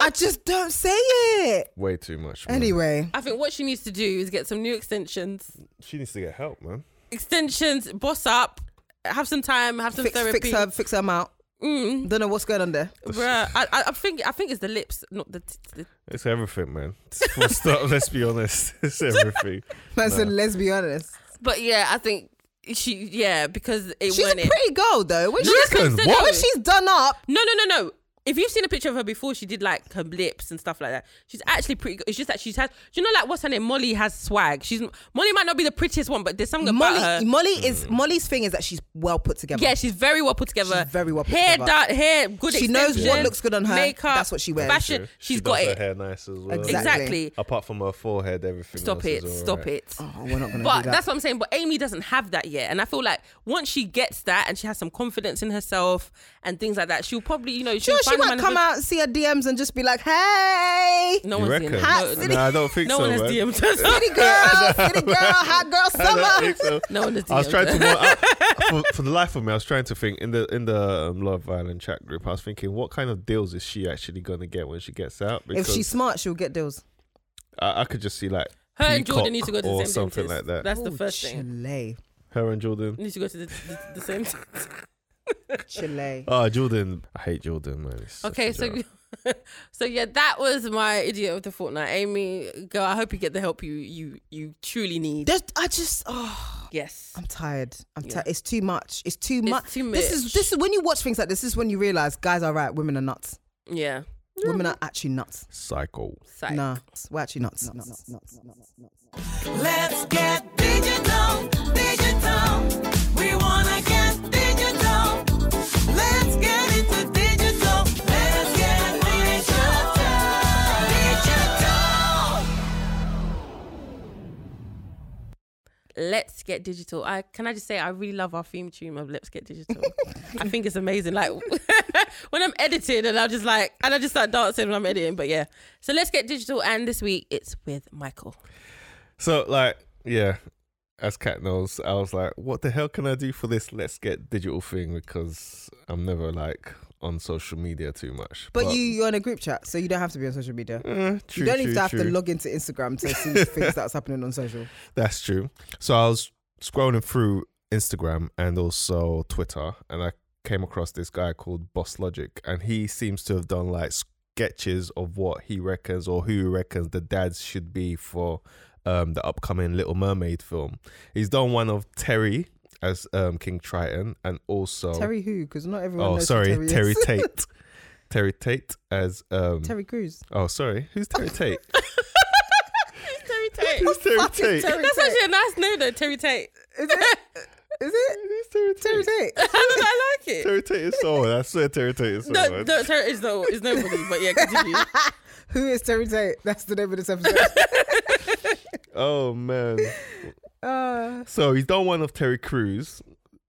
S3: I just don't say it.
S5: way too much. man.
S3: Anyway,
S7: I think what she needs to do is get some new extensions,
S5: she needs to get help, man.
S7: extensions, boss up, have some time, have some
S3: fix,
S7: therapy. Mm,
S3: fix her, fix her mouth. Don't know what's going on there.
S7: Bruh, I, I, I think I think it's the lips, not the. T- the
S5: It's everything, man. Full stop. Let's be honest. It's everything.
S3: Man said, let's be honest.
S7: but yeah, I think she yeah because it
S3: She's a
S7: went it.
S3: pretty girl though. When,
S7: You
S3: she's,
S7: reckon? What?
S3: when she's done up,
S7: No, no, no, no. If you've seen a picture of her before, she did like her lips and stuff like that. She's actually pretty good. It's just that she's had, do you know, like what's her name? Molly has swag. She's Molly might not be the prettiest one, but there's something
S3: Molly
S7: about her.
S3: Molly is Molly's thing is that she's well put together.
S7: Yeah, she's very well put together.
S3: She's very well put
S7: hair
S3: together.
S7: done, hair good.
S3: She knows what
S7: extensions,
S3: looks good on her.
S7: Makeup,
S3: That's what she wears.
S7: Fashion.
S5: She
S7: has
S5: does
S7: got
S5: her
S7: it.
S5: hair nice as well.
S3: Exactly.
S7: Exactly.
S5: Apart from her forehead, everything.
S7: Stop
S5: else is
S7: it.
S5: all
S7: Stop
S5: right.
S7: it.
S3: Oh, we're not gonna
S7: But
S3: do that.
S7: that's what I'm saying. But Amy doesn't have that yet, and I feel like once she gets that and she has some confidence in herself and things like that, she'll probably, you know, she'll
S3: sure she
S7: find a
S3: might
S7: man
S3: come
S7: who-
S3: out and see her DMs and just be like, hey.
S7: No
S5: You
S7: one's seen
S5: reckon?
S7: her.
S3: Hot
S7: No,
S3: city.
S5: Nah, I don't think
S7: no
S5: so,
S7: one has
S5: man.
S7: DM'd her.
S3: City girl, city girl, hot girl
S5: I don't
S3: summer.
S5: think so.
S7: No one has DM'd
S5: I was trying
S7: her.
S5: to mo- I- for, for the life of me, I was trying to think in the in the um, Love Island chat group. I was thinking, what kind of deals is she actually gonna get when she gets out?
S3: If she's smart, she'll get deals.
S5: I, I could just see like
S7: Her and
S5: Peacock
S7: Jordan need to go to the
S5: or
S7: same
S5: something
S7: dentist.
S5: like that.
S7: That's the
S3: Oh,
S7: first thing.
S3: Chile.
S5: Her and Jordan.
S7: Need to go to the, the, the same.
S3: Chile.
S5: Oh, Jordan. I hate Jordan, man. He's such
S7: okay,
S5: a
S7: so
S5: joke.
S7: so yeah, that was my idiot of the fortnight. Amy, girl, I hope you get the help you you you truly need.
S3: There's- I just oh
S7: Yes.
S3: I'm tired. I'm
S7: Yeah.
S3: tired. It's too much. It's too much.
S7: too
S3: This is
S7: much.
S3: this is when you watch things like this, this is when you realise guys are right, women are nuts.
S7: Yeah.
S3: Women are actually nuts.
S5: psycho.
S7: Psych.
S3: Nah. We're actually nuts.
S9: Let's get digit.
S7: Let's Get Digital. I can I just say I really love our theme tune of Let's Get Digital. I think it's amazing. Like when I'm editing and I'm just like and I just start dancing when I'm editing. But yeah. So Let's Get Digital and this week it's with Michael.
S5: So like, yeah, as Cat knows, I was like, what the hell can I do for this Let's Get Digital thing? Because I'm never like on social media too much.
S3: But, you you're on a group chat, so you don't have to be on social media.
S5: Eh, true,
S3: you don't
S5: true,
S3: even have
S5: true.
S3: to log into Instagram to see things that's happening on social.
S5: That's true. So I was scrolling through Instagram and also Twitter, and I came across this guy called Boss Logic, and he seems to have done like sketches of what he reckons or who he reckons the dads should be for um, the upcoming Little Mermaid film. He's done one of Terry as um, King Triton, and also
S3: Terry who? Because not everyone.
S5: Oh,
S3: knows who
S5: sorry,
S3: Terry, is.
S5: Terry Tate. Terry Tate as um.
S3: Terry Crews.
S5: Oh, sorry. Who's Terry Tate?
S7: Terry Tate.
S5: Who's Terry
S3: Fucking
S5: Tate?
S3: Terry
S7: That's
S3: Tate.
S7: actually a nice name though, Terry Tate.
S3: Is it? Is it?
S5: Terry
S3: Terry Tate.
S7: I, don't know, I like it.
S5: Terry Tate is so I swear Terry Tate is so
S7: No, no, Terry is no, is nobody. But yeah, continue.
S3: Who is Terry Tate? That's the name of this episode.
S5: Oh man.
S3: Uh,
S5: So he's done one of Terry Crews.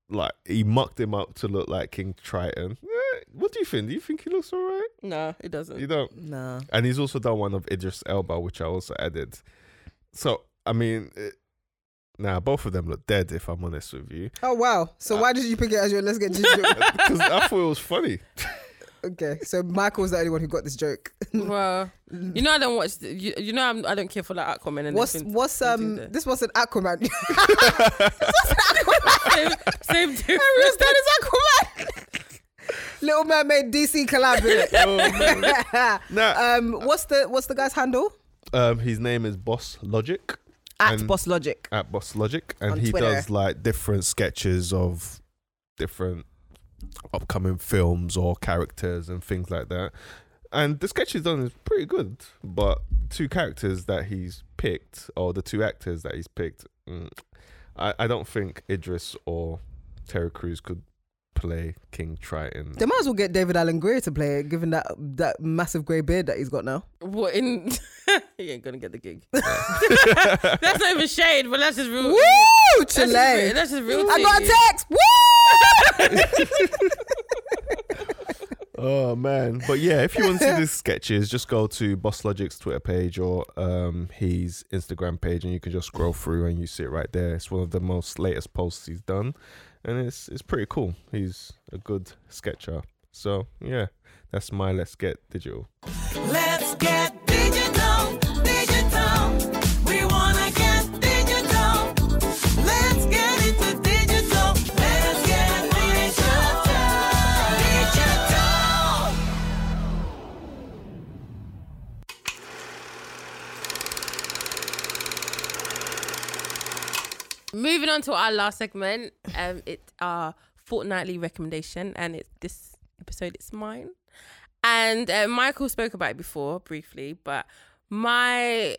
S5: Like he mucked him up to look like King Triton. Eh, What do you think? Do you think he looks alright?
S7: No, it
S5: You
S7: doesn't.
S5: don't.
S3: nah.
S5: And he's also done one of Idris Elba, which I also added. So I mean, it, nah, both of them look dead. If I'm honest with you,
S3: Oh wow. So why did you pick it as your let's get digital?
S5: because I thought it was funny.
S3: okay. So Michael's the only one who got this joke.
S7: Bruh. You know I don't watch. the- You, you know I'm, I don't care for that Aquaman and
S3: What's
S7: everything.
S3: what's
S7: they do
S3: um?
S7: that.
S3: This was an Aquaman. Who's
S7: same, same difference.
S3: that is Aquaman. Little Mermaid DC collab. innit?
S5: Oh, man. Nah.
S3: um, what's the what's the guy's handle?
S5: Um, his name is Boss Logic.
S3: At
S5: And-
S3: Boss Logic.
S5: at Boss Logic, and
S3: On
S5: he
S3: Twitter.
S5: does like different sketches of different upcoming films or characters and things like that. And the sketch he's done is pretty good, but two characters that he's picked, or the two actors that he's picked, mm, I, I don't think Idris or Terry Crews could play King Triton.
S3: They might as well get David Allen Greer to play it, given that that massive grey beard that he's got now.
S7: What in? he ain't gonna get the gig. that's not even shade, but that's just real.
S3: Woo,
S7: Mm. That's
S3: Chile!
S7: just, real- that's just real.
S3: I got a
S7: tea.
S3: text. Woo!
S5: Oh man! But yeah, if you want to see these sketches, just go to Boss Logic's Twitter page or um, his Instagram page, and you can just scroll through and you see it right there. It's one of the most latest posts he's done, and it's it's pretty cool. He's a good sketcher. So yeah, that's my let's get digital.
S9: Let's get digital, digital. We wanna get digital. Let's get into digital. Let's get digital. Digital.
S7: Moving on to our last segment. Um, it's our fortnightly recommendation, and it's this episode. It's mine, and uh, Michael spoke about it before briefly, but my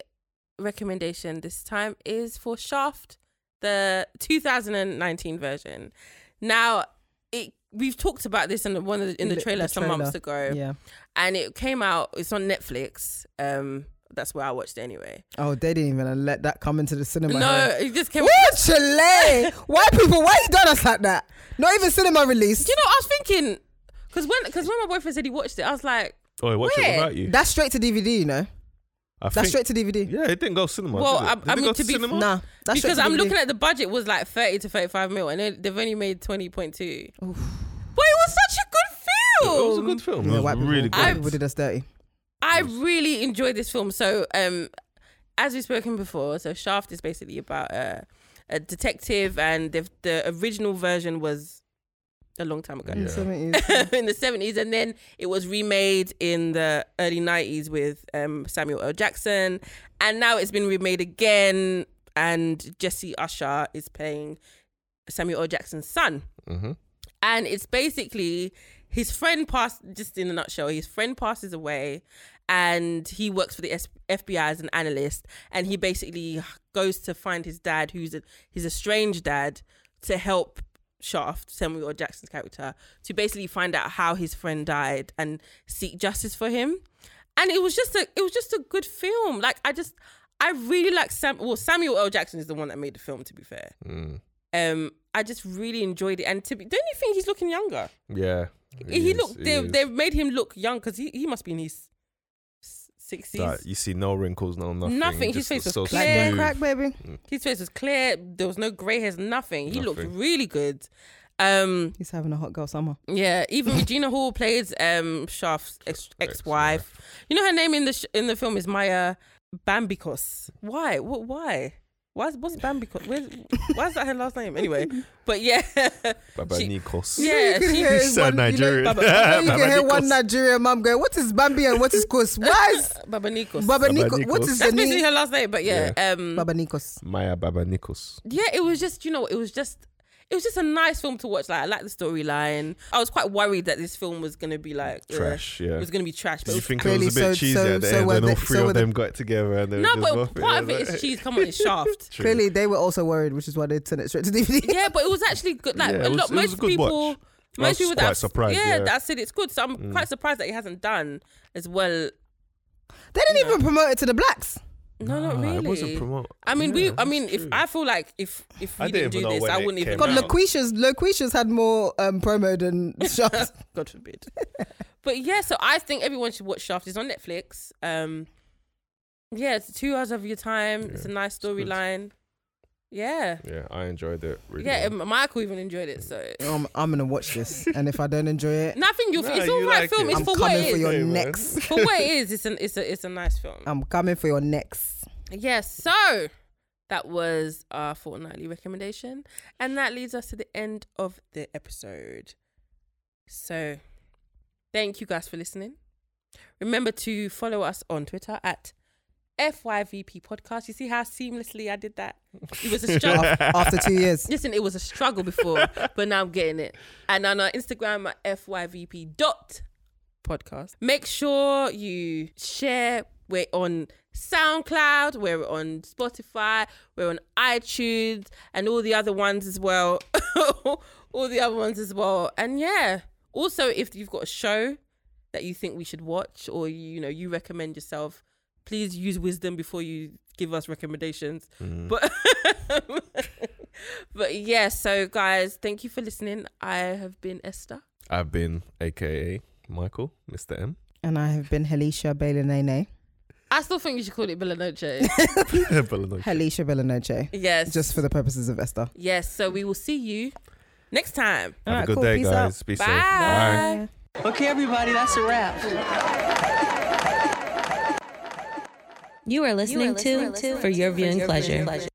S7: recommendation this time is for Shaft, the 2019 version. Now, it we've talked about this in the one of the, in the
S3: The-
S7: trailer
S3: the
S7: some
S3: trailer.
S7: months ago,
S3: yeah.
S7: and it came out. It's on Netflix. Um, that's where I watched it anyway.
S3: Oh, they didn't even let that come into the cinema.
S7: no,
S3: here.
S7: it just came.
S3: Woo, Chile! Why people? Why you done us like that? Not even cinema release.
S7: Do you know? I was thinking because when because when my boyfriend said he watched it, I was like,
S5: Oh, what's
S7: Wait,
S5: it about you?
S3: That's straight to DVD. You
S5: I
S3: know. That's
S5: think-
S3: straight to DVD.
S5: Yeah, it didn't go cinema.
S7: Well,
S5: did it?
S7: I-
S5: Did
S7: I
S5: it
S7: mean,
S5: go
S7: to be-
S5: cinema?
S3: Nah. That's straight
S7: because
S3: to
S7: I'm
S3: DVD.
S7: looking at the budget was like thirty to thirty five mil, and they- they've only made twenty point two. But it was such a good film.
S5: It was a good film.
S3: Yeah,
S5: It was
S3: white people-
S5: really
S3: white
S5: good.
S3: people did us dirty.
S7: I really enjoyed this film. So, um, as we've spoken before, so Shaft is basically about uh, a detective, and the, the original version was a long time ago.
S5: Yeah.
S3: 70s.
S7: in the 70s and then it was remade in the early 90s with um, Samuel L. Jackson and now it's been remade again and Jesse Usher is playing Samuel L. Jackson's son
S5: Mm-hmm.
S7: and it's basically his friend passed just in a nutshell his friend passes away and he works for the S- fbi as an analyst and he basically goes to find his dad who's a his estranged dad to help shaft samuel L. jackson's character to basically find out how his friend died and seek justice for him and it was just a it was just a good film like i just I really like Sam. Well, Samuel L. Jackson is the one that made the film. To be fair,
S5: Mm-hmm.
S7: um, I just really enjoyed it. And to be, don't you think he's looking younger?
S5: Yeah.
S7: He, looked. They, they've made him look young because he, he must be in his sixties.
S5: That, you see no wrinkles, no nothing.
S7: Nothing,
S5: Just
S7: his face was
S5: so
S7: clear.
S5: smooth.
S7: Dude.
S3: crack, baby.
S7: His face was clear. There was no grey hairs. Nothing. He looked
S5: Nothing.
S7: really good. Um,
S3: He's having a hot girl summer.
S7: yeah. Even Regina Hall plays um Shaft's ex- ex-wife. You know her name in the sh- in the film is Maya Bambikos. Why? What? Why? Why is, what's Bambikos? Where's, why is that her last name anyway? But yeah,
S5: Baba
S7: She-
S5: Nikos.
S7: yeah.
S3: You can
S7: She,
S3: hear his
S5: said
S3: one- you know-
S5: Nigerian.
S7: Baba-
S3: You can hear one Nigerian mum going, "What is Bambi and what is Kos? Why is
S7: Baba Nikos.
S3: Baba
S5: Baba
S3: Nico? What
S5: Nikos.
S3: is the
S7: That's basically
S3: name?
S7: her last name. But yeah, um,
S3: Baba Nikos."
S5: Maya Baba Nikos.
S7: yeah, it was just you know, it was just it was just a nice film to watch. Like I like the storyline. I was quite worried that this film was gonna be like uh,
S5: Trash, yeah.
S7: It was gonna be trash. But
S5: Did you
S7: it was,
S5: think it
S3: clearly
S5: was a bit
S3: so-
S5: cheesy
S3: so-
S5: at the
S3: so
S5: end
S3: were
S5: when all
S3: they-
S5: three
S3: so
S5: of
S3: were they-
S5: them got together and they
S7: no,
S5: were just
S7: but
S5: bopping?
S7: part of it
S5: Like,
S7: is cheese. Come on, it's Shaft.
S3: Clearly, they were also worried, which is why they sent it straight to DVD.
S7: yeah, but it was actually good. Like
S5: Yeah, it
S7: a
S5: was-
S7: lot,
S5: it was
S7: most
S5: a good
S7: people.
S5: watch. I
S7: Most
S5: was
S7: people
S5: quite
S7: that
S5: surprised,
S7: Yeah,
S5: yeah. Mm.
S7: that said it's good. So I'm quite surprised that he hasn't done as well.
S3: They didn't even promote it to the blacks.
S7: No, not really.
S5: It wasn't promote.
S7: I mean,
S5: Yeah,
S7: we. I
S5: that's
S7: mean, if
S5: true.
S7: I feel like if if we
S5: I
S7: didn't,
S5: didn't even know
S7: do this,
S5: when
S7: I
S5: it
S7: wouldn't even.
S5: came
S7: know.
S3: God, Loquacious, Loquacious had more um, promo than shots.
S7: God forbid. but yeah, so I think everyone should watch Shaft. It's on Netflix. Um, yeah, it's two hours of your time. it's a nice
S5: good.
S7: storyline. Yeah,
S5: Yeah, I enjoyed it. Really
S7: yeah.
S5: well.
S7: And Michael even enjoyed it. So
S3: um, I'm gonna watch this, and if I don't enjoy it,
S7: nothing. You'll.
S5: Nah,
S7: it's
S5: you
S7: all right.
S5: like
S7: film.
S5: it.
S7: It's
S5: I'm
S7: for what
S3: coming
S7: it
S3: for
S7: is.
S3: your
S5: Hey, man.
S3: necks.
S7: for what it is. It's an. It's a. It's a nice film.
S3: I'm coming for your necks.
S7: Yes. so that was our fortnightly recommendation, and that leads us to the end of the episode. So, thank you guys for listening. Remember to follow us on Twitter at FYVP Podcast. You see how seamlessly I did that? It was a struggle.
S3: Af- After two years,
S7: Listen, it was a struggle before, but now I'm getting it. And on our Instagram at fyvp dot podcast. Make sure you share. We're on SoundCloud. We're on Spotify. We're on iTunes and all the other ones as well. all the other ones as well. And yeah. Also, if you've got a show that you think we should watch or you know you recommend yourself, please use wisdom before you give us recommendations.
S5: Mm.
S3: Mm.
S7: But but yeah, so guys, thank you for listening. I have been Esther.
S5: I've been AKA Michael, Mr. M.
S3: and I have been Halisha Balanene.
S7: I still think you should call it Bella Noche.
S3: Halisha Belanoche.
S7: yes.
S3: Just for the purposes of Esther.
S7: Yes, so we will see you next time.
S5: Have
S3: Alright,
S5: a good
S3: cool.
S5: day,
S3: Peace
S5: guys. Be safe. Bye.
S7: Bye.
S9: Okay, everybody, that's a wrap.
S4: You are listening, to, for your viewing pleasure.